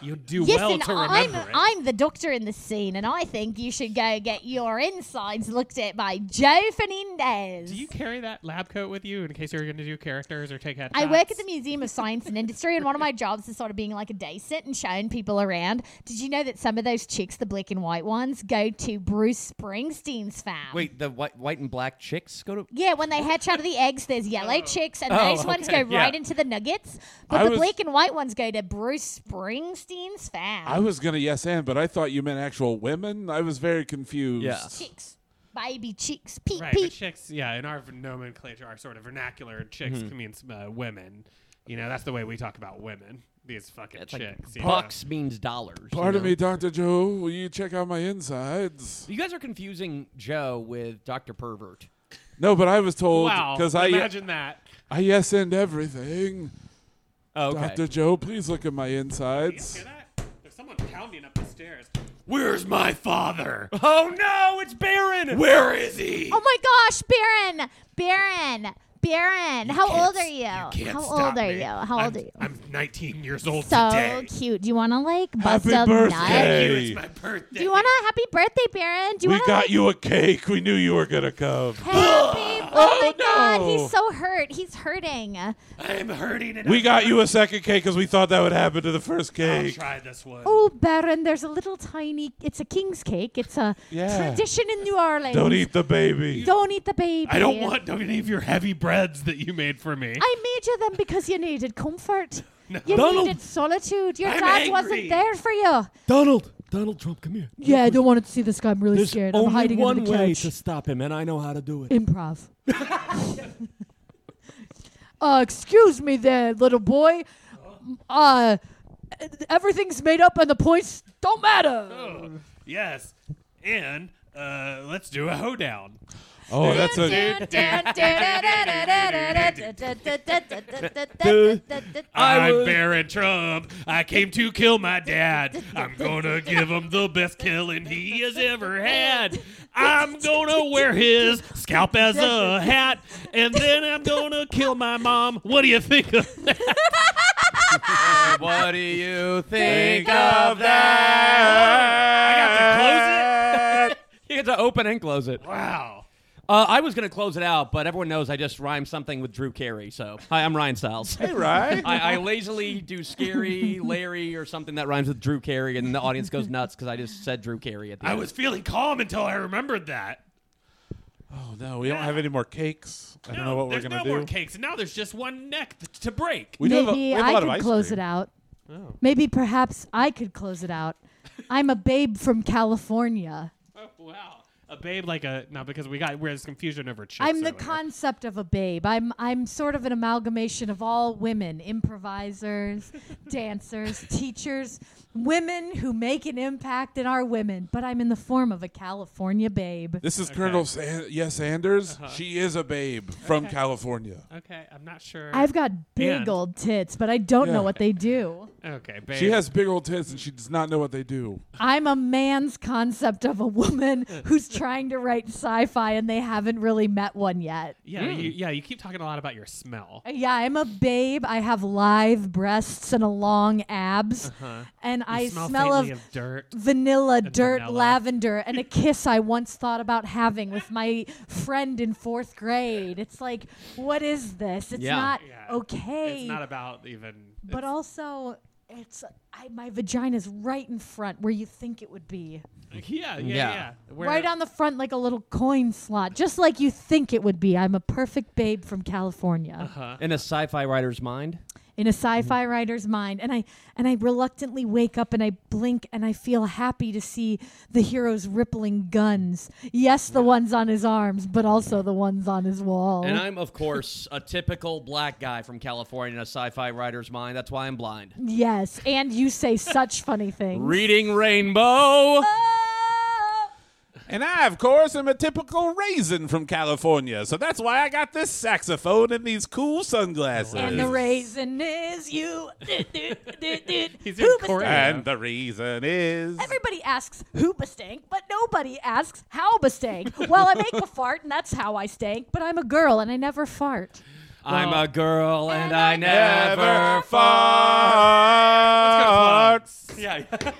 Speaker 3: You do
Speaker 6: Yes,
Speaker 3: well
Speaker 6: and
Speaker 3: to
Speaker 6: I'm,
Speaker 3: remember it.
Speaker 6: I'm the doctor in this scene, and I think you should go get your insides looked at by Joe Fernandez.
Speaker 3: do you carry that lab coat with you in case you're going to do characters or take headshots?
Speaker 6: I work at the Museum of Science and Industry, and one of my jobs is sort of being like a day sit and showing people around. Did you know that some of those chicks, the black and white ones, go to Bruce Springsteen's farm?
Speaker 5: Wait, the white, white and black chicks go to.
Speaker 6: Yeah, when they hatch out of the eggs, there's yellow chicks, and
Speaker 5: Oh,
Speaker 6: those ones
Speaker 5: okay,
Speaker 6: go
Speaker 5: yeah.
Speaker 6: right into the nuggets. But
Speaker 4: I
Speaker 6: the
Speaker 4: was-
Speaker 6: black and white ones go to Bruce Springsteen's farm.
Speaker 4: I was gonna yes and, but I thought you meant actual women. I was very confused.
Speaker 5: Yeah.
Speaker 6: chicks, baby chicks, peep
Speaker 3: Right, but
Speaker 6: peep.
Speaker 3: chicks, yeah, in our nomenclature, our sort of vernacular, chicks
Speaker 5: Mm-hmm.
Speaker 3: means uh, women. You know, that's the way we talk about women. These fucking
Speaker 5: It's like
Speaker 3: chicks. you know?
Speaker 5: bucks means dollars.
Speaker 4: Pardon
Speaker 5: you know?
Speaker 4: me, Doctor Joe. Will you check out my insides?
Speaker 5: You guys are confusing Joe with Dr. Pervert.
Speaker 4: No, but I was told
Speaker 3: Wow.
Speaker 4: because I
Speaker 3: imagine that.
Speaker 4: I yes and everything.
Speaker 5: Oh,
Speaker 4: Doctor Joe, please look at my
Speaker 3: You guys
Speaker 4: insides.
Speaker 3: hear that? There's someone pounding up the stairs. Where's my father?
Speaker 5: Oh no, it's Baron.
Speaker 2: where is he?
Speaker 6: Oh my gosh, Baron, Baron, Baron! How
Speaker 2: Can't
Speaker 6: old are
Speaker 2: s-
Speaker 6: you? How
Speaker 2: can't
Speaker 6: old
Speaker 2: stop
Speaker 6: are
Speaker 2: me.
Speaker 6: you? How old
Speaker 2: I'm-
Speaker 6: are you?
Speaker 2: I'm 19 years old
Speaker 6: so
Speaker 2: today.
Speaker 6: cute. Do you want to like bust
Speaker 4: Happy
Speaker 6: a nut?
Speaker 2: Thank you,
Speaker 4: Hey.
Speaker 2: It's my birthday.
Speaker 6: Do you want a happy birthday, Baron? Do you
Speaker 4: We
Speaker 6: want
Speaker 4: got you a cake. We knew you were gonna come.
Speaker 6: happy? Oh my God,
Speaker 4: no.
Speaker 6: he's so hurt. He's hurting.
Speaker 2: I'm hurting. And
Speaker 4: We
Speaker 2: I'm
Speaker 4: got you a second cake because we thought that would happen to the first
Speaker 2: I'll
Speaker 4: cake.
Speaker 2: try this one.
Speaker 6: Oh, Baron, there's a little tiny. It's a king's cake. It's a
Speaker 4: Yeah.
Speaker 6: tradition in New Orleans.
Speaker 4: Don't eat the baby.
Speaker 6: Don't eat the baby.
Speaker 2: I don't want don't any of your heavy breads that you made for me.
Speaker 6: I made you them because you needed comfort. You
Speaker 5: Donald.
Speaker 6: needed solitude. Your
Speaker 2: I'm
Speaker 6: dad
Speaker 2: angry.
Speaker 6: wasn't there for you.
Speaker 5: Donald, Donald Trump, come here.
Speaker 1: Yeah, I don't want to see this guy. I'm really
Speaker 5: There's
Speaker 1: scared. I'm
Speaker 5: only
Speaker 1: hiding
Speaker 5: one
Speaker 1: under the
Speaker 5: way
Speaker 1: couch.
Speaker 5: to stop him, and I know how to do it.
Speaker 1: Improv. uh, excuse me there, little boy. Uh, everything's made up and the points don't matter.
Speaker 2: Oh, yes, and uh, let's do a hoedown.
Speaker 4: Oh, that's a.
Speaker 5: I
Speaker 2: I'm
Speaker 5: would-
Speaker 2: Baron Trump. I came to kill my dad. I'm gonna give him the best killing he has ever had. I'm gonna wear his scalp as a hat, and then I'm gonna kill my mom. What do you think of that?
Speaker 5: what do you
Speaker 4: Think of that.
Speaker 2: I got to close
Speaker 5: [laughs] You get to open and close it.
Speaker 2: it. Wow.
Speaker 5: Uh, I was going to close it out, but everyone knows I just rhyme something with Drew Carey. So hi, I'm Ryan Stiles. [laughs]
Speaker 4: Hey, right?
Speaker 5: I, I lazily do scary Larry or something that rhymes with Drew Carey, and then the audience goes nuts because I just said Drew Carey at the
Speaker 10: I
Speaker 5: end.
Speaker 10: was feeling calm until I remembered that.
Speaker 4: oh no, we don't have any more cakes. I don't know what we're
Speaker 10: there's
Speaker 4: gonna
Speaker 10: no
Speaker 4: do.
Speaker 10: more cakes, and now there's just one neck th- to break.
Speaker 4: We do have a- we
Speaker 6: Maybe
Speaker 4: have a
Speaker 6: I
Speaker 4: lot of
Speaker 6: could
Speaker 4: ice
Speaker 6: close
Speaker 4: cream.
Speaker 6: it out.
Speaker 3: Oh.
Speaker 6: Maybe perhaps I could close it out. I'm a babe from California.
Speaker 3: Oh, wow. A babe like a no, because we got where's confusion over chicks.
Speaker 6: I'm the
Speaker 3: earlier.
Speaker 6: concept of a babe. I'm I'm sort of an amalgamation of all
Speaker 3: [laughs]
Speaker 6: women, improvisers, dancers, teachers, women who make an impact in our women, but I'm in the form of a California babe.
Speaker 4: This is Colonel San- Yes Sanders.
Speaker 10: Uh-huh.
Speaker 4: She is a babe from California.
Speaker 3: Okay, I'm not sure.
Speaker 6: I've got big
Speaker 3: And-
Speaker 6: old tits, but I don't
Speaker 4: Yeah.
Speaker 6: know what they do.
Speaker 3: okay, babe.
Speaker 4: She has big old tits and she does not know what they do.
Speaker 6: I'm a man's concept of
Speaker 3: [laughs]
Speaker 6: a woman who's trying to write sci-fi and they haven't really met one yet.
Speaker 3: Yeah,
Speaker 4: Mm.
Speaker 3: you, yeah. You keep talking a lot about your smell.
Speaker 6: Yeah, I'm a babe. I have live breasts and a long abs, and
Speaker 3: Uh-huh. You
Speaker 6: I
Speaker 3: smell,
Speaker 6: smell,
Speaker 3: faintly of dirt.
Speaker 6: vanilla, dirt,
Speaker 3: vanilla.
Speaker 6: lavender,
Speaker 3: [laughs]
Speaker 6: and a kiss I once thought about having with my friend in fourth grade. It's like, what is this? It's
Speaker 5: Yeah.
Speaker 6: not
Speaker 3: Yeah.
Speaker 6: okay.
Speaker 3: It's not about even.
Speaker 6: but also, it's I, my vagina's right in front where you think it would be.
Speaker 3: [laughs] yeah, yeah, yeah.
Speaker 5: Yeah.
Speaker 3: Where-
Speaker 6: right on the front, like a little coin slot, just like you think it would be. I'm a perfect babe from California.
Speaker 5: Uh, in a sci-fi writer's mind.
Speaker 6: in
Speaker 3: Mm-hmm.
Speaker 6: a sci-fi writer's mind and i and i reluctantly wake up and i blink and i feel happy to see the hero's rippling guns yes the ones on his arms but also the ones on his wall
Speaker 5: And I'm, of course, a typical black guy from California in a sci-fi writer's mind. That's why I'm blind.
Speaker 6: yes and you say such funny things Oh,
Speaker 5: Reading Rainbow.
Speaker 4: And I, of course, am a typical raisin from California, so that's why I got this saxophone and these cool sunglasses.
Speaker 6: and the raisin is you [laughs]
Speaker 3: [laughs] He's
Speaker 6: he's
Speaker 3: in choreo.
Speaker 4: And the reason is
Speaker 6: Everybody asks who stank, but nobody asks how stank. well, I make a [laughs] fart, and that's how I stank. But I'm a girl, and I never fart.
Speaker 5: I'm
Speaker 3: Well-
Speaker 5: a girl and I never fart.
Speaker 4: fart.
Speaker 5: [laughs] Yeah.
Speaker 3: I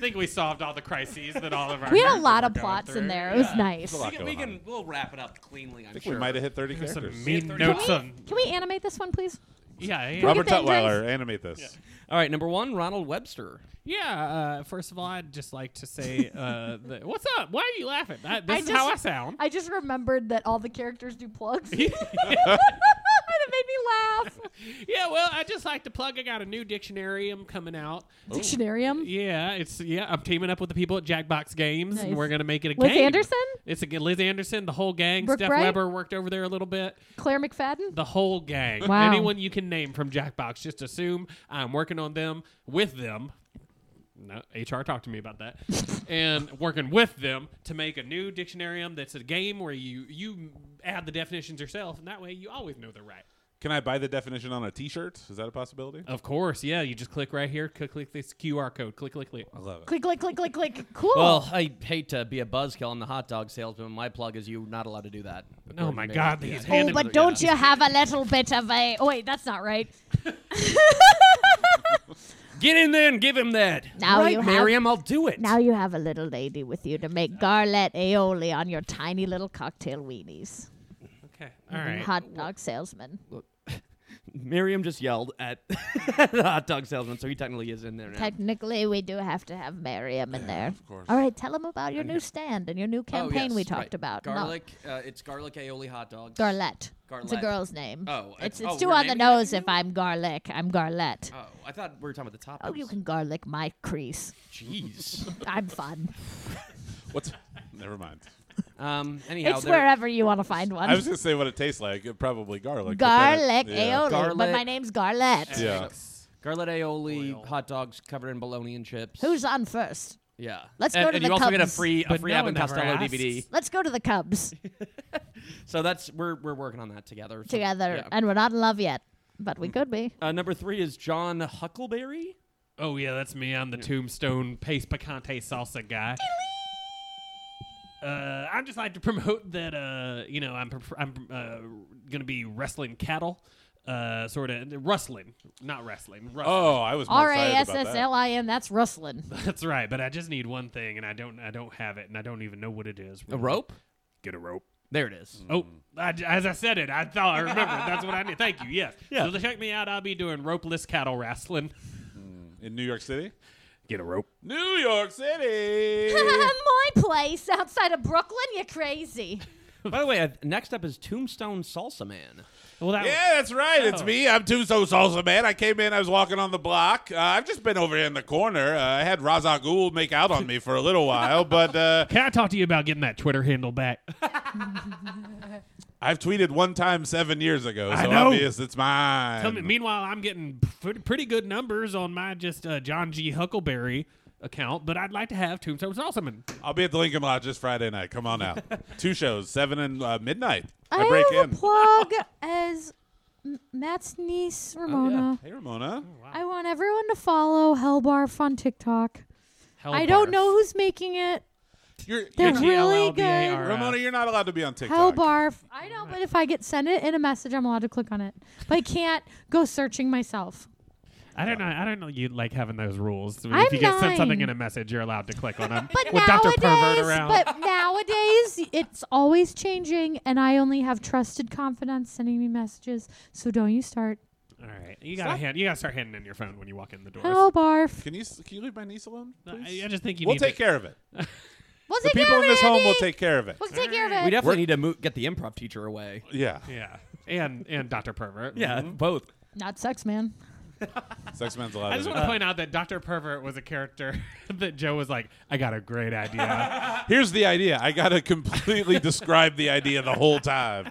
Speaker 3: think we solved all the crises that all of our.
Speaker 6: We had a
Speaker 3: characters
Speaker 6: lot
Speaker 3: were
Speaker 6: of
Speaker 3: going
Speaker 6: plots in
Speaker 3: through.
Speaker 6: there. It was nice.
Speaker 4: lot
Speaker 5: we can, we
Speaker 4: going
Speaker 5: can we'll wrap it up cleanly. I'm
Speaker 4: I think
Speaker 5: sure.
Speaker 4: we might have hit 30
Speaker 3: There's
Speaker 4: characters.
Speaker 3: Some mean
Speaker 5: Can
Speaker 3: notes on.
Speaker 6: Can we animate this one, please?
Speaker 3: Yeah, yeah.
Speaker 4: Robert
Speaker 11: Look at them
Speaker 4: Tutwiler, animate this.
Speaker 5: All right, number one, Ronald Webster.
Speaker 3: Yeah. Uh, first of all, I'd just like to say, uh,
Speaker 6: [laughs]
Speaker 3: that, what's up? Why are you laughing? I, this
Speaker 6: I
Speaker 3: is
Speaker 6: just-
Speaker 3: how I sound.
Speaker 6: I just remembered that all the characters
Speaker 3: [laughs]
Speaker 6: do plugs. [laughs] and it made me laugh.
Speaker 3: yeah. Well, I just like to plug. I got a new dictionary. I'm coming out.
Speaker 6: Dictionarium
Speaker 3: Yeah, it's yeah. I'm teaming up with the people at Jackbox Games, and
Speaker 6: Nice.
Speaker 3: we're gonna make it a
Speaker 6: Liz
Speaker 3: game.
Speaker 6: Anderson?
Speaker 3: It's a Liz Anderson, the whole gang.
Speaker 6: Brooke
Speaker 3: Steph
Speaker 6: Bright?
Speaker 3: Weber worked over there a little bit.
Speaker 6: Claire McFadden?
Speaker 3: The whole gang.
Speaker 6: Wow.
Speaker 3: Anyone you can name from Jackbox, just assume I'm working on them with them. No, HR talked to me about that, and working with them to make a new dictionarium. That's a game where you you add the definitions yourself, and that way you always know they're right.
Speaker 4: Can I buy the definition on a T-shirt? Is that a possibility?
Speaker 3: Of course, yeah. You just click right here, click click this QR code, click click click.
Speaker 4: I love it.
Speaker 6: click, click, click, click, click. Cool.
Speaker 4: Oh.
Speaker 5: Well, I hate to be a buzzkill on the hot dog salesman. My plug is you're not allowed to do that.
Speaker 3: Oh my God, he's
Speaker 6: oh,
Speaker 3: handing.
Speaker 6: but don't you have a little bit of a. Oh, wait, that's not right.
Speaker 5: Get in there and give him that.
Speaker 11: Now
Speaker 5: right,
Speaker 11: you have-
Speaker 5: Miriam, I'll do it.
Speaker 11: Now you have a little lady with you to make garlic aioli on your tiny little cocktail weenies.
Speaker 3: Okay, all right.
Speaker 11: Hot dog salesman.
Speaker 5: Miriam just yelled at [laughs] the hot dog salesman, so he technically is in there now.
Speaker 11: Technically, we do have to have Miriam in there. Of
Speaker 4: course.
Speaker 11: All right, tell them about your new stand and your new campaign we talked about. No,
Speaker 5: Oh, Garlic. Uh, it's garlic aioli hot dogs.
Speaker 11: Garlette. It's a
Speaker 5: Garlette.
Speaker 11: girl's name.
Speaker 5: Oh,
Speaker 11: it's,
Speaker 5: it's-
Speaker 11: it's
Speaker 5: oh,
Speaker 11: too
Speaker 5: we're
Speaker 11: on the
Speaker 5: naming it after
Speaker 11: nose
Speaker 5: you?
Speaker 11: if I'm garlic. I'm Garlette.
Speaker 5: Oh, I thought we were talking about the top.
Speaker 11: Oh, you can garlic my crease.
Speaker 5: Jeez.
Speaker 11: [laughs] I'm
Speaker 5: [laughs]
Speaker 11: fun.
Speaker 4: What's? Never mind.
Speaker 5: um. Anyhow,
Speaker 11: it's
Speaker 5: there-
Speaker 11: wherever you want to find
Speaker 6: Um,
Speaker 11: one.
Speaker 4: I was gonna say what it tastes like. It probably garlic. but then it-
Speaker 11: garlic
Speaker 4: yeah.
Speaker 11: aioli,
Speaker 5: Garlic.
Speaker 11: but my name's Garlette.
Speaker 4: Yeah.
Speaker 5: Garlic aioli
Speaker 3: Oil.
Speaker 5: hot dogs covered in bologna and chips.
Speaker 11: Who's on first?
Speaker 5: yeah?
Speaker 11: Let's
Speaker 5: and,
Speaker 11: go to
Speaker 5: and
Speaker 11: the
Speaker 5: you also get a
Speaker 11: Cubs.
Speaker 5: free a
Speaker 3: But
Speaker 5: free
Speaker 3: no
Speaker 5: Abbott
Speaker 3: one ever
Speaker 5: Costello
Speaker 3: asks.
Speaker 5: DVD.
Speaker 11: Let's go to the
Speaker 5: [laughs]
Speaker 11: Cubs
Speaker 5: So that's we're we're working on that together. So-
Speaker 11: together,
Speaker 5: yeah.
Speaker 11: and we're not in love yet, but we could
Speaker 5: [laughs]
Speaker 11: be.
Speaker 5: Uh, number three is John Huckleberry.
Speaker 3: Oh yeah, that's me. I'm the Tombstone Paste Picante Salsa guy. Uh, I'd just like to promote that uh, you know I'm pref- I'm uh, gonna be wrestling cattle, uh, sort of rustling, not wrestling. Rustling.
Speaker 4: Oh, I was more
Speaker 6: R A
Speaker 4: excited
Speaker 6: S
Speaker 4: about
Speaker 6: S
Speaker 4: that.
Speaker 6: L I N, that's rustling.
Speaker 3: that's right. But I just need one thing, and I don't I don't have it, and I don't even know what it is.
Speaker 5: A
Speaker 3: really.
Speaker 5: rope.
Speaker 3: Get a rope.
Speaker 5: There it is.
Speaker 3: Oh, I, as I said it, I thought I remember. That's what I need. Thank you. Yes. Yeah. So check me out. I'll be doing ropeless cattle wrestling.
Speaker 4: in New York City.
Speaker 3: Get a rope.
Speaker 4: New York
Speaker 6: [laughs]
Speaker 4: City.
Speaker 6: My place outside of Brooklyn, you're crazy.
Speaker 5: By the way, uh, next up is Tombstone Salsa Man.
Speaker 3: Well, that
Speaker 4: Yeah, that's right. It's
Speaker 3: Oh.
Speaker 4: me. I'm Tombstone Salsa Man. I came in. I was walking on the block. Uh, I've just been over here in the corner. Uh, I had Raza Ghul make out on me for a little while, but uh,
Speaker 3: Can I talk to you about getting that Twitter handle back?
Speaker 4: I've tweeted one time seven years ago,
Speaker 3: I
Speaker 4: so
Speaker 3: know.
Speaker 4: obvious it's mine.
Speaker 3: Tell me- meanwhile, I'm getting pr- pretty good numbers on my just uh, John G. Huckleberry account, but I'd like to have Tombstone Salsaman.
Speaker 4: I'll be at the Lincoln Lodge this Friday night. Come on
Speaker 3: [laughs]
Speaker 4: out. Two shows, seven and uh, midnight. I,
Speaker 6: I,
Speaker 4: break
Speaker 6: have
Speaker 4: in.
Speaker 6: a plug as M- Matt's niece,
Speaker 4: Oh,
Speaker 6: Ramona.
Speaker 4: hey, Ramona.
Speaker 3: Oh,
Speaker 6: I want everyone to follow Hellbarf on TikTok. I don't know who's making it.
Speaker 4: You're,
Speaker 6: They're
Speaker 4: you're-
Speaker 6: really
Speaker 3: H-E-L-L-B-A-R-F.
Speaker 6: good.
Speaker 4: Ramona, you're not allowed to be on TikTok.
Speaker 6: Hellbarf. I know, but if I get sent it in a message, I'm allowed to click on it. But I can't go searching myself.
Speaker 3: I don't know. I don't know. You like having those rules.
Speaker 6: I'm
Speaker 3: if you get sent something
Speaker 6: nine.
Speaker 3: in a message, you're allowed to click on them.
Speaker 6: [laughs] But
Speaker 3: with
Speaker 6: nowadays,
Speaker 3: Dr. Pervert around.
Speaker 6: but nowadays, it's always changing, and I only have trusted confidants sending me messages. So don't you start.
Speaker 3: All right, you gotta hand. You gotta start handing in your phone when you walk in the doors.
Speaker 6: Oh, Hellbarf.
Speaker 4: Can you s- can you leave my niece alone?
Speaker 3: I,
Speaker 4: please?
Speaker 3: I just think Uh, you
Speaker 4: we'll
Speaker 3: need
Speaker 4: take
Speaker 3: to-
Speaker 4: care of it.
Speaker 6: We'll
Speaker 4: The
Speaker 6: take
Speaker 4: people
Speaker 6: care
Speaker 4: in
Speaker 6: of
Speaker 4: this
Speaker 6: it,
Speaker 4: home will
Speaker 6: Andy.
Speaker 4: take care of it.
Speaker 6: We'll take care of it.
Speaker 5: We definitely need to mo- get the improv teacher away.
Speaker 4: Yeah.
Speaker 3: Yeah, and and Dr. Pervert.
Speaker 5: Yeah, both.
Speaker 12: Not sex, man.
Speaker 4: Sex man's allowed.
Speaker 3: I just
Speaker 4: in.
Speaker 3: [laughs] want to point out that Dr. Pervert was a character [laughs] that Joe was like, I got a great [laughs] idea.
Speaker 4: Here's the idea. I gotta completely [laughs] describe the idea the whole time.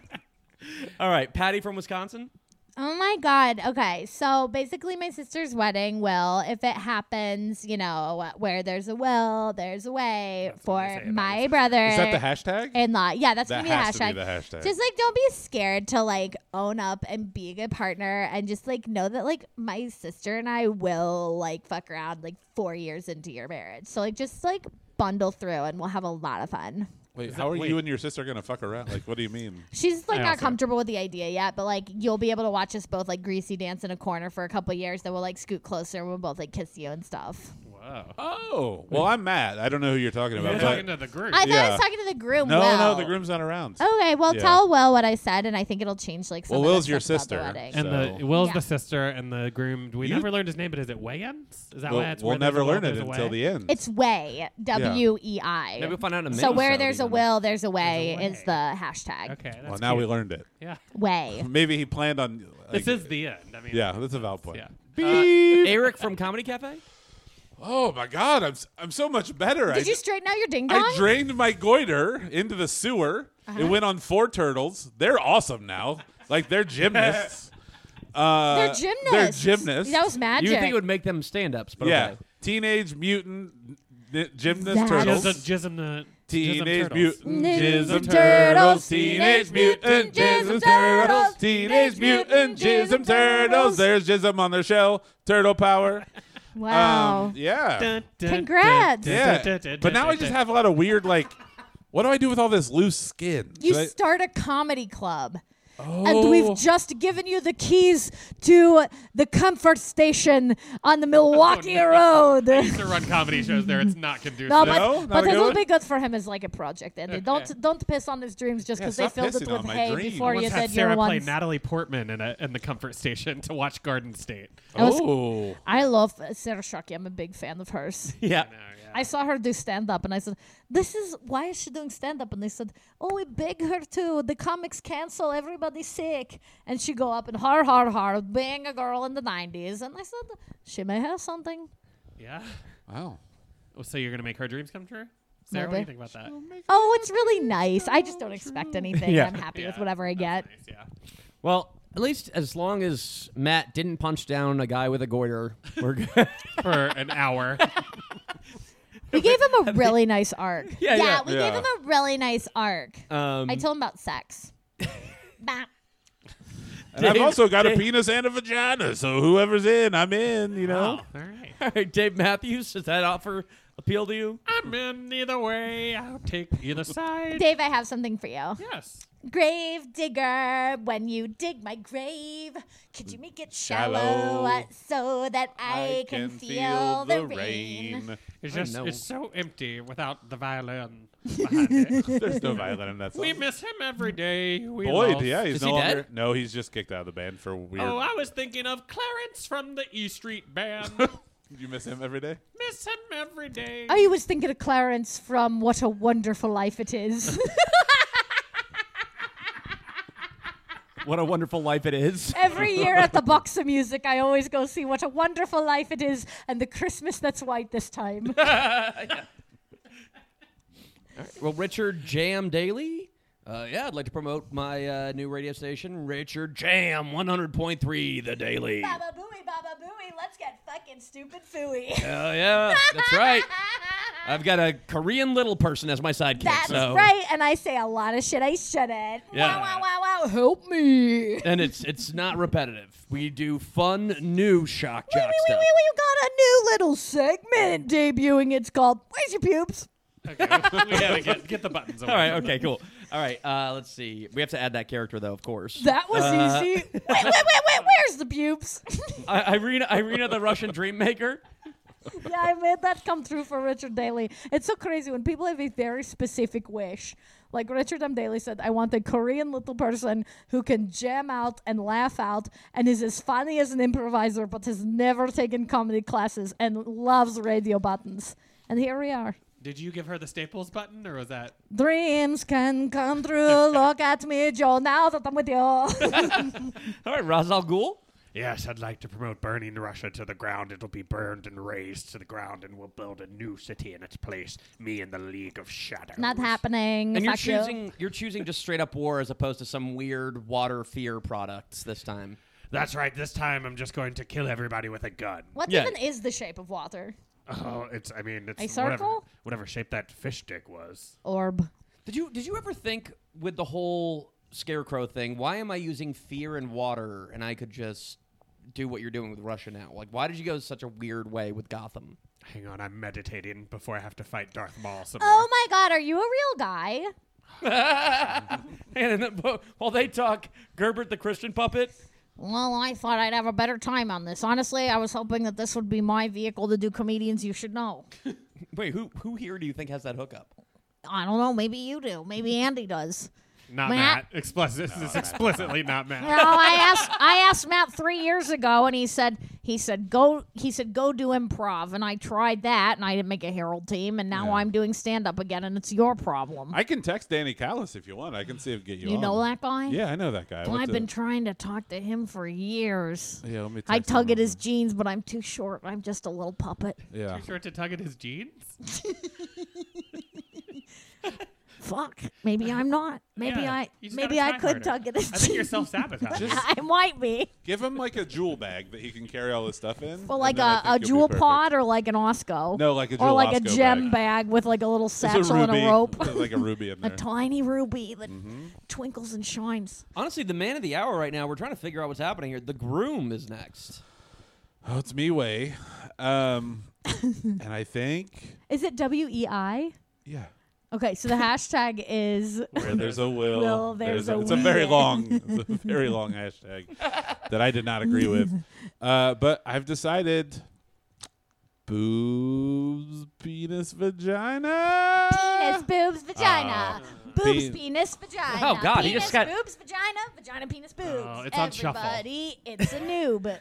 Speaker 5: All right, Patty from Wisconsin.
Speaker 6: Oh my God. Okay. So basically, my sister's wedding will, if it happens, you know, where there's a will, there's a way
Speaker 3: what they say
Speaker 6: for
Speaker 3: about
Speaker 6: my
Speaker 3: it.
Speaker 6: brother.
Speaker 4: Is that the hashtag?
Speaker 6: In law. Yeah, that's
Speaker 4: That
Speaker 6: going to be the
Speaker 4: has to
Speaker 6: hashtag.
Speaker 4: be the hashtag.
Speaker 6: Just like, don't be scared to like own up and be a good partner and just like know that like my sister and I will like fuck around like four years into your marriage. So like, just like bundle through and we'll have a lot of fun.
Speaker 4: Wait, how are you and your sister gonna fuck around? Like, what do you mean?
Speaker 6: She's like
Speaker 3: I
Speaker 6: not
Speaker 3: also-
Speaker 6: comfortable with the idea yet, but like you'll be able to watch us both like greasy dance in a corner for a couple years. Then we'll like scoot closer. and We'll both like kiss you and stuff.
Speaker 3: Wow.
Speaker 4: Oh, well, I'm Matt. I don't know who you're talking about.
Speaker 3: I'm
Speaker 4: but-
Speaker 3: talking to the group.
Speaker 6: I thought I
Speaker 4: Yeah.
Speaker 6: was talking to the groom.
Speaker 4: no,
Speaker 6: Will.
Speaker 4: no, the groom's not around.
Speaker 6: Okay, well
Speaker 4: Yeah.
Speaker 6: tell Will what I said, and I think it'll change like. Some
Speaker 4: Well,
Speaker 6: of the
Speaker 4: Will's your
Speaker 6: stuff about
Speaker 4: sister,
Speaker 6: the wedding.
Speaker 4: so-
Speaker 3: and the
Speaker 4: So-
Speaker 3: Will's
Speaker 6: Yeah.
Speaker 3: the sister and the groom. We
Speaker 4: You-
Speaker 3: never learned his name, but is it Wayans? Is that
Speaker 4: We'll,
Speaker 3: why it's
Speaker 4: we'll
Speaker 3: where there's
Speaker 4: never
Speaker 3: a will,
Speaker 4: learn it
Speaker 3: there's a
Speaker 4: until
Speaker 3: way?
Speaker 4: the end.
Speaker 6: It's way W E I.
Speaker 5: Maybe we'll find out in a minute.
Speaker 6: So
Speaker 5: or
Speaker 6: where there's a
Speaker 5: even.
Speaker 6: will, there's a way,
Speaker 3: There's a
Speaker 6: is
Speaker 3: way.
Speaker 6: the hashtag.
Speaker 3: Okay. That's
Speaker 4: well, now
Speaker 3: cute.
Speaker 4: we learned it.
Speaker 3: Yeah.
Speaker 6: Way.
Speaker 4: Maybe he planned on. Like,
Speaker 3: This is the end. I mean.
Speaker 4: Yeah, that's a valid point.
Speaker 3: Yeah.
Speaker 5: Eric from Comedy Cafe.
Speaker 4: Oh my God, I'm s- I'm so much better. [laughs] I
Speaker 6: Did you straighten out your ding dong?
Speaker 4: I drained my goiter into the sewer. It went on four turtles. They're awesome now. Like they're gymnasts. Uh,
Speaker 6: they're gymnasts.
Speaker 4: They're gymnasts.
Speaker 6: That was magic.
Speaker 5: You would think it would make them stand ups, but
Speaker 4: yeah.
Speaker 5: okay.
Speaker 4: Teenage mutant n- gymnast
Speaker 6: That's-
Speaker 4: turtles.
Speaker 3: Jism, jism the
Speaker 4: Teenage
Speaker 3: jism turtles.
Speaker 4: Mutant
Speaker 6: Jism
Speaker 4: Jism
Speaker 6: Turtles,
Speaker 4: Turtles, Teenage Mutant Jism
Speaker 6: Jism
Speaker 4: Turtles,
Speaker 6: Turtles,
Speaker 4: Teenage Mutant Jism Turtles. There's Jism on their shell. Turtle power.
Speaker 6: wow.
Speaker 4: Um, yeah.
Speaker 3: Dun, dun,
Speaker 6: Congrats.
Speaker 3: dun, dun,
Speaker 4: Yeah.
Speaker 3: dun, dun,
Speaker 4: But now
Speaker 3: dun,
Speaker 4: I just
Speaker 3: dun.
Speaker 4: have a lot of weird like. What do I do with all this loose skin?
Speaker 6: You
Speaker 4: Should I- Oh.
Speaker 6: start a comedy club. And we've just given you the keys to the comfort station on the
Speaker 4: [laughs] Oh,
Speaker 6: Milwaukee Road.
Speaker 3: I used to run comedy shows there. It's not conducive.
Speaker 6: [laughs] No, but,
Speaker 4: No? Not
Speaker 6: but
Speaker 4: a
Speaker 6: it
Speaker 4: good
Speaker 6: will
Speaker 4: one?
Speaker 6: be good for him as like a project, Andy. Don't don't piss on his dreams just
Speaker 4: Yeah,
Speaker 6: because
Speaker 4: stop
Speaker 6: they filled it
Speaker 4: pissing on
Speaker 6: with
Speaker 4: my
Speaker 6: hay
Speaker 4: dream.
Speaker 6: before
Speaker 4: Once
Speaker 6: you
Speaker 3: Once had
Speaker 6: did your
Speaker 3: Sarah play
Speaker 6: ones.
Speaker 3: Natalie Portman in, a, in the comfort station to watch Garden State.
Speaker 6: I was-
Speaker 4: oh.
Speaker 6: I love uh, Sarah Shockey. I'm a big fan of hers.
Speaker 5: Yeah.
Speaker 6: I saw her do stand up and I said, This is why is she doing stand up? And they said, Oh, we beg her to. The comics cancel, everybody's sick. And she go up and har har har, being a girl in the nineties. And I said, She may have something.
Speaker 3: Yeah.
Speaker 4: Wow.
Speaker 3: Oh, So you're gonna make her dreams come true? Sarah, what do you think about that?
Speaker 6: Oh, it's really nice. I just don't expect anything.
Speaker 5: Yeah.
Speaker 6: I'm happy with
Speaker 3: Yeah,
Speaker 6: whatever I get.
Speaker 3: Nice, yeah.
Speaker 5: Well, at least as long as Matt didn't punch down a guy with a goiter, we're good.
Speaker 3: For an
Speaker 6: [laughs]
Speaker 3: hour.
Speaker 6: We gave
Speaker 5: [laughs]
Speaker 6: him a really nice arc.
Speaker 5: Yeah, yeah.
Speaker 6: we
Speaker 4: Yeah.
Speaker 6: gave him a really nice arc.
Speaker 5: Um,
Speaker 6: I told him about sex. Bah.
Speaker 4: And I've
Speaker 5: Dave-
Speaker 4: also got a penis and a vagina, so whoever's in, I'm in, you know?
Speaker 3: Wow, Oh, all right.
Speaker 5: [laughs] all right, Dave Matthews, does that offer appeal to you?
Speaker 3: I'm in either way. I'll take either side.
Speaker 6: Dave, I have something for you.
Speaker 3: Yes.
Speaker 6: Grave digger, when you dig my grave, could you make it shallow, uh,
Speaker 4: Shallow.
Speaker 6: so that I, can, feel, the rain?
Speaker 3: It's
Speaker 5: I
Speaker 3: just
Speaker 5: know.
Speaker 3: it's so empty without the violin behind
Speaker 5: [laughs]
Speaker 3: it.
Speaker 4: There's no violin in that song.
Speaker 3: we miss him every day. We
Speaker 4: Boyd,
Speaker 3: lost-
Speaker 4: yeah, he's
Speaker 5: Is
Speaker 4: no
Speaker 5: he
Speaker 4: longer.
Speaker 5: dead?
Speaker 4: No, he's just kicked out of the band for weird.
Speaker 3: Oh, I was thinking of Clarence from the E Street
Speaker 5: [laughs]
Speaker 3: Band.
Speaker 4: you miss him every day.
Speaker 3: miss him every day.
Speaker 1: I was thinking of Clarence from What a Wonderful Life
Speaker 6: [laughs]
Speaker 1: It Is. [laughs]
Speaker 5: What a wonderful life it is.
Speaker 1: Every year at the Box of Music, I always go see What a Wonderful Life It Is and the Christmas That's White
Speaker 6: [laughs]
Speaker 1: this time.
Speaker 5: Well, Richard Jam Daily. Uh, yeah, I'd like to promote my uh, new radio station, Richard Jam 100.3 The Daily. Oh,
Speaker 6: Baba booey, baba booey, let's get fucking stupid fooey.
Speaker 5: Uh, yeah, that's right. I've got a Korean little person as my sidekick.
Speaker 6: [laughs] That's
Speaker 5: so.
Speaker 6: right, and I say a lot of shit I shouldn't.
Speaker 5: Yeah.
Speaker 6: Wow, wow, wow, wow.
Speaker 1: Help me.
Speaker 5: And it's it's not repetitive. We do fun, new shock jock
Speaker 1: We,
Speaker 5: stuff.
Speaker 1: got a new little segment debuting. It's called Where's Your Pubes?
Speaker 3: okay, we, we gotta get, get the buttons. Away.
Speaker 5: All right, okay, cool. All right, uh, let's see. We have to add that character, though, of course.
Speaker 1: That was
Speaker 5: Uh,
Speaker 1: easy. Wait, wait, wait, wait. Where's the pubes? [laughs]
Speaker 5: I- Irina, Irina the
Speaker 6: [laughs]
Speaker 5: Russian dream maker.
Speaker 1: yeah, I made that come true for Richard Daly. It's so crazy when people have a very specific wish. Like Richard M. Daly said, I want a Korean little person who can jam out and laugh out and is as funny as an improviser but has never taken comedy classes and loves radio buttons. And here we are.
Speaker 3: Did you give her the Staples button, or was that?
Speaker 1: Dreams can come true. Look at me, Joe, now that I'm with you.
Speaker 5: All right, Ra's al Ghul.
Speaker 2: Yes, I'd like to promote burning Russia to the ground. It'll be burned and razed to the ground, and we'll build a new city in its place. Me and the League of
Speaker 6: [laughs]
Speaker 2: Shadows.
Speaker 6: Not happening.
Speaker 5: And you're
Speaker 6: Fuck you.
Speaker 5: choosing you're choosing just straight up war as opposed to some weird water fear products this time.
Speaker 2: That's right. This time, I'm just going to kill everybody with a gun.
Speaker 1: What
Speaker 5: Yeah.
Speaker 1: even is the shape of water?
Speaker 2: Oh, it's. I mean, it's
Speaker 1: A
Speaker 2: Whatever,
Speaker 1: circle?
Speaker 2: whatever shape that fish dick was.
Speaker 1: Orb.
Speaker 5: Did you did you ever think with the whole scarecrow thing, why am I using fear and water and I could just do what you're doing with Russia now? Like why did you go such a weird way with Gotham?
Speaker 2: Hang on, I'm meditating before I have to fight Darth Maul. Some more.
Speaker 6: Oh my god, are you a real guy?
Speaker 5: And then, [laughs] bo- while they talk, Gerbert the Christian puppet.
Speaker 6: Well, I thought I'd have a better time on this. Honestly, I was hoping that this would be my vehicle to do comedians you should know.
Speaker 5: Wait, who who here do you think has that hookup?
Speaker 6: I don't know, maybe you do. Maybe Andy does.
Speaker 3: Not
Speaker 6: Matt.
Speaker 3: Matt. Explicit. This is explicitly not Matt.
Speaker 6: No, I asked I asked Matt three years ago and he said he said go he said go do improv and I tried that and I didn't make a Herald team and now I'm doing stand up again and it's your problem.
Speaker 4: I can text Danny Callis if you want. I can see if get you.
Speaker 6: you
Speaker 4: on.
Speaker 6: know that guy?
Speaker 4: Yeah, I know that guy.
Speaker 6: Well,
Speaker 4: What's
Speaker 6: I've been
Speaker 4: the-
Speaker 6: trying to talk to him for years.
Speaker 4: yeah, let me. Text
Speaker 6: I tug
Speaker 4: him.
Speaker 6: at his jeans, but I'm too short. I'm just a little puppet.
Speaker 4: Yeah.
Speaker 3: Too short to tug at his jeans.
Speaker 6: Fuck. Maybe
Speaker 4: [laughs]
Speaker 6: I'm not. Maybe
Speaker 3: Yeah,
Speaker 6: I
Speaker 3: you just
Speaker 6: maybe
Speaker 3: gotta
Speaker 6: I
Speaker 3: try
Speaker 6: could
Speaker 3: harder.
Speaker 6: tug at his
Speaker 3: I think you're
Speaker 6: jeans.
Speaker 3: self sabotaging.
Speaker 4: Just
Speaker 6: [laughs] I might be.
Speaker 4: give him like a jewel bag that he can carry all his stuff in.
Speaker 6: Well,
Speaker 4: and
Speaker 6: like
Speaker 4: then I
Speaker 6: a,
Speaker 4: think
Speaker 6: a
Speaker 4: you'll be
Speaker 6: jewel
Speaker 4: perfect.
Speaker 6: pod or like an Osco.
Speaker 4: No, like a
Speaker 6: or
Speaker 4: jewel
Speaker 6: like a
Speaker 4: Osco bag.
Speaker 6: gem [laughs] bag with like a little
Speaker 4: It's
Speaker 6: satchel and a
Speaker 1: [laughs]
Speaker 6: rope.
Speaker 4: There's [laughs] like a ruby in
Speaker 6: A
Speaker 4: there.
Speaker 6: tiny ruby that
Speaker 5: Mm-hmm.
Speaker 6: twinkles and shines.
Speaker 5: Honestly, the man of the hour right now. We're trying to figure out what's happening here. The groom is next.
Speaker 4: oh, it's me way,
Speaker 6: [laughs]
Speaker 4: um, and I think
Speaker 1: Is it W E I?
Speaker 4: yeah.
Speaker 5: [laughs]
Speaker 1: Okay, so the hashtag is
Speaker 4: Where there's a will,
Speaker 1: Will, there's a
Speaker 4: it's a
Speaker 1: way.
Speaker 4: very long, it's a very long hashtag that I did not agree with. Uh, but I've decided, boobs, penis, vagina.
Speaker 6: [laughs] Penis, boobs, vagina. boobs,
Speaker 4: Pe-
Speaker 6: penis, vagina.
Speaker 5: Ah. Oh, God, he
Speaker 6: Penis,
Speaker 5: just got-
Speaker 6: boobs, vagina, vagina, penis, boobs.
Speaker 3: Oh, it's on shuffle.
Speaker 6: Everybody, it's
Speaker 5: [laughs]
Speaker 6: a noob.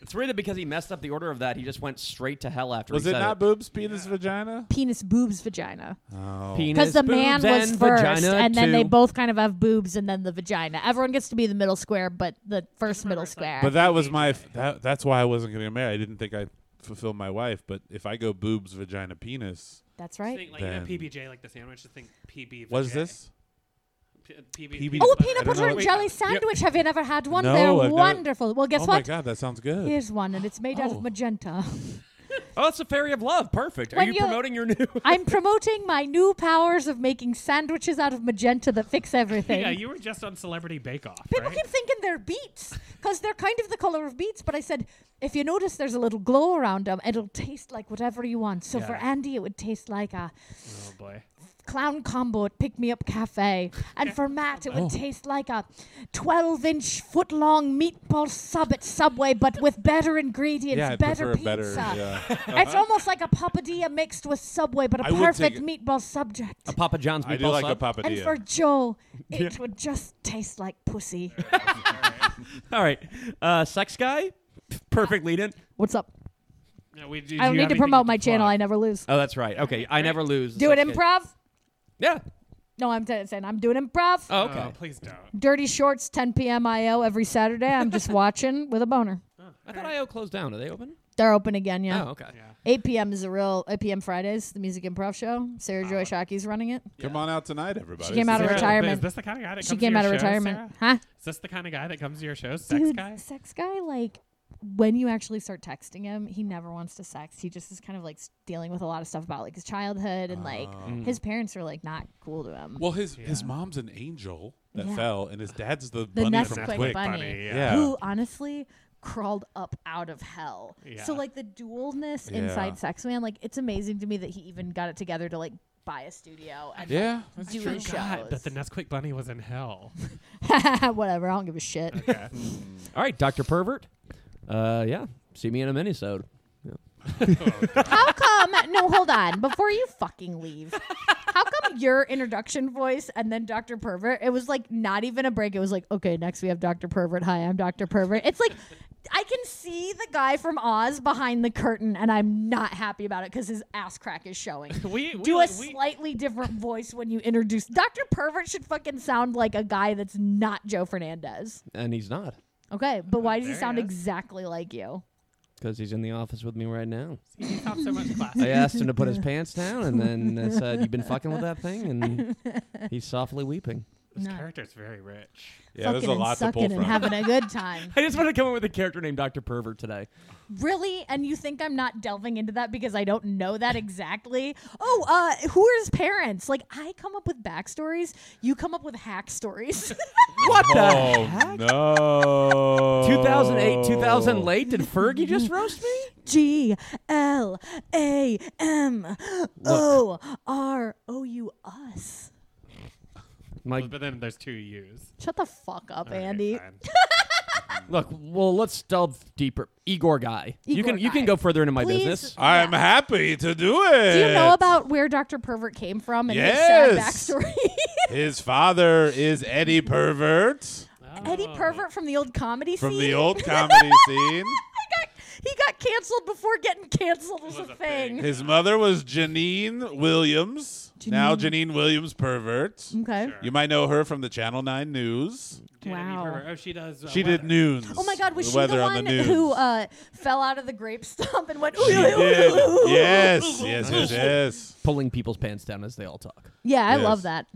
Speaker 5: It's weird that because he messed up the order of that, he just went straight to hell after.
Speaker 4: Was
Speaker 5: he
Speaker 4: it
Speaker 5: said
Speaker 4: not boobs, penis, vagina?
Speaker 1: penis, boobs, vagina.
Speaker 4: Oh,
Speaker 5: Penis,
Speaker 1: Because the man
Speaker 5: boobs,
Speaker 1: was
Speaker 5: and
Speaker 1: first,
Speaker 5: vagina,
Speaker 1: and then they
Speaker 5: too.
Speaker 1: both kind of have boobs, and then the vagina. Everyone gets to be the middle square, but the first middle square.
Speaker 4: But that was my. f- That, that's why I wasn't going to get married. I didn't think I fulfilled my wife. But if I go boobs, vagina, penis,
Speaker 1: That's right.
Speaker 3: Think, like, you know,
Speaker 4: Then-
Speaker 3: PBJ, like the sandwich, just think PB.
Speaker 4: what is this?
Speaker 3: P- PB,
Speaker 4: PB
Speaker 1: Oh,
Speaker 4: I
Speaker 1: a peanut
Speaker 4: don't know
Speaker 1: butter and
Speaker 4: what-
Speaker 1: jelly sandwich. Have you never had one?
Speaker 4: No,
Speaker 1: They're
Speaker 4: I've never-
Speaker 1: wonderful. Well, guess
Speaker 4: oh my
Speaker 1: what?
Speaker 4: god, that sounds good.
Speaker 1: Here's one, and it's made out
Speaker 4: Oh.
Speaker 1: of magenta. [laughs]
Speaker 5: Oh, it's the fairy of love. Perfect. Are
Speaker 1: When
Speaker 5: you
Speaker 1: you-
Speaker 5: promoting your new?
Speaker 1: I'm promoting my new powers of making sandwiches out of magenta that fix everything.
Speaker 3: Yeah, you were just on Celebrity Bake Off,
Speaker 1: People
Speaker 3: right?
Speaker 1: keep thinking they're beets because they're kind of the color of beets. But I said, if you notice, there's a little glow around them. It'll taste like whatever you want. So for
Speaker 3: Yeah.
Speaker 1: Andy, it would taste like a
Speaker 3: Oh boy.
Speaker 6: clown combo at Pick Me Up Cafe. And for Matt, it would taste like a 12 inch foot long meatball sub at Subway, but with better ingredients,
Speaker 4: Yeah, I
Speaker 6: better
Speaker 4: prefer
Speaker 6: pizza.
Speaker 4: better.
Speaker 1: [laughs]
Speaker 4: Yeah.
Speaker 6: It's almost like a papadilla mixed with Subway, but a
Speaker 4: I would
Speaker 6: perfect
Speaker 4: take-
Speaker 6: meatball subject.
Speaker 5: A Papa John's meatball
Speaker 4: I do like a
Speaker 5: sub?
Speaker 6: and
Speaker 4: papadilla.
Speaker 6: for Joe, it would just taste like pussy.
Speaker 5: All right, uh, sex guy, [laughs] perfect lead in.
Speaker 6: What's up?
Speaker 3: No, we,
Speaker 6: [laughs]
Speaker 3: do
Speaker 6: I don't
Speaker 3: you
Speaker 6: need
Speaker 3: have
Speaker 6: to promote my
Speaker 3: anything to
Speaker 6: channel. I
Speaker 3: plug?
Speaker 6: never lose.
Speaker 5: Oh, that's right. Okay, I never lose.
Speaker 6: Do it
Speaker 5: Sex guy.
Speaker 6: improv?
Speaker 5: Yeah.
Speaker 6: No, I'm t- saying I'm doing improv.
Speaker 5: Oh, okay.
Speaker 3: Oh, please don't.
Speaker 6: Dirty Shorts, 10 p.m. IO every Saturday. I'm just watching with a boner.
Speaker 5: I thought IO closed down. Are they open?
Speaker 6: They're open again, yeah.
Speaker 5: Oh, okay.
Speaker 6: 8 p.m. is a real 8 p.m. Fridays, the music improv show. Sarah Joy Shockey's running it.
Speaker 4: Come on out tonight, everybody.
Speaker 6: She came out of
Speaker 3: Sarah,
Speaker 6: retirement.
Speaker 3: Is this the kind of guy that
Speaker 6: She
Speaker 3: comes
Speaker 6: came
Speaker 3: to
Speaker 6: out
Speaker 3: your
Speaker 6: of
Speaker 3: shows,
Speaker 6: retirement,
Speaker 3: Sarah?
Speaker 6: huh?
Speaker 3: Is this the kind of guy that comes to your shows? Sex
Speaker 6: Dude,
Speaker 3: guy?
Speaker 6: sex guy, like when you actually start texting him, he never wants to sex. He just is kind of like s- dealing with a lot of stuff about like his childhood and like his parents are like not cool to him.
Speaker 4: Well, his his mom's an angel that
Speaker 6: Yeah.
Speaker 4: fell, and his dad's the,
Speaker 6: the
Speaker 4: bunny
Speaker 6: Netflix
Speaker 4: from
Speaker 6: bunny,
Speaker 4: Quick.
Speaker 3: yeah.
Speaker 4: Yeah.
Speaker 6: who honestly crawled up out of hell. So
Speaker 3: Yeah.
Speaker 6: like the dualness
Speaker 4: Yeah.
Speaker 6: inside Sex Man, like it's amazing to me that he even got it together to like buy a studio and
Speaker 4: Yeah,
Speaker 6: like,
Speaker 4: that's
Speaker 6: do
Speaker 4: true.
Speaker 6: his
Speaker 3: God, but
Speaker 6: shows.
Speaker 3: the Nesquik bunny was in hell.
Speaker 6: [laughs] Whatever, I don't give a shit.
Speaker 5: All right, Doctor Pervert. Uh, yeah. See me in a minisode.
Speaker 6: How come? Oh, No, hold on. Before you fucking leave, how come your introduction voice and then Dr. Pervert? It was like not even a break. It was like, okay, next we have Dr. Pervert. Hi, I'm Dr. Pervert. It's like I can see the guy from Oz behind the curtain, and I'm not happy about it because his ass crack is showing.
Speaker 3: [laughs] [laughs] We, we
Speaker 6: Do a
Speaker 3: like- we-
Speaker 6: slightly different voice when you introduce Dr. Pervert should fucking sound like a guy that's not Joe Fernandez.
Speaker 5: And he's not,
Speaker 6: Okay, but why does he
Speaker 3: Oh, There he
Speaker 6: sound
Speaker 3: is.
Speaker 6: exactly like you?
Speaker 5: because he's in the office with me right
Speaker 6: [laughs]
Speaker 5: now.
Speaker 3: he taught so much class.
Speaker 5: I asked him to put his pants down, and then I said, "You've been fucking with that thing,"
Speaker 6: [laughs]
Speaker 5: and he's softly weeping.
Speaker 3: His
Speaker 6: No.
Speaker 3: character's very rich.
Speaker 4: Yeah, there's
Speaker 6: fucking
Speaker 4: a
Speaker 6: and
Speaker 4: lot to
Speaker 6: sucking
Speaker 4: pull from.
Speaker 6: and having a
Speaker 4: [laughs]
Speaker 6: good time.
Speaker 5: I just want to come up with a character named Doctor Pervert today.
Speaker 6: Really? And you think I'm not delving into that because I don't know that exactly? Oh, uh, who are his parents? Like, I come up with backstories. You come up with
Speaker 4: [laughs]
Speaker 6: hack stories.
Speaker 5: What
Speaker 4: oh no!
Speaker 5: 2008, 2000 late. Did Fergie
Speaker 6: [laughs]
Speaker 5: just roast me?
Speaker 6: [laughs] G L A M O R O U S.
Speaker 5: Mike,
Speaker 3: But then there's two U's.
Speaker 6: Shut the fuck up,
Speaker 3: All right,
Speaker 6: Andy.
Speaker 3: fine.
Speaker 5: look, well, let's delve deeper. Igor guy, you
Speaker 6: Igor
Speaker 5: can you
Speaker 6: guy.
Speaker 5: can go further into my
Speaker 6: Please.
Speaker 5: business.
Speaker 4: I'm happy to do it.
Speaker 6: Do you know about where Dr. Pervert came from and his
Speaker 4: Yes.
Speaker 6: sad backstory? [laughs]
Speaker 4: His father is Eddie Pervert
Speaker 6: Eddie
Speaker 3: Oh.
Speaker 6: Pervert from the old comedy
Speaker 4: from
Speaker 6: scene.
Speaker 4: the old
Speaker 6: [laughs]
Speaker 4: comedy [laughs] scene.
Speaker 6: He got, he got canceled before getting canceled was,
Speaker 3: Was
Speaker 6: a
Speaker 3: a thing.
Speaker 6: thing.
Speaker 4: His mother was Janine Williams. Now Janine Williams Pervert.
Speaker 6: [laughs] Okay.
Speaker 4: You might know her from the Channel 9 News.
Speaker 3: Did any
Speaker 6: Wow.
Speaker 3: pervert- Oh, she does. Uh,
Speaker 4: She
Speaker 3: weather.
Speaker 4: did Noons.
Speaker 6: Oh my God, was she
Speaker 4: weather
Speaker 6: the
Speaker 4: on
Speaker 6: one
Speaker 4: news.
Speaker 6: who uh, fell out of the grape stump and went? Ooh,
Speaker 4: She
Speaker 6: ooh, ooh,
Speaker 4: did.
Speaker 6: ooh, ooh, ooh."
Speaker 4: Yes, yes, yes, yes.
Speaker 5: Pulling people's pants down as they all talk.
Speaker 6: Yeah, I
Speaker 4: Yes.
Speaker 6: love that.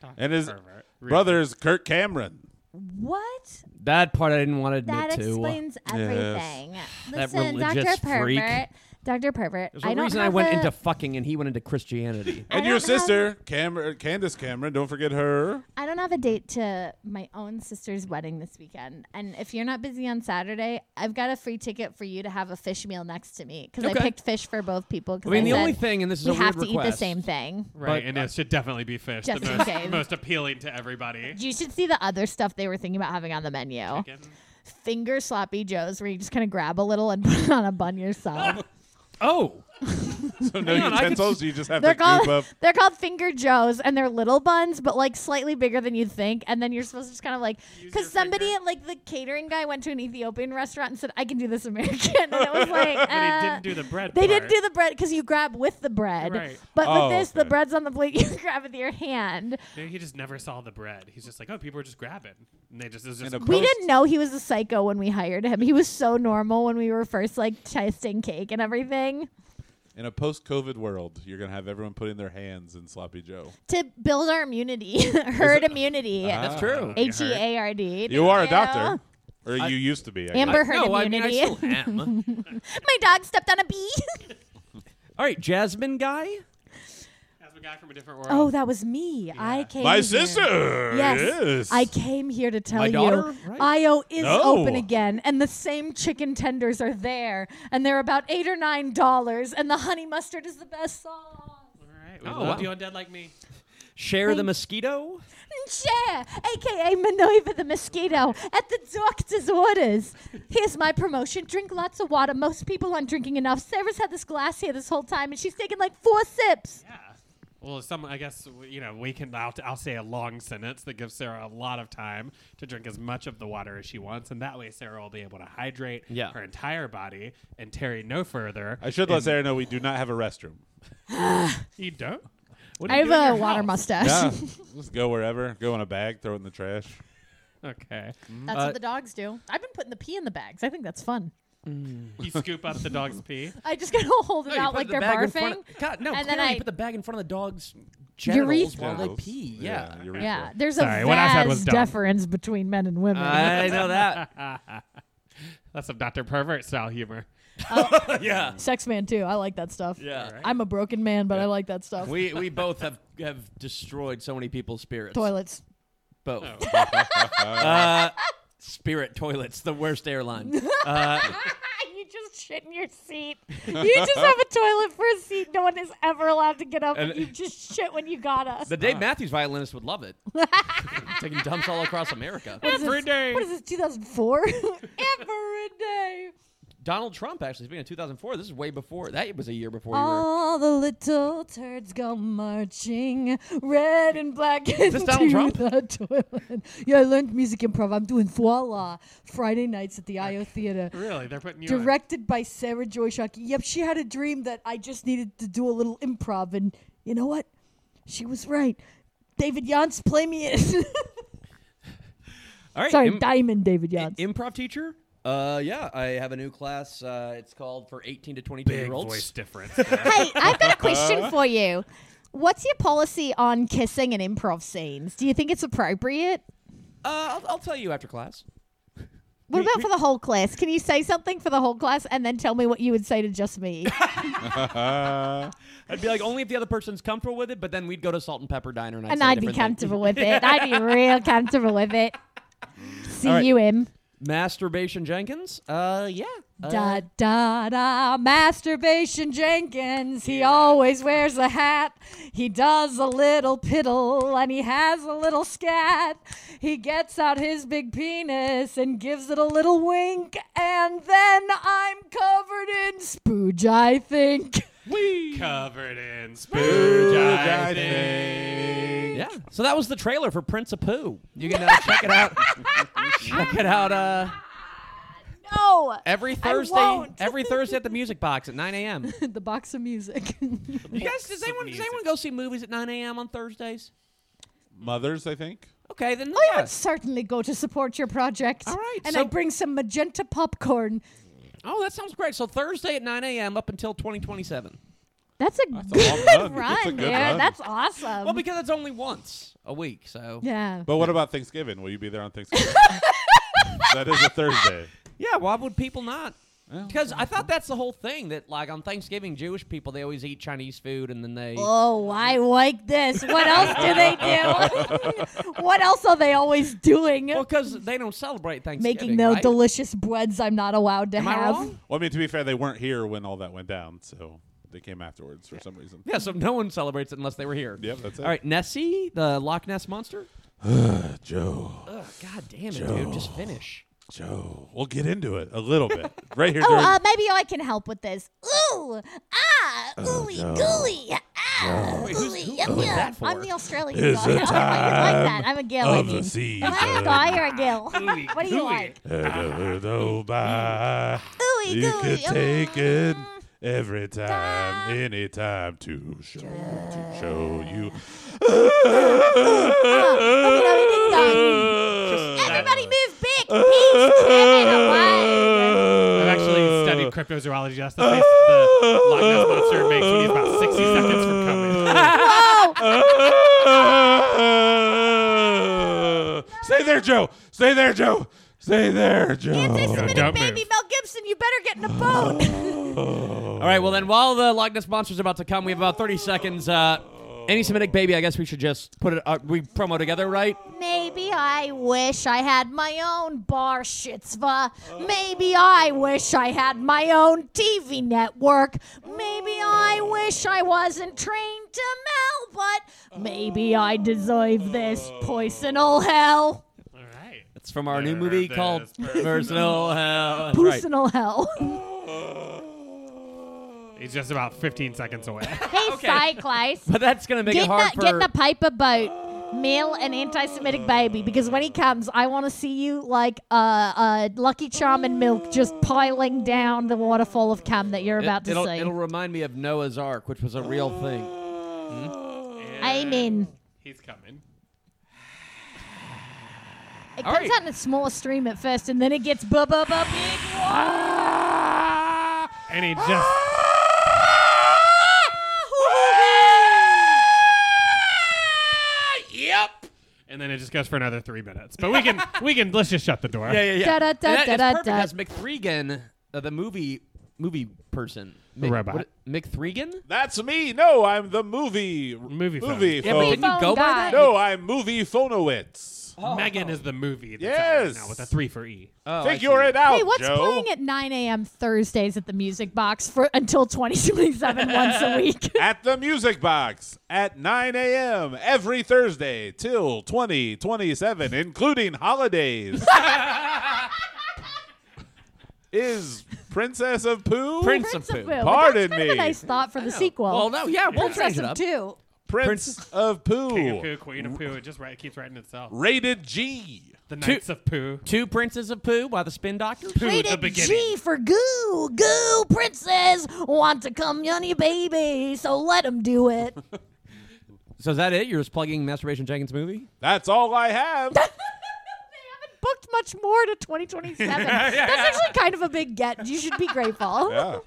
Speaker 3: Dr.
Speaker 4: And his
Speaker 3: Pervert. Really.
Speaker 4: brother is Kirk Cameron.
Speaker 13: What?
Speaker 5: That part I didn't want to admit
Speaker 13: That
Speaker 5: to.
Speaker 13: explains everything.
Speaker 5: That
Speaker 13: Listen, Dr.
Speaker 5: religious freak.
Speaker 13: Pervert. Dr. Pervert.
Speaker 5: There's a
Speaker 13: I don't
Speaker 5: reason I
Speaker 13: have
Speaker 5: went
Speaker 13: a-
Speaker 5: into fucking and he went
Speaker 13: [laughs]
Speaker 5: into Christianity.
Speaker 13: don't
Speaker 4: And your
Speaker 13: have-
Speaker 4: sister, Cameron, Candace Cameron, don't forget her.
Speaker 13: I don't have a date to my own sister's wedding this weekend. And if you're not busy on Saturday, I've got a free ticket for you to have a fish meal next to me because
Speaker 5: Okay.
Speaker 13: I picked fish for both people. 'cause
Speaker 5: I mean, the
Speaker 13: said
Speaker 5: only thing, and this is
Speaker 13: we
Speaker 5: a
Speaker 13: have to
Speaker 5: weird
Speaker 13: eat the
Speaker 5: request.
Speaker 13: same thing.
Speaker 3: Right, uh,
Speaker 5: But-
Speaker 3: and it should definitely be fish. The
Speaker 13: Just in
Speaker 3: most,
Speaker 13: case.
Speaker 3: most appealing to everybody.
Speaker 13: You should see the other stuff they were thinking about having on the menu. Finger sloppy joes, where you just kind of grab a little and [laughs] put it on a bun
Speaker 3: [laughs]
Speaker 13: yourself.
Speaker 5: Oh,
Speaker 4: So no
Speaker 5: Hang on, I could
Speaker 4: utensils. You just have
Speaker 13: They're
Speaker 4: to
Speaker 13: called
Speaker 4: goof up.
Speaker 13: they're called finger joes, and they're little buns, but like slightly bigger than you'd think. And then you're supposed to just kind of like, because somebody at like the catering guy went to an Ethiopian restaurant and said, "I can do this American," and it
Speaker 3: [laughs]
Speaker 13: was like,
Speaker 3: But
Speaker 13: uh,
Speaker 3: he didn't do the bread.
Speaker 13: they
Speaker 3: part.
Speaker 13: didn't do the bread because you grab with the bread.
Speaker 3: Right.
Speaker 13: But
Speaker 4: Oh,
Speaker 13: with this, the
Speaker 4: okay.
Speaker 13: bread's on the plate. [laughs] You grab with your hand.
Speaker 3: Maybe he just never saw the bread. He's just like, oh, people are just grabbing, and they just, it was just
Speaker 4: And a
Speaker 3: a
Speaker 13: We
Speaker 4: Post-
Speaker 13: didn't know he was a psycho when we hired him. He was so normal when we were first like testing cake and everything.
Speaker 4: In a post-COVID world, you're gonna have everyone putting their hands in sloppy Joe.
Speaker 13: to build our immunity, [laughs] herd immunity.
Speaker 5: Ah. that's true.
Speaker 13: H E A R D.
Speaker 4: You are a
Speaker 13: Ew.
Speaker 4: doctor, or you used to be. I
Speaker 13: Amber [laughs]
Speaker 4: guess.
Speaker 13: herd
Speaker 5: no, I mean, I
Speaker 13: immunity.
Speaker 5: still
Speaker 13: [laughs]
Speaker 5: am.
Speaker 13: My dog stepped on a
Speaker 4: [laughs]
Speaker 13: bee.
Speaker 5: All right, Jasmine guy.
Speaker 3: That's a guy from a different world.
Speaker 6: Oh, that was me. I came.
Speaker 4: my
Speaker 6: here.
Speaker 4: sister.
Speaker 6: Yes,
Speaker 4: yes.
Speaker 6: I came here to tell
Speaker 5: My daughter?
Speaker 6: you,
Speaker 5: Right.
Speaker 6: IO is open
Speaker 4: No.
Speaker 6: again, and the same chicken tenders are there, and they're about eight or nine dollars, and the honey mustard is the best sauce.
Speaker 3: All right. right. We
Speaker 5: Oh,
Speaker 3: loved
Speaker 5: wow.
Speaker 3: you on Dead Like Me.
Speaker 5: Share the mosquito.
Speaker 6: Cher, aka Manoiva the mosquito, at the doctor's orders. Here's my promotion. Drink lots of water. Most people aren't drinking enough. Sarah's had this glass here this whole time, and she's taken like four sips.
Speaker 3: Yeah. Well, some I guess you know we can. I'll, I'll say a long sentence that gives Sarah a lot of time to drink as much of the water as she wants, and that way Sarah will be able to hydrate
Speaker 5: Yeah.
Speaker 3: her entire body and Terry no further.
Speaker 4: I should let Sarah know we do not have a restroom.
Speaker 3: You don't. What do
Speaker 1: I
Speaker 3: you do in
Speaker 1: have a
Speaker 3: your
Speaker 1: water
Speaker 3: house?
Speaker 1: mustache.
Speaker 4: Yeah, just go wherever. Go in a bag, throw it in the trash.
Speaker 3: Okay.
Speaker 1: That's
Speaker 5: Uh,
Speaker 1: what the dogs do. I've been putting the pee in the bags. I think that's fun.
Speaker 3: You scoop up the dog's pee.
Speaker 1: I just gotta [laughs]
Speaker 3: Oh,
Speaker 1: hold it
Speaker 5: No, you
Speaker 1: out
Speaker 5: put
Speaker 1: like
Speaker 5: the
Speaker 1: they're
Speaker 5: bag in
Speaker 1: barfing.
Speaker 5: front of- God, no!
Speaker 1: and then
Speaker 5: clearly you
Speaker 1: I-
Speaker 5: put the bag in front of the dog's genitals
Speaker 1: Urethra.
Speaker 5: while they
Speaker 4: Genitals.
Speaker 5: pee. Yeah.
Speaker 4: urethra.
Speaker 1: yeah, there's
Speaker 3: Sorry,
Speaker 1: a
Speaker 3: what I said was
Speaker 1: vast
Speaker 3: dumb.
Speaker 1: deference between men and women.
Speaker 5: I know that.
Speaker 3: That's some Dr. Pervert style humor.
Speaker 5: yeah.
Speaker 1: [laughs] Sex man too. I like that stuff.
Speaker 5: Yeah.
Speaker 1: I'm a broken man, but I like that stuff.
Speaker 5: We we both have have destroyed so many people's spirits.
Speaker 1: Toilets.
Speaker 5: Both.
Speaker 3: Oh.
Speaker 5: [laughs] uh, Spirit toilets, the worst airline. Uh,
Speaker 1: you just shit in your seat. You just have a toilet for a seat. No one is ever allowed to get up, and,
Speaker 5: And-
Speaker 1: you just shit when you got us.
Speaker 5: the
Speaker 3: Ah.
Speaker 5: Dave Matthews violinist would
Speaker 6: [laughs]
Speaker 5: love it. Taking dumps all across America.
Speaker 3: Every day.
Speaker 1: What is
Speaker 5: [laughs]
Speaker 1: this? 2004. Every day.
Speaker 5: Donald Trump actually speaking of 2004. This is way before. That was a year before. you
Speaker 6: Oh.
Speaker 5: were.
Speaker 1: All the little turds go marching, red and black into
Speaker 5: this Donald Trump?
Speaker 1: the toilet. Yeah, I learned music improv. I'm doing Voila Friday nights at the IO Theater.
Speaker 3: Really? They're putting you on-
Speaker 1: Directed by Sarah Joy Shockey. Yep, she had a dream that I just needed to do a little improv, and you know what? She was right. David Yance, play me in.
Speaker 5: [laughs] All right.
Speaker 1: Sorry,
Speaker 5: im-
Speaker 1: Diamond David
Speaker 5: i-
Speaker 1: Yance.
Speaker 5: improv teacher. Uh, yeah, I have a new class. Uh, it's called for 18 to 22
Speaker 3: Big
Speaker 5: year olds.
Speaker 3: voice [laughs] difference.
Speaker 6: Hey, I've got a
Speaker 5: [laughs]
Speaker 6: question for you. What's your policy on kissing in improv scenes? Do you think it's appropriate?
Speaker 5: Uh, I'll, I'll tell you after class.
Speaker 6: What about for the whole class? Can you say something for the whole class and then tell me what you would say to
Speaker 5: [laughs]
Speaker 6: just me?
Speaker 4: Uh,
Speaker 5: I'd be like, only if the other person's comfortable with it, but then we'd go to Salt and Pepper Diner and I'd,
Speaker 6: and
Speaker 5: say
Speaker 6: I'd be
Speaker 5: different things.
Speaker 6: comfortable with it. I'd be real comfortable with it. See
Speaker 5: right.
Speaker 6: you, him.
Speaker 5: Masturbation Jenkins? Uh, yeah. Uh,
Speaker 1: Da da da, masturbation Jenkins. He always wears a hat. He does a little piddle and he has a little scat. He gets out his big penis and gives it a little wink, and then I'm covered in spooge, I think.
Speaker 3: Covered in spooge, I think.
Speaker 5: Yeah. [laughs] So that was the trailer for Prince of Poo. You can
Speaker 1: [laughs]
Speaker 5: uh, check it out. check it out uh,
Speaker 1: No!
Speaker 5: every Thursday.
Speaker 1: won't.
Speaker 5: Every Thursday at the Music Box at 9 a.m.
Speaker 1: [laughs] the box
Speaker 4: [laughs]
Speaker 1: of music.
Speaker 5: You guys, does anyone, does
Speaker 3: music.
Speaker 5: anyone go see movies at 9 a.m. on Thursdays?
Speaker 4: Mothers, I think.
Speaker 5: Okay, then
Speaker 1: I
Speaker 5: yeah.
Speaker 1: would certainly go to support your project.
Speaker 5: All right,
Speaker 1: And
Speaker 5: so-
Speaker 1: I'd bring some magenta popcorn.
Speaker 5: Oh, that sounds great. So Thursday at 9 a.m. up until 2027.
Speaker 6: That's a
Speaker 4: That's a long
Speaker 6: good
Speaker 4: run. That's a
Speaker 6: run,
Speaker 4: good
Speaker 6: dude.
Speaker 4: run.
Speaker 6: That's awesome.
Speaker 5: Well, because it's only once a week, so
Speaker 1: Um, Yeah.
Speaker 4: But what about Thanksgiving? Will you be there on Thanksgiving? [laughs] that is a Thursday.
Speaker 5: Yeah, why would people not? Because I thought that's the whole thing that like on Thanksgiving, Jewish people they always eat Chinese food and then they.
Speaker 1: Oh, I like this. What else do they
Speaker 5: [laughs]
Speaker 1: do? what else are they always doing?
Speaker 5: Well, because they don't celebrate Thanksgiving.
Speaker 1: Making the
Speaker 5: right?
Speaker 1: delicious breads I'm not allowed to
Speaker 5: Am I
Speaker 1: have.
Speaker 5: wrong?
Speaker 4: Well, I mean, to be fair, they weren't here when all that went down, so they came afterwards for some reason.
Speaker 5: Yeah, so no one celebrates it unless they were here.
Speaker 4: Yep, that's it.
Speaker 5: All right, Nessie, the Loch Ness monster.
Speaker 4: Joe,
Speaker 5: Ugh, God damn it, dude! Just finish.
Speaker 4: Joe, we'll get into it a little bit right here.
Speaker 6: oh,
Speaker 4: during-
Speaker 6: uh, maybe I can help with this. Ooh, ah,
Speaker 4: Oh,
Speaker 6: ooey, gooey, ah, ooey, yum,
Speaker 5: who is
Speaker 6: yum.
Speaker 5: that for?
Speaker 6: I'm the Australian
Speaker 4: It's the
Speaker 6: guy. [laughs] I like that. I'm a gill. I
Speaker 4: of the
Speaker 6: mean.
Speaker 4: season.
Speaker 6: Am I a guy or a gill? [laughs] what do you like?
Speaker 4: Go by.
Speaker 6: Ooey,
Speaker 4: You could
Speaker 6: gooey,
Speaker 4: take
Speaker 6: um,
Speaker 4: it every time, anytime to show to show you. [laughs]
Speaker 6: Everybody move back. Pete's tearing away.
Speaker 3: I've actually studied
Speaker 4: [laughs]
Speaker 3: cryptozoology. That's the face the Loch Ness Monster makes when he's about 60 seconds from coming.
Speaker 6: [laughs]
Speaker 4: Oh! [laughs] Stay there, Joe. Stay there, Joe. Stay there, Joe.
Speaker 6: Submitting
Speaker 3: Oh, Don't
Speaker 6: baby
Speaker 3: move.
Speaker 6: Mel Gibson, you better get in a
Speaker 4: [laughs]
Speaker 6: boat.
Speaker 5: All right, well then, while the Loch Ness monster's about to come, we have about 30 seconds. Uh, any Semitic baby, I guess we should just put it. Uh, we promo together, right?
Speaker 6: Maybe I wish I had my own bar shitzvah. Maybe I wish I had my own TV network. Maybe I wish I wasn't trained
Speaker 14: to melt, but
Speaker 6: Maybe I deserve this poison all hell.
Speaker 2: All right.
Speaker 5: It's from our new movie
Speaker 4: There it
Speaker 5: called
Speaker 4: is. [laughs]
Speaker 5: Personal Hell. That's right.
Speaker 6: Poison all hell.
Speaker 2: He's just about 15 seconds away.
Speaker 14: hey, Cyclice,
Speaker 5: But that's gonna make
Speaker 14: get
Speaker 5: it
Speaker 14: in,
Speaker 5: hard
Speaker 14: the, get
Speaker 5: for
Speaker 14: in the pipe about Male and anti-Semitic baby,
Speaker 6: Because when he comes, I want to see you like a uh, uh, Lucky Charm and milk just piling down the waterfall of cum that you're about
Speaker 5: it,
Speaker 6: to
Speaker 5: will
Speaker 6: see.
Speaker 5: it'll remind me of Noah's Ark, which was a real
Speaker 4: [gasps]
Speaker 5: thing.
Speaker 6: Amen.
Speaker 2: He's coming.
Speaker 6: It
Speaker 5: All
Speaker 6: comes
Speaker 5: right.
Speaker 6: out in a small stream at first, and then it gets bu- bu- bu- big.
Speaker 2: And
Speaker 3: [laughs]
Speaker 2: he just. yep. And then it just goes for another three minutes. But we can, we can, let's just shut the door.
Speaker 5: yeah,
Speaker 6: Da, da, da,
Speaker 5: and that,
Speaker 6: da,
Speaker 5: it's
Speaker 6: da,
Speaker 5: perfect
Speaker 6: da.
Speaker 5: because McThreegan, uh, the movie movie person, Mc,
Speaker 2: Robot.
Speaker 5: what- McThreegan.
Speaker 4: That's me. No, I'm the movie
Speaker 2: Movie phone.
Speaker 4: movie
Speaker 5: Yeah,
Speaker 4: phone.
Speaker 5: but didn't Oh, you go by
Speaker 6: guy.
Speaker 5: that?
Speaker 4: No, I'm movie phonowitz.
Speaker 2: Megan is the movie. That's out right
Speaker 4: Yes.
Speaker 2: now with a three for E.
Speaker 5: Oh, I
Speaker 4: Take
Speaker 5: see.
Speaker 4: your head out,
Speaker 6: Hey, what's
Speaker 4: Joe.
Speaker 6: playing at 9 a.m. Thursdays at the Music Box for until 2027 once a week?
Speaker 4: at the Music Box at 9 a.m. every Thursday till 2027, including
Speaker 2: [laughs]
Speaker 4: holidays. is Princess of Poo?
Speaker 5: Prince of
Speaker 6: Prince of
Speaker 5: Poo.
Speaker 6: Bel-
Speaker 4: Pardon
Speaker 6: That's kind of
Speaker 4: me.
Speaker 6: a nice thought for the sequel.
Speaker 5: Well, no, yeah, we'll change
Speaker 6: Princess
Speaker 5: it
Speaker 6: of
Speaker 5: up.
Speaker 6: Two.
Speaker 4: Prince of
Speaker 2: King of
Speaker 4: Poo.
Speaker 2: Poo, Queen of Poo. It just right, keeps writing itself.
Speaker 4: Rated G.
Speaker 2: The Knights of Poo.
Speaker 5: Two princes of poo by the Spin Doctors.
Speaker 2: Poo at the
Speaker 6: Rated
Speaker 2: beginning.
Speaker 6: G for goo. Goo princess want to come on your baby, so let them do [laughs] it.
Speaker 5: So is that it? You're just plugging Masturbation Jenkins movie?
Speaker 4: That's all I have.
Speaker 6: Booked much more to [laughs] 2027. That's actually kind of a big get. You should be grateful. [laughs]
Speaker 4: yeah.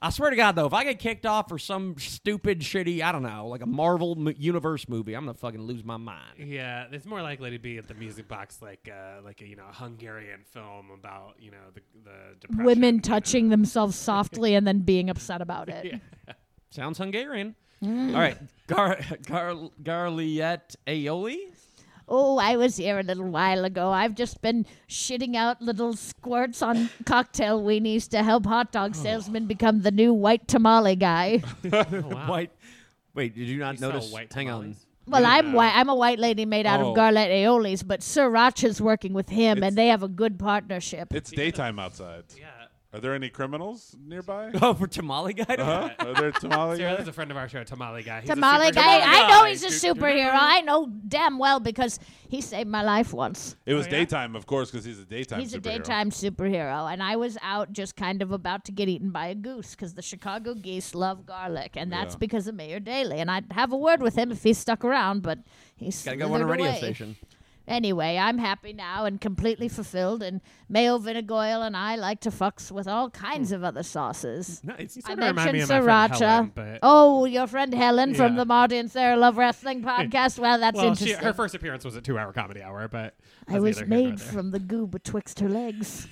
Speaker 5: I swear to God, though, if I get kicked off for some stupid, shitty, I don't know, like a Marvel m- Universe movie, I'm gonna fucking lose my mind.
Speaker 2: Yeah, it's more likely to be at the music box, like uh, like a you know Hungarian film about you know the the depression.
Speaker 6: Women
Speaker 2: you know.
Speaker 6: touching themselves softly and then being upset about it.
Speaker 5: Sounds Hungarian. All right, Gar Gar Garliette Aioli.
Speaker 6: Oh, I was here a little while ago. I've just been shitting out little squirts on cocktail weenies to help hot dog salesmen become the new white tamale guy.
Speaker 5: White. Wait, did you not
Speaker 2: You sell
Speaker 5: notice?
Speaker 2: white
Speaker 5: Hang on.
Speaker 2: tamales?
Speaker 6: Well, I'm white. I'm a white lady made out
Speaker 4: Oh.
Speaker 6: of garlic aiolis, but Sir Rach is working with him,
Speaker 4: It's-
Speaker 6: and they have a good partnership.
Speaker 4: It's daytime outside.
Speaker 2: Yeah.
Speaker 4: Are there any criminals
Speaker 2: [laughs]
Speaker 4: nearby?
Speaker 5: [laughs] Oh, for tamale guy.
Speaker 4: Huh? Are there tamale?
Speaker 2: Sarah, there's a friend of our show, Tamale Guy. He's a
Speaker 6: Tamale
Speaker 2: super-
Speaker 6: guy, I know he's a
Speaker 2: Do- do- do-
Speaker 6: superhero. I know damn well because he saved my life once.
Speaker 4: It was
Speaker 2: yeah?
Speaker 4: daytime, of course, because he's a daytime.
Speaker 6: Oh, He's a
Speaker 4: superhero.
Speaker 6: daytime superhero, and I was out just kind of about to get eaten by a goose because the Chicago geese love garlic, and that's
Speaker 4: Yeah.
Speaker 6: because of Mayor Daley. And I'd have a word with him if he stuck around, but he's
Speaker 5: [laughs] Gotta go on a radio
Speaker 6: away.
Speaker 5: [laughs] station.
Speaker 6: Anyway, I'm happy now and completely fulfilled, and Mayo Vinagoyle and I like to fucks with all kinds of other sauces.
Speaker 5: Nice.
Speaker 6: I
Speaker 2: Sorta Hmm. remind
Speaker 6: mentioned
Speaker 2: me of my
Speaker 6: sriracha.
Speaker 2: friend Helen, but-
Speaker 6: oh, your friend Helen from
Speaker 2: Yeah.
Speaker 6: the Marty and Sarah Love Wrestling podcast. Well, that's
Speaker 2: Well, she,
Speaker 6: interesting.
Speaker 2: her first appearance was at two hour comedy hour, but
Speaker 6: I
Speaker 2: that's
Speaker 6: was
Speaker 2: neither here nor
Speaker 6: made
Speaker 2: there.
Speaker 6: from the goo betwixt her legs.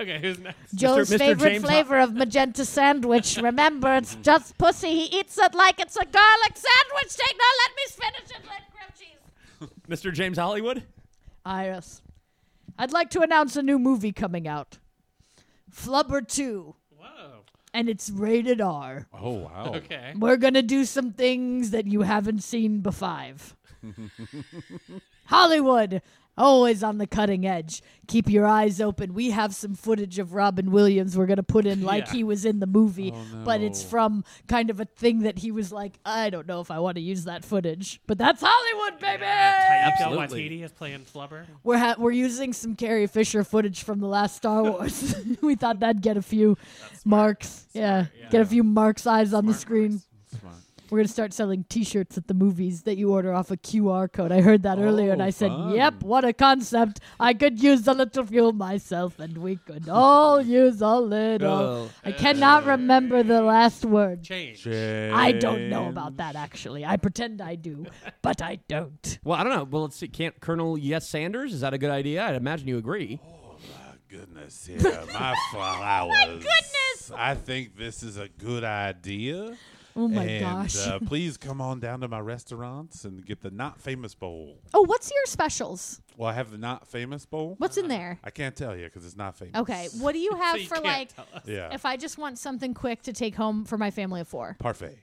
Speaker 2: Okay, who's next?
Speaker 6: Joe's
Speaker 5: Mr.
Speaker 6: favorite
Speaker 5: James Ho-
Speaker 6: flavor of magenta sandwich. Remember, it's just pussy. He eats it like it's a garlic sandwich. Take now, let me finish it. Let grilled cheese.
Speaker 5: Mr. James Hollywood.
Speaker 6: Iris, I'd like to announce a new movie coming out, Flubber Two,
Speaker 2: Whoa.
Speaker 6: and it's rated R.
Speaker 4: Oh wow.
Speaker 2: Okay.
Speaker 6: We're gonna do some things that you haven't seen before.
Speaker 2: [laughs]
Speaker 6: Hollywood, always on the cutting edge. Keep your eyes open. We have some footage of Robin Williams we're gonna put in like
Speaker 2: Yeah. Oh,
Speaker 6: he was in the movie, but it's
Speaker 4: no.
Speaker 6: from kind of a thing that he was like, I don't know if I want to use that footage, but that's Hollywood, baby.
Speaker 2: Taika
Speaker 5: Absolutely.
Speaker 2: Waititi is playing Flubber.
Speaker 6: We're ha- we're using some Carrie Fisher footage from the last Star Wars. [laughs] we thought that'd get a few marks. Yeah. get a few marks eyes on the screen. We're gonna start selling T-shirts at the movies that you order off a QR code. I heard that earlier, and
Speaker 4: Oh,
Speaker 6: I said,
Speaker 4: fun.
Speaker 6: "Yep, what a concept! I could use a little fuel myself, and we could all use a little."
Speaker 5: Oh.
Speaker 6: I cannot remember the last word. [laughs]
Speaker 2: Change.
Speaker 6: I don't know about that actually. I pretend I do, but I don't.
Speaker 5: Well, I don't know. Well, let's see. Can't Colonel Yes Sanders? Is that a good idea? I'd imagine you agree.
Speaker 4: Goodness, yeah,
Speaker 6: [laughs]
Speaker 4: my flowers. my goodness. I think this is a good idea.
Speaker 6: Oh my
Speaker 4: and,
Speaker 6: gosh. [laughs]
Speaker 4: Uh, please come on down to my restaurants and get the not famous bowl.
Speaker 6: Oh, what's your specials?
Speaker 4: Well, I have the not famous bowl.
Speaker 6: What's in there?
Speaker 4: I can't tell you because it's not famous. [laughs]
Speaker 6: Okay, what do you have
Speaker 2: you
Speaker 6: for
Speaker 2: can't
Speaker 6: like
Speaker 2: tell
Speaker 4: Yeah.
Speaker 6: if I just want something quick to take home for my family of four?
Speaker 4: Parfait.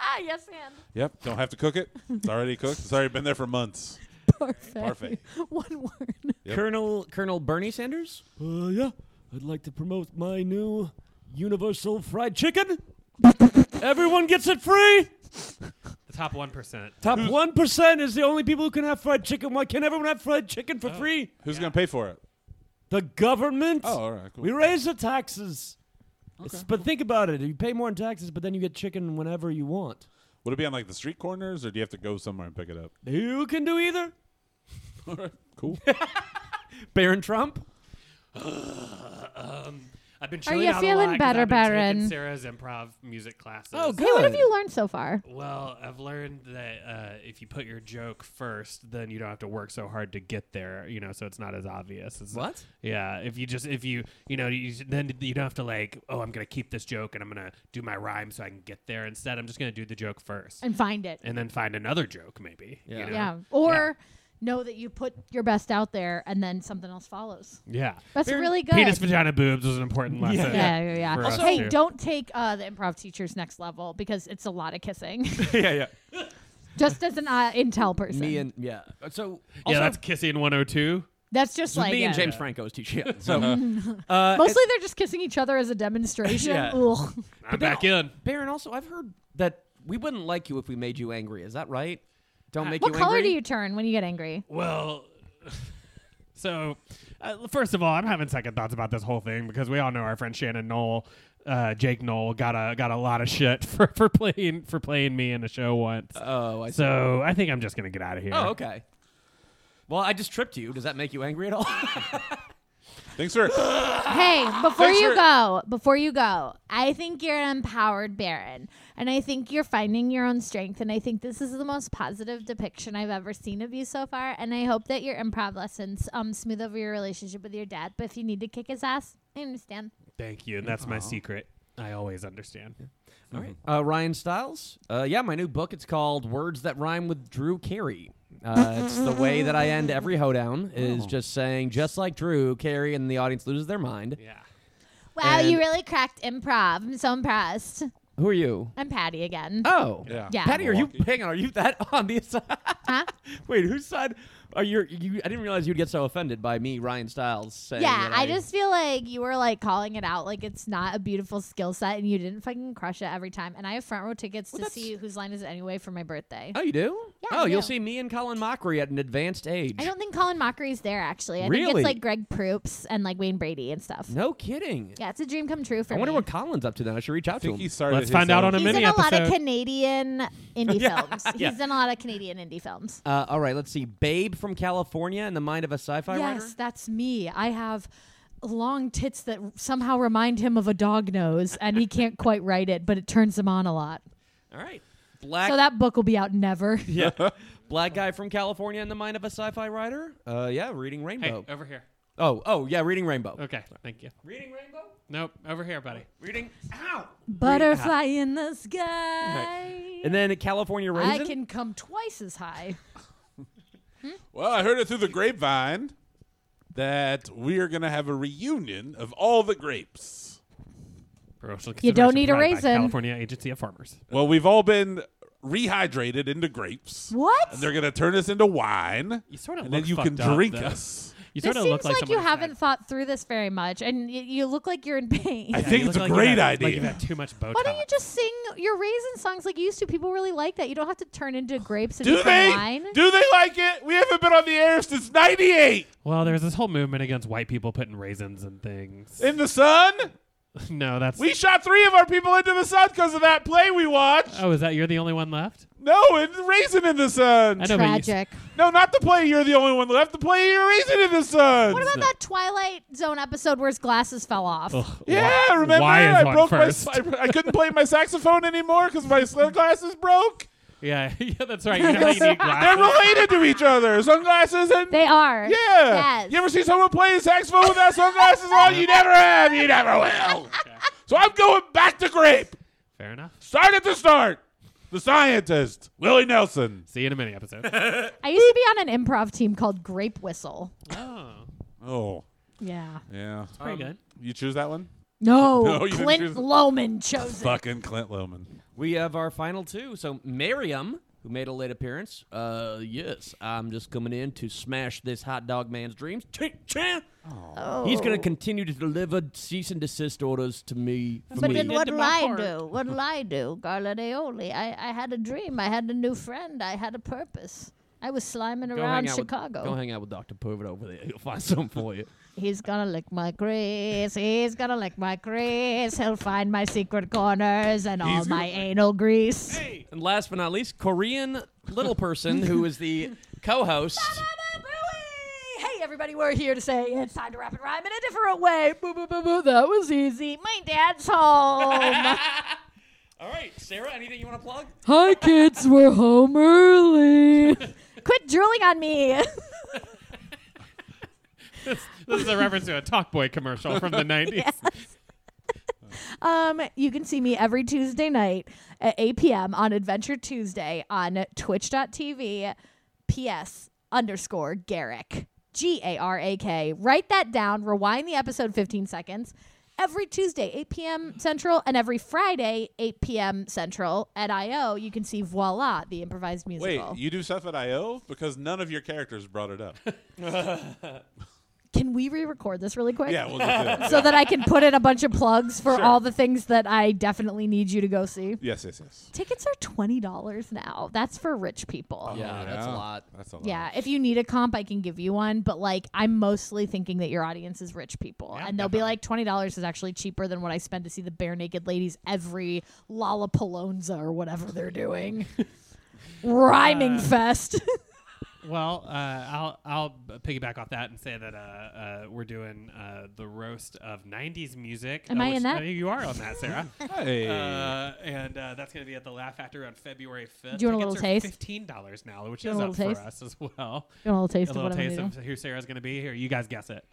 Speaker 6: Ah, yes, and
Speaker 4: Yep. Don't have to cook it. It's already cooked. It's already been there for
Speaker 6: [laughs]
Speaker 4: months.
Speaker 3: Perfect.
Speaker 4: Perfect.
Speaker 3: [laughs] One word.
Speaker 4: Yep.
Speaker 5: Colonel Colonel Bernie Sanders?
Speaker 15: Uh, yeah, I'd like to promote my new Universal Fried Chicken. Everyone gets it free.
Speaker 2: The top
Speaker 6: [laughs]
Speaker 2: one percent.
Speaker 15: Top one percent is the only people who can have fried chicken. Why can't everyone have fried chicken for free?
Speaker 4: Who's gonna pay for it?
Speaker 15: The government.
Speaker 4: Oh, all right, cool.
Speaker 15: We raise the taxes. It's- But think about it. You pay more in taxes, but then you get chicken whenever you want.
Speaker 4: Would it be on like the street corners, or do you have to go somewhere and pick it up?
Speaker 15: You can do either.
Speaker 4: Cool.
Speaker 15: [laughs] Baron Trump.
Speaker 2: I've been
Speaker 6: Are
Speaker 2: chilling
Speaker 6: you
Speaker 2: out a
Speaker 6: feeling
Speaker 2: lot 'cause
Speaker 6: better,
Speaker 2: I've been taking
Speaker 6: Baron?
Speaker 2: Sarah's improv music classes.
Speaker 15: Oh,
Speaker 6: Hey, what have
Speaker 15: Good.
Speaker 6: you learned so far?
Speaker 2: Well, I've learned that uh, if you put your joke first, then you don't have to work so hard to get there. You know, so it's not as obvious. It's-
Speaker 5: What?
Speaker 2: yeah, if you just if you you know you, then you don't have to like oh I'm gonna keep this joke and I'm gonna do my rhyme so I can get there. Instead, I'm just gonna do the joke first
Speaker 3: And find it.
Speaker 2: and then find another joke maybe. you
Speaker 5: Yeah.
Speaker 2: know?
Speaker 3: Yeah. Or know that you put your best out there and then something else follows.
Speaker 2: yeah.
Speaker 3: That's really good.
Speaker 2: Penis, vagina, boobs was an important lesson.
Speaker 3: yeah, yeah, yeah.
Speaker 2: for us
Speaker 3: hey,
Speaker 2: too.
Speaker 3: don't take uh, the improv teacher's next level because it's a lot of kissing.
Speaker 15: yeah, yeah.
Speaker 3: [laughs] just as an uh, intel person.
Speaker 5: Me and yeah. So
Speaker 2: yeah,
Speaker 5: also,
Speaker 2: that's kissing 102.
Speaker 3: That's just like
Speaker 5: me and
Speaker 3: yeah.
Speaker 5: James Franco's teaching. Yeah, So
Speaker 2: Uh-huh.
Speaker 3: [laughs]
Speaker 5: uh,
Speaker 3: Mostly they're just kissing each other as a demonstration.
Speaker 5: Yeah.
Speaker 3: Ugh.
Speaker 2: I'm
Speaker 5: then
Speaker 2: back in.
Speaker 5: Baron, also I've heard that we wouldn't like you if we made you angry. Is that right? Don't make
Speaker 3: What
Speaker 5: you
Speaker 3: color
Speaker 5: angry.
Speaker 3: do you turn when you get
Speaker 5: [sighs]
Speaker 3: angry?
Speaker 2: Well, [laughs] so uh, first of all, I'm having second thoughts about this whole thing because we all know our friend Shannon Knoll, uh, Jake Knoll, got a got a lot of shit [laughs] for, for playing for playing me in a show once.
Speaker 5: Oh, I see.
Speaker 2: so I think I'm just gonna get out of here.
Speaker 5: Oh, okay. Well, I just tripped you. Does that make you angry at
Speaker 2: [laughs]
Speaker 5: all?
Speaker 4: Thanks,
Speaker 2: [gasps]
Speaker 4: sir.
Speaker 6: Hey, before
Speaker 4: Thanks
Speaker 6: you
Speaker 4: for-
Speaker 6: go, before you go, I think you're an empowered Baron. And I think you're finding your own strength. And I think this is the most positive depiction I've ever seen of you so far. And I hope that your improv lessons um, smooth over your relationship with your dad. But if you need to kick his ass, I understand.
Speaker 2: Thank you, and that's my secret. I always understand.
Speaker 5: all right.
Speaker 2: Mm-hmm.
Speaker 5: Uh, Ryan Stiles. Uh, yeah, my new book. It's called Words That Rhyme with Drew Carey. Uh, it's the way that I end every hoedown is
Speaker 2: Oh.
Speaker 5: just saying, just like Drew Carey, and the audience loses their mind.
Speaker 2: Yeah.
Speaker 6: Wow,
Speaker 5: And-
Speaker 6: you really cracked improv. I'm so impressed.
Speaker 5: Who are you?
Speaker 6: I'm Patty again.
Speaker 5: Oh,
Speaker 4: Yeah.
Speaker 6: Yeah.
Speaker 5: Patty, are you?
Speaker 4: Milwaukee.
Speaker 5: Hang on, are you that [laughs] on the side?
Speaker 6: Huh?
Speaker 5: Wait, whose side are you, you? I didn't realize you'd get so offended by me, Ryan Stiles. Saying
Speaker 6: Yeah,
Speaker 5: that
Speaker 6: I just feel like you were like calling it out like it's not a beautiful skill set and you didn't fucking crush it every time. And I have front row tickets
Speaker 5: Well,
Speaker 6: to
Speaker 5: that's-
Speaker 6: see whose line is it anyway for my birthday.
Speaker 5: Oh, you do?
Speaker 6: Yeah,
Speaker 5: Oh,
Speaker 6: I
Speaker 5: you'll
Speaker 6: do.
Speaker 5: see me and Colin Mockery at an advanced age.
Speaker 6: I don't think Colin Mockery's there actually. I think
Speaker 5: Really?
Speaker 6: it's like Greg Proops and like Wayne Brady and stuff.
Speaker 5: No kidding.
Speaker 6: Yeah, it's a dream come true for
Speaker 5: I wonder
Speaker 6: me.
Speaker 5: what Colin's up to then. I should reach
Speaker 4: I
Speaker 5: out to
Speaker 4: think
Speaker 5: him.
Speaker 4: he started.
Speaker 2: Let's
Speaker 4: his
Speaker 2: find out
Speaker 4: own-
Speaker 2: on a
Speaker 6: He's in
Speaker 2: mini
Speaker 6: a lot of
Speaker 2: episode.
Speaker 6: Canadian
Speaker 5: [laughs]
Speaker 6: indie
Speaker 5: Yeah,
Speaker 6: films.
Speaker 5: yeah.
Speaker 6: He's in a lot of Canadian indie films.
Speaker 5: Uh, all right, let's see. Babe from California in the mind of a sci-fi writer.
Speaker 3: Yes, that's me. I have long tits that somehow remind him of a dog nose, and he can't quite write it, but it turns him on a lot.
Speaker 5: All right. Black
Speaker 3: So that book will be out never.
Speaker 5: black guy from California in the mind of a sci-fi writer. Uh, yeah, reading
Speaker 2: Hey,
Speaker 5: Rainbow.
Speaker 2: over here.
Speaker 5: oh, oh, yeah, reading Rainbow.
Speaker 2: Okay, thank you.
Speaker 5: Reading Rainbow.
Speaker 2: Nope, over here, buddy.
Speaker 5: Reading. Ow.
Speaker 3: Butterfly in the sky.
Speaker 5: And then a California
Speaker 3: I
Speaker 5: raisin.
Speaker 3: can come twice as high.
Speaker 4: Well, I heard it through the grapevine that we are gonna have a reunion of all the grapes.
Speaker 2: Promotional
Speaker 3: You don't
Speaker 2: consideration
Speaker 3: need a
Speaker 2: provided by
Speaker 3: raisin.
Speaker 2: California Agency of Farmers.
Speaker 4: Well, we've all been rehydrated into grapes.
Speaker 3: What?
Speaker 4: And they're gonna turn us into wine,
Speaker 2: You sort of
Speaker 4: and then
Speaker 2: look
Speaker 4: you can
Speaker 2: fucked up,
Speaker 4: drink
Speaker 2: though.
Speaker 4: us.
Speaker 2: You
Speaker 6: This
Speaker 2: sort of look
Speaker 6: seems
Speaker 2: like,
Speaker 6: like, you
Speaker 2: someone who's
Speaker 6: haven't
Speaker 2: had-
Speaker 6: thought through this very much, and y- you look like you're in pain.
Speaker 4: I
Speaker 2: Yeah,
Speaker 4: think
Speaker 2: you
Speaker 4: it's a
Speaker 2: look like you've
Speaker 4: great
Speaker 2: had-
Speaker 4: idea.
Speaker 2: Like you've had too much
Speaker 6: [laughs]
Speaker 2: Botox.
Speaker 6: Why don't you just sing your raisin songs like you used to? People really like that. You don't have to turn into grapes and
Speaker 4: Do
Speaker 6: become
Speaker 4: they?
Speaker 6: wine.
Speaker 4: Do they like it? We haven't been on the air since '98
Speaker 2: Well, there's this whole movement against white people putting raisins and [laughs] things.
Speaker 4: in the sun.
Speaker 2: no, that's.
Speaker 4: We shot three of our people into the sun because of that play we watched.
Speaker 2: oh, is that you're the only one left?
Speaker 4: No, it's Raisin in the Sun.
Speaker 2: I know, but you-
Speaker 3: Tragic.
Speaker 4: No, not the play. You're the only one left. The play. You're Raisin in the Sun.
Speaker 6: What about that Twilight Zone episode where his glasses fell off?
Speaker 2: Ugh,
Speaker 4: yeah,
Speaker 2: why-
Speaker 4: remember?
Speaker 2: Why is
Speaker 4: I
Speaker 2: one
Speaker 4: broke
Speaker 2: first?
Speaker 4: my. I, I couldn't play my saxophone anymore because my sunglasses broke.
Speaker 2: yeah, [laughs] yeah, that's right. You know how you need
Speaker 4: They're
Speaker 2: glasses?
Speaker 4: related to each other. Sunglasses and.
Speaker 6: They are.
Speaker 4: yeah.
Speaker 6: Yes.
Speaker 4: You ever see someone play a saxophone without sunglasses on? You never have. You never will. So I'm going back to grape.
Speaker 2: Fair enough.
Speaker 4: Start at the start. The scientist, Willie Nelson.
Speaker 2: See you in a mini episode. [laughs]
Speaker 3: I used to be on an improv team called Grape Whistle.
Speaker 2: oh,
Speaker 4: Oh,
Speaker 3: Yeah.
Speaker 4: yeah.
Speaker 2: pretty good.
Speaker 4: You choose that one?
Speaker 16: No,
Speaker 4: [laughs] No, you didn't choose
Speaker 16: Clint
Speaker 4: it.
Speaker 16: Loman chose it.
Speaker 4: Fucking Clint Loman.
Speaker 5: We have our final two. So Miriam, who made a late appearance, uh, yes, I'm just coming in to smash this hot dog man's dreams. Cha-cha! He's going to continue to deliver cease and desist orders to me. For
Speaker 6: But
Speaker 5: me.
Speaker 6: then what'll
Speaker 2: my
Speaker 6: I
Speaker 2: heart.
Speaker 6: do? What'll I do? Garla Aioli. I, I had a dream. I had a new friend. I had a purpose. I was sliming
Speaker 5: Go hang
Speaker 6: around
Speaker 5: out with- go
Speaker 6: Chicago.
Speaker 5: hang out with Doctor Pervert over there. He'll find [laughs] something for you.
Speaker 6: He's gonna lick my crease. He's gonna lick my crease. He'll find my secret corners and all my anal grease.
Speaker 5: And last but not least, Korean little person who is the co-host.
Speaker 16: Hey everybody, we're here to say it's time to rapid rhyme in a different way. Boo boo boo boo. That was easy.
Speaker 6: My dad's
Speaker 5: [laughs]
Speaker 6: home.
Speaker 5: [laughs] All right, Sarah, anything you want to plug?
Speaker 16: Hi kids, we're home early.
Speaker 6: [laughs] Quit drooling
Speaker 5: [laughs]
Speaker 6: on me.
Speaker 2: [laughs] This is a reference to a Talk Boy commercial from the 90s.
Speaker 6: Um, you can see me every Tuesday night at 8 p.m. on Adventure Tuesday on twitch.tv PS underscore Garrick. G A R A K. Write that down. Rewind the episode 15 seconds. Every Tuesday, 8 p.m. Central, and every Friday, 8 p.m. Central at IO, you can see Voila, the improvised
Speaker 4: Wait,
Speaker 6: musical.
Speaker 4: you do stuff at I.O.? Because none of your characters brought it
Speaker 6: [laughs]
Speaker 4: up.
Speaker 6: can we re record this really quick?
Speaker 4: yeah, we'll just do
Speaker 6: [laughs]
Speaker 4: it.
Speaker 6: So that I can put in a bunch of plugs for
Speaker 4: Sure.
Speaker 6: all the things that I definitely need you to go see.
Speaker 4: Yes, yes, yes.
Speaker 6: Tickets are twenty dollars now. That's for rich
Speaker 2: Oh,
Speaker 6: people. Yeah.
Speaker 5: Yeah, that's a lot.
Speaker 4: That's a lot.
Speaker 6: if you need a comp, I can give you one. But like, I'm mostly thinking that your audience is rich people, and they'll be like, twenty dollars is actually cheaper than what I spend to see the bare naked ladies every Lollapalooza or whatever they're
Speaker 2: [laughs]
Speaker 6: doing. Rhyming
Speaker 2: Uh,
Speaker 6: fest. [laughs]
Speaker 2: Well, uh, I'll I'll piggyback off that and say that uh, uh, we're doing uh, the roast of '90s music.
Speaker 6: Am
Speaker 2: uh,
Speaker 6: I in
Speaker 2: which-
Speaker 6: that?
Speaker 2: uh, you are on
Speaker 6: [laughs]
Speaker 2: that, Sarah.
Speaker 4: Hey.
Speaker 2: uh, and uh, that's going to be at the Laugh Factory on February 5th.
Speaker 6: Do you want a little
Speaker 2: Tickets are
Speaker 6: taste?
Speaker 2: Fifteen dollars now, which
Speaker 6: Do you
Speaker 2: is
Speaker 6: want a
Speaker 2: up
Speaker 6: little
Speaker 2: for
Speaker 6: taste?
Speaker 2: us as well.
Speaker 6: you want a little taste
Speaker 2: a
Speaker 6: of what
Speaker 2: little
Speaker 6: I'm
Speaker 2: taste
Speaker 6: doing?
Speaker 2: of who Sarah's going to be. Here, you guys guess it.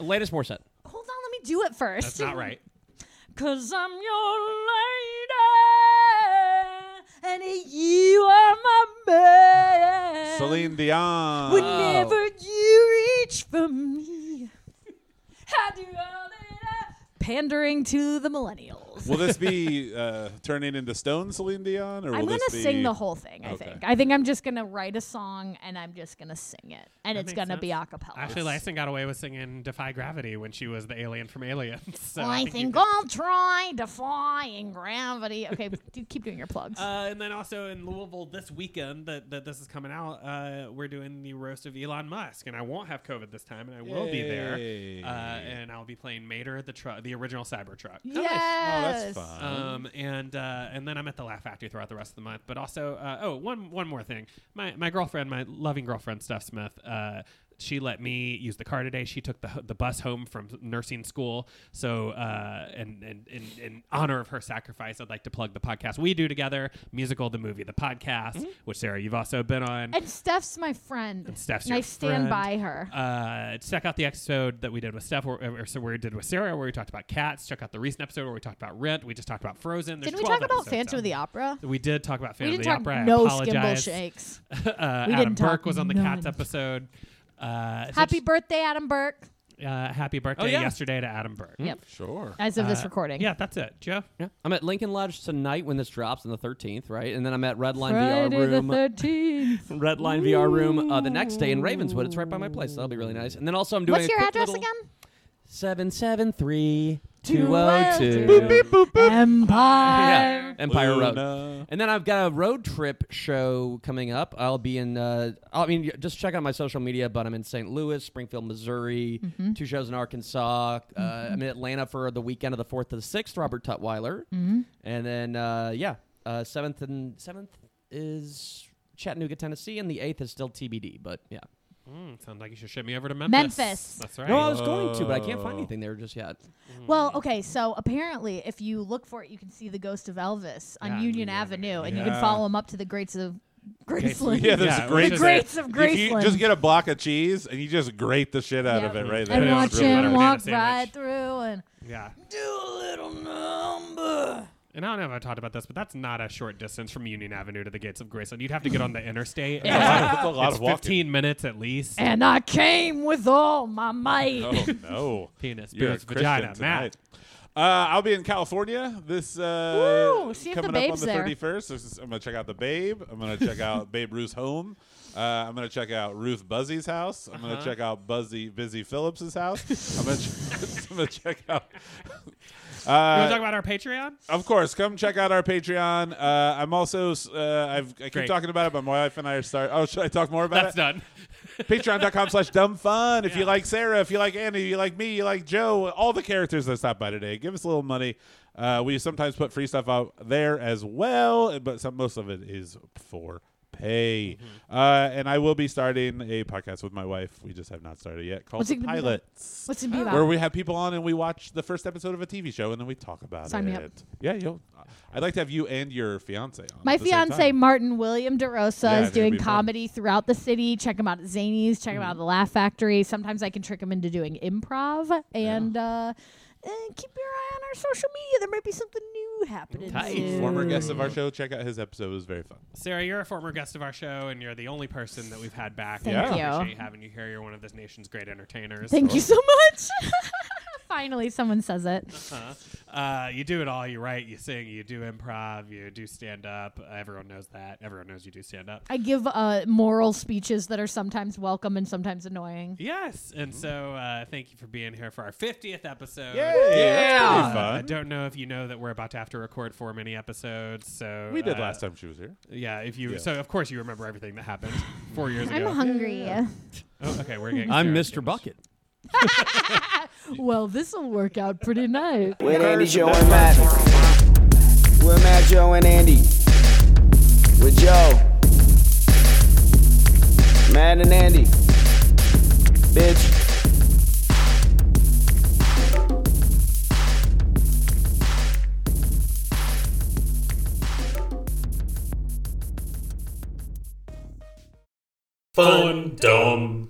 Speaker 5: Latest Morset.
Speaker 6: Hold on, let me do it first. [laughs]
Speaker 2: That's not right.
Speaker 6: Cause I'm your lady, and you are my man.
Speaker 4: Celine Dion.
Speaker 5: Oh.
Speaker 6: Whenever you reach for me, I do all that I... Pandering to the millennials.
Speaker 4: will this be uh, turning into Stone Celine Dion, or will
Speaker 6: I'm gonna
Speaker 4: this be Oh,
Speaker 6: sing the whole thing. I
Speaker 4: Okay.
Speaker 6: think. I think I'm just gonna write a song and I'm just gonna sing it, and it's
Speaker 2: makes
Speaker 6: gonna be a
Speaker 2: sense.
Speaker 6: cappella.
Speaker 2: Ashley Lyson got away with singing "Defy Gravity" when she was the alien from Aliens. [laughs] So
Speaker 6: I
Speaker 2: you
Speaker 6: think
Speaker 2: could-
Speaker 6: I'll try defying gravity. Okay, [laughs] do keep doing your plugs.
Speaker 2: Uh, and then also in Louisville this weekend that, that this is coming out, uh, we're doing the roast of Elon Musk, and I won't have COVID this time, and I will be there,
Speaker 4: Yay.
Speaker 2: uh, and I'll be playing Mater, the truck, the original Cybertruck.
Speaker 4: Oh,
Speaker 6: yes.
Speaker 4: that's fun.
Speaker 6: Oh.
Speaker 2: Um, and uh, and then I'm at the Laugh Factory throughout the rest of the month. But also, uh, oh, one one more thing. My my girlfriend, my loving girlfriend, Steph Smith. Uh, she let me use the car today. She took the, the bus home from nursing school. So, uh, and, and, and in honor of her sacrifice, I'd like to plug the podcast we do together musical, the movie, the podcast,
Speaker 6: Mm-hmm.
Speaker 2: which, Sarah, you've also been on.
Speaker 6: And Steph's my friend.
Speaker 2: Steph's
Speaker 6: and
Speaker 2: your
Speaker 6: I stand
Speaker 2: friend.
Speaker 6: by her.
Speaker 2: Uh, check out the episode that we did with Steph, or, or so we did with Sarah, where we talked about cats. Check out the recent episode where we talked about Rent. We just talked about Frozen. There's
Speaker 6: Didn't we
Speaker 2: 12
Speaker 6: talk about
Speaker 2: episodes
Speaker 6: Phantom
Speaker 2: out.
Speaker 6: of the Opera?
Speaker 2: We did talk about Phantom
Speaker 6: We didn't
Speaker 2: of the
Speaker 6: talk
Speaker 2: Opera. I
Speaker 6: no skimble
Speaker 2: apologize.
Speaker 6: shakes.
Speaker 2: [laughs] uh,
Speaker 6: We
Speaker 2: Adam
Speaker 6: didn't talk
Speaker 2: Burke was on the Cats
Speaker 6: none.
Speaker 2: episode. Uh, so
Speaker 6: Happy
Speaker 2: just,
Speaker 6: birthday, Adam Burke.
Speaker 2: uh, happy birthday
Speaker 5: Oh, yeah.
Speaker 2: yesterday to Adam Burke.
Speaker 6: Yep.
Speaker 4: Sure.
Speaker 6: As of this
Speaker 2: Uh,
Speaker 6: recording.
Speaker 2: Yeah, that's it, Joe.
Speaker 5: I'm at Lincoln Lodge tonight when this drops on the 13th, right? And then I'm at Redline VR Room. Redline VR Room uh, the next day in Ravenswood. It's right by my place. That'll be really nice. And then also I'm doing
Speaker 6: What's
Speaker 5: a
Speaker 6: your
Speaker 5: quick
Speaker 6: address
Speaker 5: little
Speaker 6: again?
Speaker 5: 773
Speaker 6: Boop,
Speaker 5: 202
Speaker 6: Empire.
Speaker 5: yeah, Empire Road.
Speaker 2: [laughs]
Speaker 4: Luna.
Speaker 5: And then I've got a road trip show coming up. I'll be in. Uh, I mean, y- just check out my social media. But I'm in St. Louis, Springfield, Missouri.
Speaker 6: Mm-hmm.
Speaker 5: Two shows in Arkansas. Uh, I'm in Atlanta for the weekend of the fourth to the sixth. Robert Tutwiler.
Speaker 6: Mm-hmm.
Speaker 5: And then uh, yeah, uh, seventh and seventh is Chattanooga, Tennessee, and the eighth is still TBD. But yeah.
Speaker 2: Mm, sounds like you should ship me over to Memphis.
Speaker 6: Memphis.
Speaker 2: That's right.
Speaker 5: No, I was going to, but I can't find anything there just yet.
Speaker 6: Well, okay, so apparently if you look for it, you can see the ghost of Elvis on
Speaker 2: Yeah,
Speaker 6: Union
Speaker 2: yeah,
Speaker 6: Avenue, and you
Speaker 4: yeah.
Speaker 6: can follow him up to the greats of Graceland.
Speaker 4: Yeah, there's
Speaker 2: Yeah,
Speaker 4: a great.
Speaker 2: which is-
Speaker 6: Greats of
Speaker 4: If you
Speaker 6: Graceland.
Speaker 4: just get a block of cheese and you just grate the shit out of
Speaker 6: Yep.
Speaker 4: it right there.
Speaker 6: and
Speaker 2: Yeah,
Speaker 6: watch
Speaker 4: It's really
Speaker 2: him
Speaker 4: good.
Speaker 6: him
Speaker 2: banana
Speaker 6: walk
Speaker 2: sandwich.
Speaker 6: right through and
Speaker 2: yeah.
Speaker 6: do a little number.
Speaker 2: And I don't know if I talked about this, but that's not a short distance from Union Avenue to the gates of Graceland. You'd have to get on the
Speaker 4: [laughs]
Speaker 2: interstate.
Speaker 4: [laughs] It's a lot- it's a lot
Speaker 2: It's
Speaker 4: of walking.
Speaker 2: 15 minutes at least.
Speaker 6: And I came with all my might.
Speaker 4: Oh no,
Speaker 2: Penis,
Speaker 4: You're a
Speaker 2: [laughs] spirits, vagina,
Speaker 4: Christian
Speaker 2: Matt.
Speaker 4: tonight. Uh, I'll be in California this uh,
Speaker 6: Ooh, see if the
Speaker 4: coming
Speaker 6: babe's
Speaker 4: up on the
Speaker 6: there.
Speaker 4: 31st. This is- I'm gonna check out the Babe. I'm gonna check out
Speaker 6: [laughs]
Speaker 4: Babe Ruth's home. Uh, I'm gonna check out Ruth Buzzy's house. I'm
Speaker 6: Uh-huh.
Speaker 4: gonna check out Buzzy Busy Phillips's
Speaker 6: [laughs]
Speaker 4: house. I'm gonna, ch- [laughs] I'm gonna check out.
Speaker 2: You
Speaker 4: Uh,
Speaker 2: want to talk about our Patreon?
Speaker 4: of course, come check out our Patreon. Uh, I'm also uh, I've, I keep
Speaker 2: Great.
Speaker 4: talking about it, but my wife and I are start. Oh, should I talk more about
Speaker 2: That's
Speaker 4: it?
Speaker 2: done.
Speaker 4: Patreon.com slash dumb fun. If you
Speaker 2: Yeah.
Speaker 4: like Sarah, if you like Andy, you like me, you like Joe, all the characters that stopped by today, give us a little money. Uh, we sometimes put free stuff out there as well, but some, most of it is for pay. Uh, and I will be starting a podcast with my wife. We just have not started yet called
Speaker 6: What's
Speaker 4: The
Speaker 6: it gonna be
Speaker 4: Pilots,
Speaker 6: What's it be
Speaker 4: where
Speaker 6: about?
Speaker 4: we have people on and we watch the first episode of a TV show and then we talk about
Speaker 6: Sign
Speaker 4: it.
Speaker 6: me up.
Speaker 4: Yeah, you'll. I'd like to have you and your fiance on.
Speaker 6: My
Speaker 4: at the same
Speaker 6: fiance
Speaker 4: time.
Speaker 6: Martin William DeRosa
Speaker 4: Yeah,
Speaker 6: is
Speaker 4: it's gonna
Speaker 6: doing
Speaker 4: be fun.
Speaker 6: comedy throughout the city. Check him out at Zany's. Check
Speaker 4: Mm-hmm.
Speaker 6: him out at the Laugh Factory. Sometimes I can trick him into doing improv. And uh, eh, keep your eye on our social media. There might be something new happening.
Speaker 2: Nice.
Speaker 6: soon.
Speaker 4: Former guest of our show, check out his episode. It was very fun.
Speaker 2: Sarah, you're a former guest of our show, and you're the only person that we've had back.
Speaker 6: Thank
Speaker 2: we
Speaker 6: you.
Speaker 2: appreciate having you here. You're one of this nation's great entertainers.
Speaker 6: Thank you so much. [laughs] Finally, someone says it.
Speaker 2: Uh-huh. Uh, you do it all. You write, you sing, you do improv, you do stand up. Everyone knows that. Everyone knows you do stand up.
Speaker 6: I give uh, moral speeches that are sometimes welcome and sometimes annoying.
Speaker 2: Yes, and so uh, thank you for being here for our 50th episode.
Speaker 4: Mm. yeah.
Speaker 2: Uh, I
Speaker 4: Fun.
Speaker 2: don't know if you know that we're about to have to record four mini episodes. So
Speaker 4: We did
Speaker 2: uh,
Speaker 4: last time she was here.
Speaker 2: Yeah, if you
Speaker 4: Yeah.
Speaker 2: so of course you remember everything that happened
Speaker 6: [laughs]
Speaker 2: four years
Speaker 17: I'm
Speaker 2: ago.
Speaker 17: hungry.
Speaker 2: Oh, okay, we're getting.
Speaker 5: I'm
Speaker 2: serious.
Speaker 5: Mr. Bucket.
Speaker 6: Well, this will work out pretty nice.
Speaker 9: With Andy, Joe, and Matt. With Matt, Joe, and Andy. With Joe. Matt and Andy. Bitch.
Speaker 18: Fun Dumb